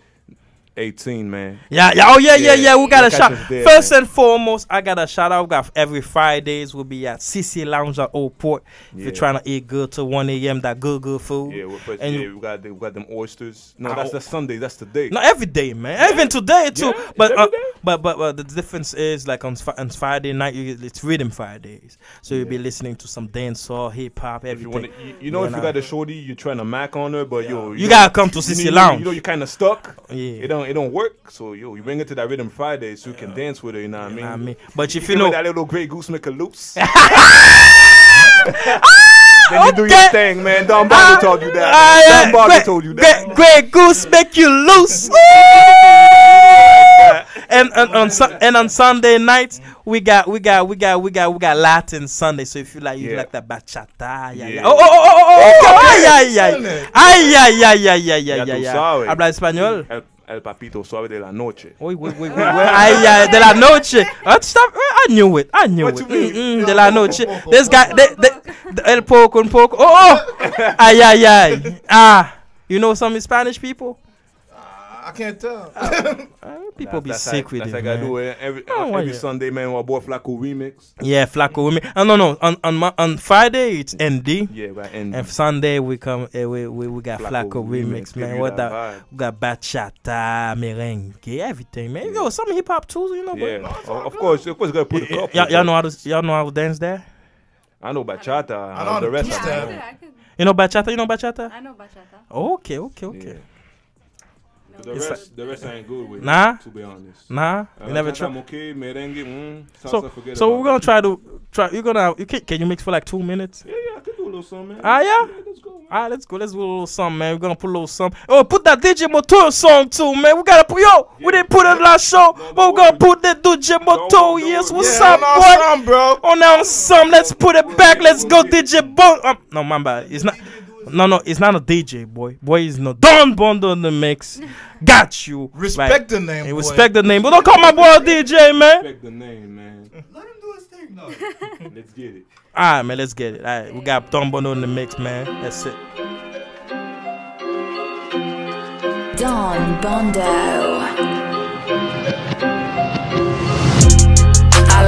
Speaker 4: 18, man.
Speaker 1: Yeah, yeah, oh yeah, yeah, yeah. We got a
Speaker 4: catch
Speaker 1: shout.
Speaker 4: us there,
Speaker 1: First and foremost, I got a shout out. We got every Fridays we'll be at CC Lounge at Old Port. If
Speaker 4: Yeah.
Speaker 1: you're trying to eat good till one a.m., that good, good food.
Speaker 4: Yeah, we're first,
Speaker 1: And
Speaker 4: yeah,
Speaker 1: you-
Speaker 4: we got the, we got them oysters. No,
Speaker 1: Ah,
Speaker 4: that's
Speaker 1: oh.
Speaker 4: the Sunday. That's the day.
Speaker 1: Not every day, man. Even today too.
Speaker 4: Yeah,
Speaker 1: but, uh, but but but the difference is like on Fri- on Friday night, you, it's rhythm Fridays, so you'll be listening to some dancehall, hip hop,
Speaker 4: If you
Speaker 1: everything.
Speaker 4: want, you, you know, if you
Speaker 1: know.
Speaker 4: got a shorty, you're trying to mac on her, but yo,
Speaker 1: You gotta come to
Speaker 4: you know,
Speaker 1: CC
Speaker 4: you-
Speaker 1: Lounge.
Speaker 4: You know, you're kind of stuck.
Speaker 1: Yeah.
Speaker 4: It don't, it don't work. So yo, you bring it to that rhythm Friday, so you can dance with her. You know what I mean?
Speaker 1: I mean, but if you
Speaker 4: can
Speaker 1: know-
Speaker 4: let that little gray goose make a loose. Then you do your thing, man. Don Barber told you that.
Speaker 1: Ah, yeah,
Speaker 4: Don Barber
Speaker 1: great-
Speaker 4: told you that.
Speaker 1: Great, great goose make you loose. Ooh! and, and on Sun- and on Sunday nights we got we got we got we got we got Latin Sunday. So if you like you
Speaker 4: Yeah.
Speaker 1: like that bachata, yeah, yeah.
Speaker 4: Yeah.
Speaker 1: Oh oh oh oh oh, oh,
Speaker 4: Okay.
Speaker 1: ay ay ay ay ay ay ay ay
Speaker 4: Ya
Speaker 1: ay ay
Speaker 4: tú
Speaker 1: ay.
Speaker 4: sabes.
Speaker 1: Habla español.
Speaker 4: El, el papito suave de la noche.
Speaker 1: Uy, uy, uy, uy, uy. Ay, ay, de la noche. Uh, stop. I knew it. I knew it. Mm-mm, de la noche. This guy, they, they, el poco, un poco. Oh, oh. Ay, ay, ay. Ah, you know some Spanish people? Uh,
Speaker 20: I can't tell.
Speaker 1: People be
Speaker 4: that's
Speaker 1: sick
Speaker 4: how,
Speaker 1: with
Speaker 4: that's
Speaker 1: it,
Speaker 4: That's how I
Speaker 1: man.
Speaker 4: do it every,
Speaker 1: Oh,
Speaker 4: every
Speaker 1: yeah.
Speaker 4: Sunday, man. My boy Flaco remix.
Speaker 1: Yeah, Flacco with me. Uh, no, no. On on Mon- on Friday it's ND.
Speaker 4: Yeah, we got ND.
Speaker 1: And Sunday we come. Uh, we, we we got
Speaker 4: Flacco
Speaker 1: Flacco
Speaker 4: remix,
Speaker 1: remix,
Speaker 4: give
Speaker 1: man.
Speaker 4: you
Speaker 1: What
Speaker 4: that
Speaker 1: that? We got bachata, merengue, everything, man. Yo, some hip hop too, you know.
Speaker 4: Yeah,
Speaker 1: But
Speaker 4: of, of course, of course, you gotta put the cup.
Speaker 1: y'all, y'all know how to y'all know how to dance there.
Speaker 4: I know bachata. I know the rest. I don't know.
Speaker 1: You know bachata. You know bachata.
Speaker 2: I know bachata.
Speaker 1: Okay, okay, okay.
Speaker 3: The
Speaker 1: It's
Speaker 3: rest, the rest I ain't good with.
Speaker 1: Nah.
Speaker 3: to be honest.
Speaker 1: Nah,
Speaker 3: Uh,
Speaker 1: you never
Speaker 3: Bachata,
Speaker 1: try.
Speaker 3: Moquet, merengue, mm, salsa,
Speaker 1: So,
Speaker 3: forget
Speaker 1: so
Speaker 3: about
Speaker 1: we're gonna try to try. You're gonna you can, can you mix for like two minutes?
Speaker 3: it. Yeah, yeah, I could do a little something, man.
Speaker 1: Ah yeah. All right, let's go. Let's do a little something, man. We're gonna put a little something. Oh, put that DJ Motor song too, man. We gotta put yo. We didn't put it last show, but we're gonna put that DJ Motor. Yes, what's
Speaker 20: Yeah,
Speaker 1: up,
Speaker 20: on our
Speaker 1: boy? Oh,
Speaker 20: song, bro.
Speaker 1: On our some. Let's put it back. Let's go, DJ Bon. Um, no, my bad. It's not. No, no, it's not a DJ, boy. Boy is no Don Bondo in the mix. Got you.
Speaker 20: Respect
Speaker 1: Like,
Speaker 20: the name,
Speaker 1: eh,
Speaker 20: boy.
Speaker 1: Respect the name, but don't call my boy a DJ, man.
Speaker 3: Respect the name, man. Let him do his thing, though. Let's get it.
Speaker 1: All right, man, let's get it. All right, we got Don Bono in the mix, man. That's it.
Speaker 21: Don Bondo.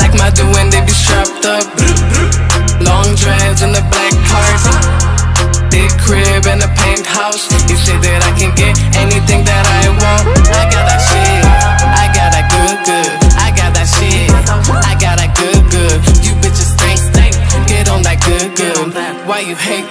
Speaker 21: Act mother when they be strapped up. Long drives in the black cars. Big crib and a penthouse. You say that I can get anything that I want. I got that shit. I got that good, good. I got that shit. I got that good, good. You bitches stink, stink. Get on that good, good. Why you hate?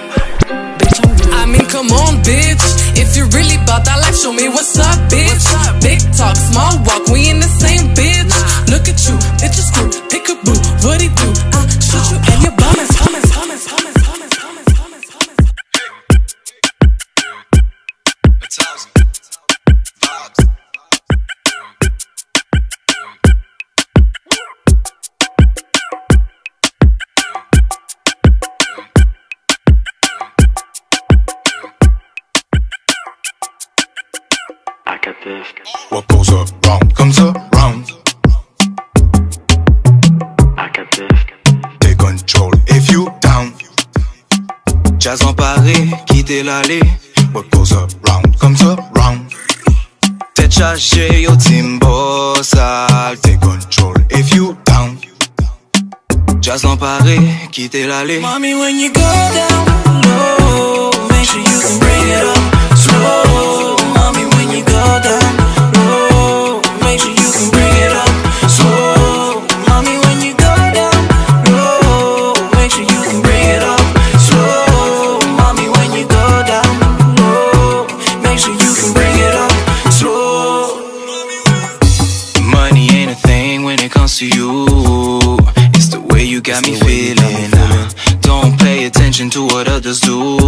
Speaker 21: I mean, come on, bitch. If you really bout that life, show me what's up, bitch. Big talk, small walk, we in the same bitch. Look at you, bitch is screwed. Pick a boo, what he do? I shoot you and your bum is hummus, hummus, hummus, hummus, hummus, hummus, hummus.
Speaker 22: I got this.
Speaker 23: What goes around comes around.
Speaker 22: I got this.
Speaker 23: Take control if you down.
Speaker 24: Jazz emparé, quitter l'allée.
Speaker 23: What goes around comes around.
Speaker 24: Tête chargée, yo timbo sale.
Speaker 23: Take control if you down.
Speaker 24: Jazz emparé, quitter l'allée.
Speaker 6: Mommy, when you go down low, make sure you can bring it up slow. Mommy, when you go down low, make sure you can bring it up slow. Mommy, when you go down low, make sure you can bring it up slow. Mommy, when you go down low, make sure you can bring it up slow.
Speaker 24: Money ain't a thing when it comes to you. It's the way you got me feeling. uh. Don't pay attention to what others do.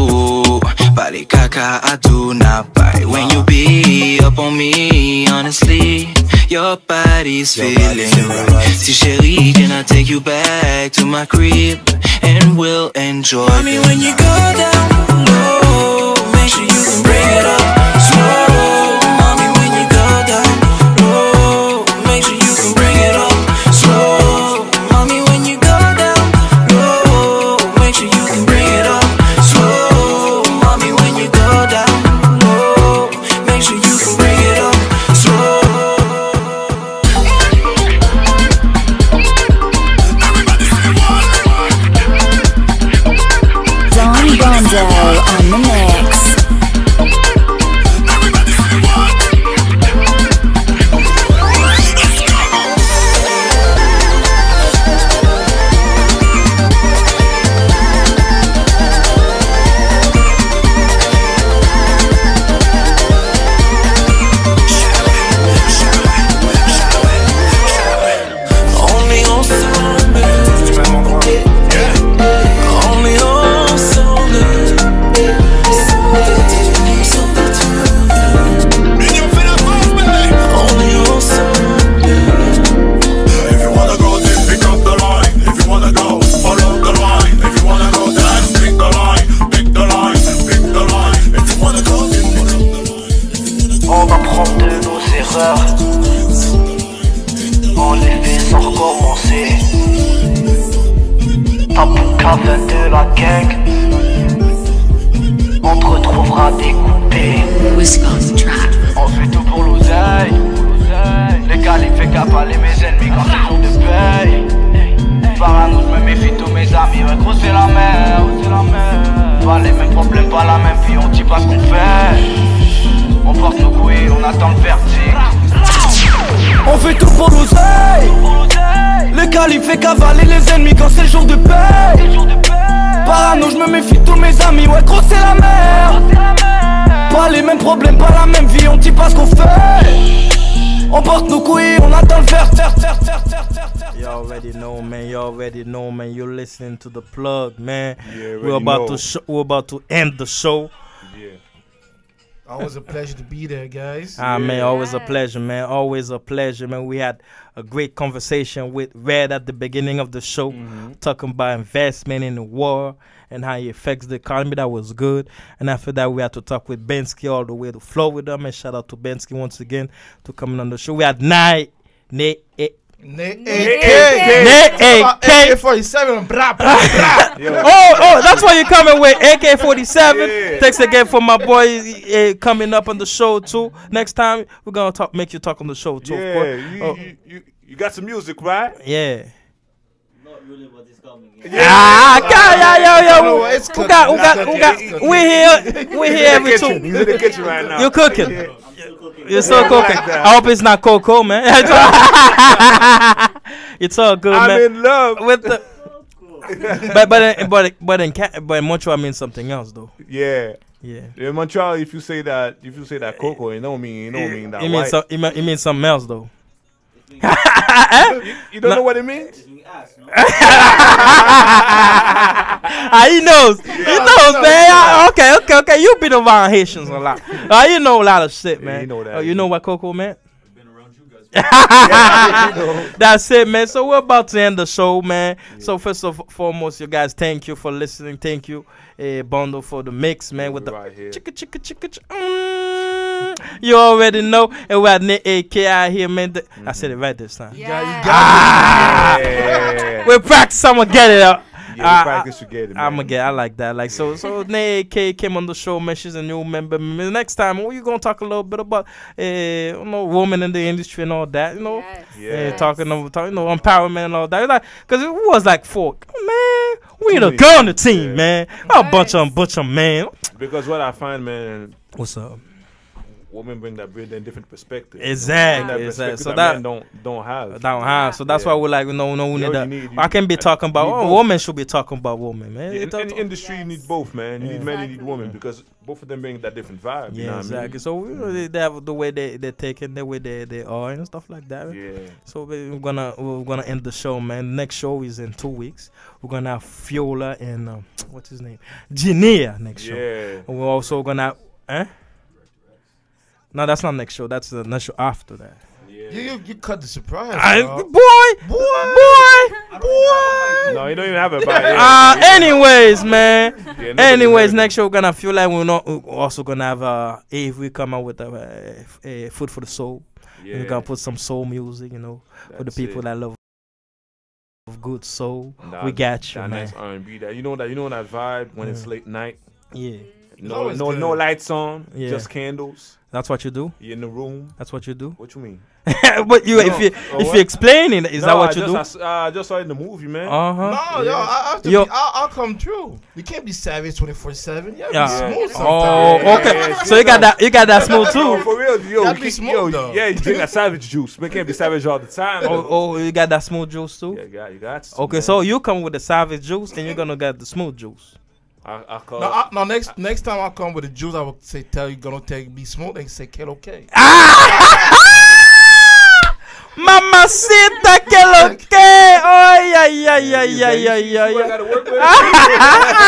Speaker 24: Body caca, I do not bite. When you be up on me, honestly, your body's feeling right. See, chérie, can I take you back to my crib? And we'll enjoy.
Speaker 6: Mommy, when you go down low, make sure you can bring it up slow. Mommy, when you go down low, make sure you can bring it up slow. Mommy, when you go down low, make sure you can bring it up slow. Mommy, when you go down low, make sure you can bring it up slow.
Speaker 11: Don Gonzo on the mix.
Speaker 6: Only on Sunday. Yeah. Only on Sunday. Only on
Speaker 23: If you wanna go deep, pick up the line. If you wanna go, follow the line. If you wanna go down, pick the line, pick the line, pick the line. If you wanna go deep, pick up the line.
Speaker 19: On va prendre de nos erreurs. On les fait sans recommencer. Tabouka 22 la gang. On te retrouvera découpé. On fait tout pour l'oseille. Les gars, les fait qu'à parler mes ennemis quand c'est jour de paye. Parano, je me méfie tous mes amis. Ouais, gros, c'est la merde. Pas les mêmes problèmes, pas la même vie. On dit pas ce qu'on fait. On porte nos couilles, on attend le verdict.
Speaker 6: On fait tout pour l'oseille Le calife fait cavaler les ennemis quand c'est le jour de paix Parano, je me méfie de tous mes amis, ouais gros c'est la merde Pas les mêmes problèmes, pas la même vie, on dit pas ce qu'on fait On porte nos couilles, on attend le verdict
Speaker 1: You already know, man. You already know, man. You're listening to the plug, man. we're
Speaker 11: already
Speaker 1: about
Speaker 11: know.
Speaker 1: to sh- we're about to end the show.
Speaker 20: Always a pleasure to be there, guys.
Speaker 1: Ah man, always a pleasure, man. Always a pleasure, man. We had a great conversation with Red at the beginning of the show, talking about investment in the war and how it affects the economy. That was good. And after that, we had to talk with Bensky all the way to Florida. Man, shout out to Bensky once again to coming on the show. We had Night, Nate,
Speaker 20: Nate,
Speaker 1: Nate, Nate, AK.
Speaker 20: AK47, brah, brah,
Speaker 1: Ah.
Speaker 20: brah.
Speaker 1: Oh, oh, that's why you're coming with AK 47. Thanks again for my boy eh, coming up on the show, too. Next time, we're going to talk, make you talk on the show, too. of
Speaker 11: Yeah,
Speaker 1: course.
Speaker 11: you,
Speaker 1: Oh,
Speaker 11: you, you, you got some music, right?
Speaker 1: yeah.
Speaker 5: really what is coming.
Speaker 1: Ah, God, yeah, yo, yo,
Speaker 5: No, no, it's
Speaker 1: who
Speaker 5: cooking.
Speaker 1: got, who
Speaker 5: That's
Speaker 1: got, who
Speaker 5: okay.
Speaker 1: got,
Speaker 5: It's
Speaker 1: we
Speaker 5: cooking.
Speaker 1: here, we
Speaker 5: He's in
Speaker 1: here
Speaker 5: the
Speaker 1: every
Speaker 5: kitchen.
Speaker 1: two.
Speaker 5: He's in the kitchen right now.
Speaker 1: You cooking?
Speaker 5: Yeah.
Speaker 1: You're so cooking.
Speaker 5: Like that.
Speaker 1: I hope it's not cocoa, man. it's all good,
Speaker 4: I'm
Speaker 1: man.
Speaker 4: in love
Speaker 1: with the. but but in- but but in Ca- but in Montreal means something else though.
Speaker 4: Yeah.
Speaker 1: Yeah.
Speaker 4: In Montreal, if you say that, if you say that cocoa, it don't mean, it don't mean that
Speaker 1: It
Speaker 4: white.
Speaker 1: means so, it, mean, it means something else though.
Speaker 4: you, you don't
Speaker 1: No.
Speaker 4: know what it means?
Speaker 1: ah, he knows. he knows, man. Ah, okay, okay, okay. You've been around Haitians a lot. Ah, you know a lot of shit, man. you know that. Oh, you know what Coco meant? That's it, man. So we're about to end the show, man. So first of foremost, you guys, thank you for listening. Thank you, uh, Bondo, for the mix, man. With the chicka chicka chicka. ch- mm. You already know, and we had Nick AK out here, man. The- I said it right this time.
Speaker 4: Yeah, you got
Speaker 1: Ah!
Speaker 4: it. Yeah.
Speaker 1: We practice. I'ma get it up.
Speaker 4: Yeah, we practice, you get it,
Speaker 1: I'ma get. I like that. Like so. So Nay K came on the show, man. She's a new member. Man, Next time, we gonna talk a little bit about, uh, you know, women in the industry and all that. You know, yeah,
Speaker 4: Yes.
Speaker 1: talking about, talk, you know, empowerment and all that. Like, cause it was like four, man. We
Speaker 4: Too
Speaker 1: the
Speaker 4: many.
Speaker 1: girl on the team, man. A bunch of bunch of man.
Speaker 4: Because what I find, man,
Speaker 1: What's up?
Speaker 4: women bring that bring a different perspective.
Speaker 1: Exactly,
Speaker 4: That
Speaker 1: exactly.
Speaker 4: perspective
Speaker 1: So
Speaker 4: that,
Speaker 1: that-
Speaker 4: men don't don't have.
Speaker 1: Don't have. So that's why we're like, no, no, we
Speaker 4: Yo,
Speaker 1: need
Speaker 4: you
Speaker 1: that.
Speaker 4: need-
Speaker 1: I can be talking about,
Speaker 4: you need
Speaker 1: oh,
Speaker 4: both.
Speaker 1: women should be talking about women, man.
Speaker 4: Yeah, in, in the industry, you need both, man. You
Speaker 1: Yeah.
Speaker 4: need men, you need women, because both of them bring that different vibe. you know
Speaker 1: Yeah,
Speaker 4: what
Speaker 1: exactly. So you know, they, they have the way they they taking the way they they are and stuff like that.
Speaker 4: Yeah.
Speaker 1: So we- we're gonna we're gonna end the show, man. Next show is in two weeks. We're gonna have Fiola and um, what's his name, Jania next show.
Speaker 4: Yeah.
Speaker 1: And we're also gonna, eh? No, that's not next show. That's the next show after that.
Speaker 20: You, you, you cut the surprise.
Speaker 1: I-
Speaker 20: bro.
Speaker 1: boy,
Speaker 20: boy,
Speaker 4: I mean? No, you don't even have a vibe.
Speaker 1: Uh, anyways, man.
Speaker 4: Yeah, nobody
Speaker 1: anyways,
Speaker 4: heard
Speaker 1: next show we're gonna feel like we're not we're also gonna have uh Avery come out with a, uh uh food for the soul. And
Speaker 4: Yeah.
Speaker 1: We're gonna put some soul music, you know, for the
Speaker 4: That's
Speaker 1: people
Speaker 4: it.
Speaker 1: that love of good soul.
Speaker 4: Nah,
Speaker 1: we got you,
Speaker 4: that
Speaker 1: man.
Speaker 4: Nice R&B, that you know that you know that vibe when it's
Speaker 1: Yeah.
Speaker 4: late night.
Speaker 1: Yeah.
Speaker 4: No,
Speaker 1: always
Speaker 4: no,
Speaker 1: good.
Speaker 4: no lights on.
Speaker 1: Yeah.
Speaker 4: Just candles.
Speaker 1: That's what you do.
Speaker 4: You in the room.
Speaker 1: That's what you do.
Speaker 4: What you mean?
Speaker 1: Uh, but you, if you,
Speaker 4: Oh,
Speaker 1: if
Speaker 4: what?
Speaker 1: you explain it, is that
Speaker 4: No,
Speaker 1: what
Speaker 4: I
Speaker 1: you
Speaker 4: just,
Speaker 1: do?
Speaker 4: I s- I, just saw it in the movie, man.
Speaker 1: Uh-huh.
Speaker 20: No, yo, I, I have to
Speaker 1: Yo.
Speaker 20: be, I'll, I'll come through. You can't be savage 24 7. Yeah,
Speaker 1: Yeah.
Speaker 20: be smooth
Speaker 1: Oh,
Speaker 20: sometimes.
Speaker 1: okay. So you got that. You got that smooth
Speaker 4: No,
Speaker 1: too.
Speaker 4: for real, yo,
Speaker 20: That'd be
Speaker 4: keep-
Speaker 20: smooth,
Speaker 4: yo,
Speaker 20: though.
Speaker 4: yeah, you drink that savage juice. Man can't be savage all the time.
Speaker 1: Oh, oh, you got that smooth juice too.
Speaker 4: Yeah, you got, you got. to,
Speaker 1: Okay,
Speaker 4: man.
Speaker 1: so you come with the savage juice, and you're gonna get the smooth juice.
Speaker 4: I, I call.
Speaker 20: No, I, no, next next time I come with the juice, I will say, tell you, gonna take be smooth and say, kid, okay.
Speaker 1: Ah! Mamacita, que lo que. Ay, ay, ay, ay, ay, ay, ay.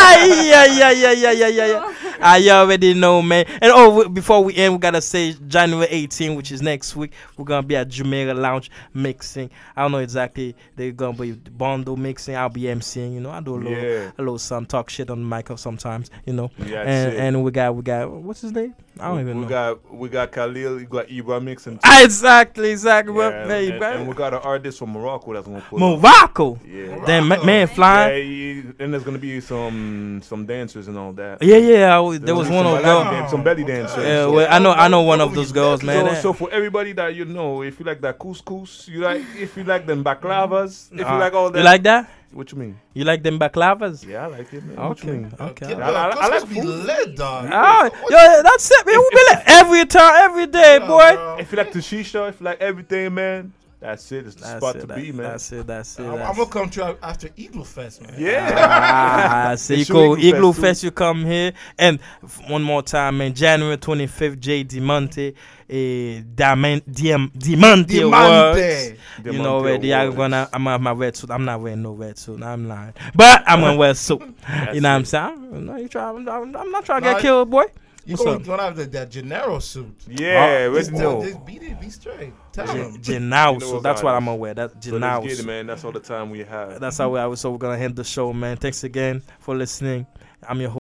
Speaker 1: Ay, ay, ay, ay, ay, ay, ay. I Ah, already know, man. And oh, w- before we end, we gotta say January 18, which is next week. We're gonna be at Jumeirah Lounge mixing. I don't know exactly they're gonna be bundle mixing. I'll be emceeing. You know, I do a little,
Speaker 4: Yeah.
Speaker 1: a little some talk shit on the mic up sometimes. You know,
Speaker 4: Yeah,
Speaker 1: and
Speaker 4: shit.
Speaker 1: and we got we got what's his name? I don't
Speaker 4: we,
Speaker 1: even
Speaker 4: we
Speaker 1: know.
Speaker 4: got we got Khalil, we got Ibra mixing.
Speaker 1: Ah, exactly, exactly.
Speaker 4: Yeah,
Speaker 1: Well,
Speaker 4: and,
Speaker 1: hey,
Speaker 4: and-
Speaker 1: bro.
Speaker 4: and we got an artist from Morocco that's gonna pull up.
Speaker 1: Morocco.
Speaker 4: Yeah.
Speaker 1: Then ma- man flying.
Speaker 4: Yeah, you- and there's gonna be some some dancers and all that.
Speaker 1: Yeah, yeah. I was, there
Speaker 4: There's
Speaker 1: was
Speaker 4: gonna
Speaker 1: one
Speaker 4: be
Speaker 1: of
Speaker 4: some belly
Speaker 1: girl.
Speaker 4: dan- some belly dancers.
Speaker 1: Yeah, well, I know, I know one of those girls, man.
Speaker 4: So,
Speaker 1: That-
Speaker 4: so for everybody that you know, if you like that couscous, you like if you like them baklavas, if
Speaker 1: Uh,
Speaker 4: you like all that,
Speaker 1: You like that?
Speaker 4: What you mean?
Speaker 1: You like them baklavas?
Speaker 4: Yeah, I like it, man. What you
Speaker 1: Okay,
Speaker 4: mean?
Speaker 1: okay.
Speaker 4: I, I, I like
Speaker 20: be
Speaker 4: food.
Speaker 20: lit, dog.
Speaker 1: Ah, yo, yeah, that's it, man. We be like every time, every day, boy.
Speaker 4: If you like the shisha, if you like everything, man, that's it. It's the
Speaker 1: That's
Speaker 4: spot
Speaker 1: it,
Speaker 4: to
Speaker 1: that-
Speaker 4: be, man.
Speaker 1: That's it. That's it.
Speaker 20: I'm,
Speaker 1: That's
Speaker 20: I'm gonna come through after Igloo Fest, man.
Speaker 1: Ah, so
Speaker 4: They
Speaker 1: you
Speaker 4: show
Speaker 1: go
Speaker 4: Igloo
Speaker 1: Igloo
Speaker 4: Fest,
Speaker 1: Fest,
Speaker 4: too.
Speaker 1: you come here. And f- one more time, man, January 25th, J. Diamante, eh, Diamante, Diamante
Speaker 20: Diamante.
Speaker 1: Awards. You
Speaker 4: Diamante
Speaker 1: know, already I'm
Speaker 4: Awards.
Speaker 1: gonna, I'm gonna have my red suit. I'm not wearing no red suit. I'm lying. But I'm gonna wear a suit. you
Speaker 4: That's
Speaker 1: know what I'm
Speaker 4: it.
Speaker 1: saying? You know, you try, I'm, I'm- I'm not trying to
Speaker 20: Nah,
Speaker 1: get killed, boy.
Speaker 20: You
Speaker 1: What's
Speaker 20: gonna,
Speaker 1: up?
Speaker 20: gonna have that, that Gennaro suit.
Speaker 4: Yeah,
Speaker 20: just,
Speaker 4: with
Speaker 20: tell,
Speaker 4: no.
Speaker 20: just be, there, be straight. Tell
Speaker 1: Gen-
Speaker 20: him.
Speaker 1: Genau,
Speaker 4: You know
Speaker 1: so
Speaker 4: what
Speaker 1: that's
Speaker 4: God
Speaker 1: what
Speaker 4: is.
Speaker 1: I'm aware. That's
Speaker 4: So let's
Speaker 1: Genau.
Speaker 4: get it, man. That's all the time we have.
Speaker 1: That's how we are. So we're gonna end the show, man. Thanks again for listening. I'm your host.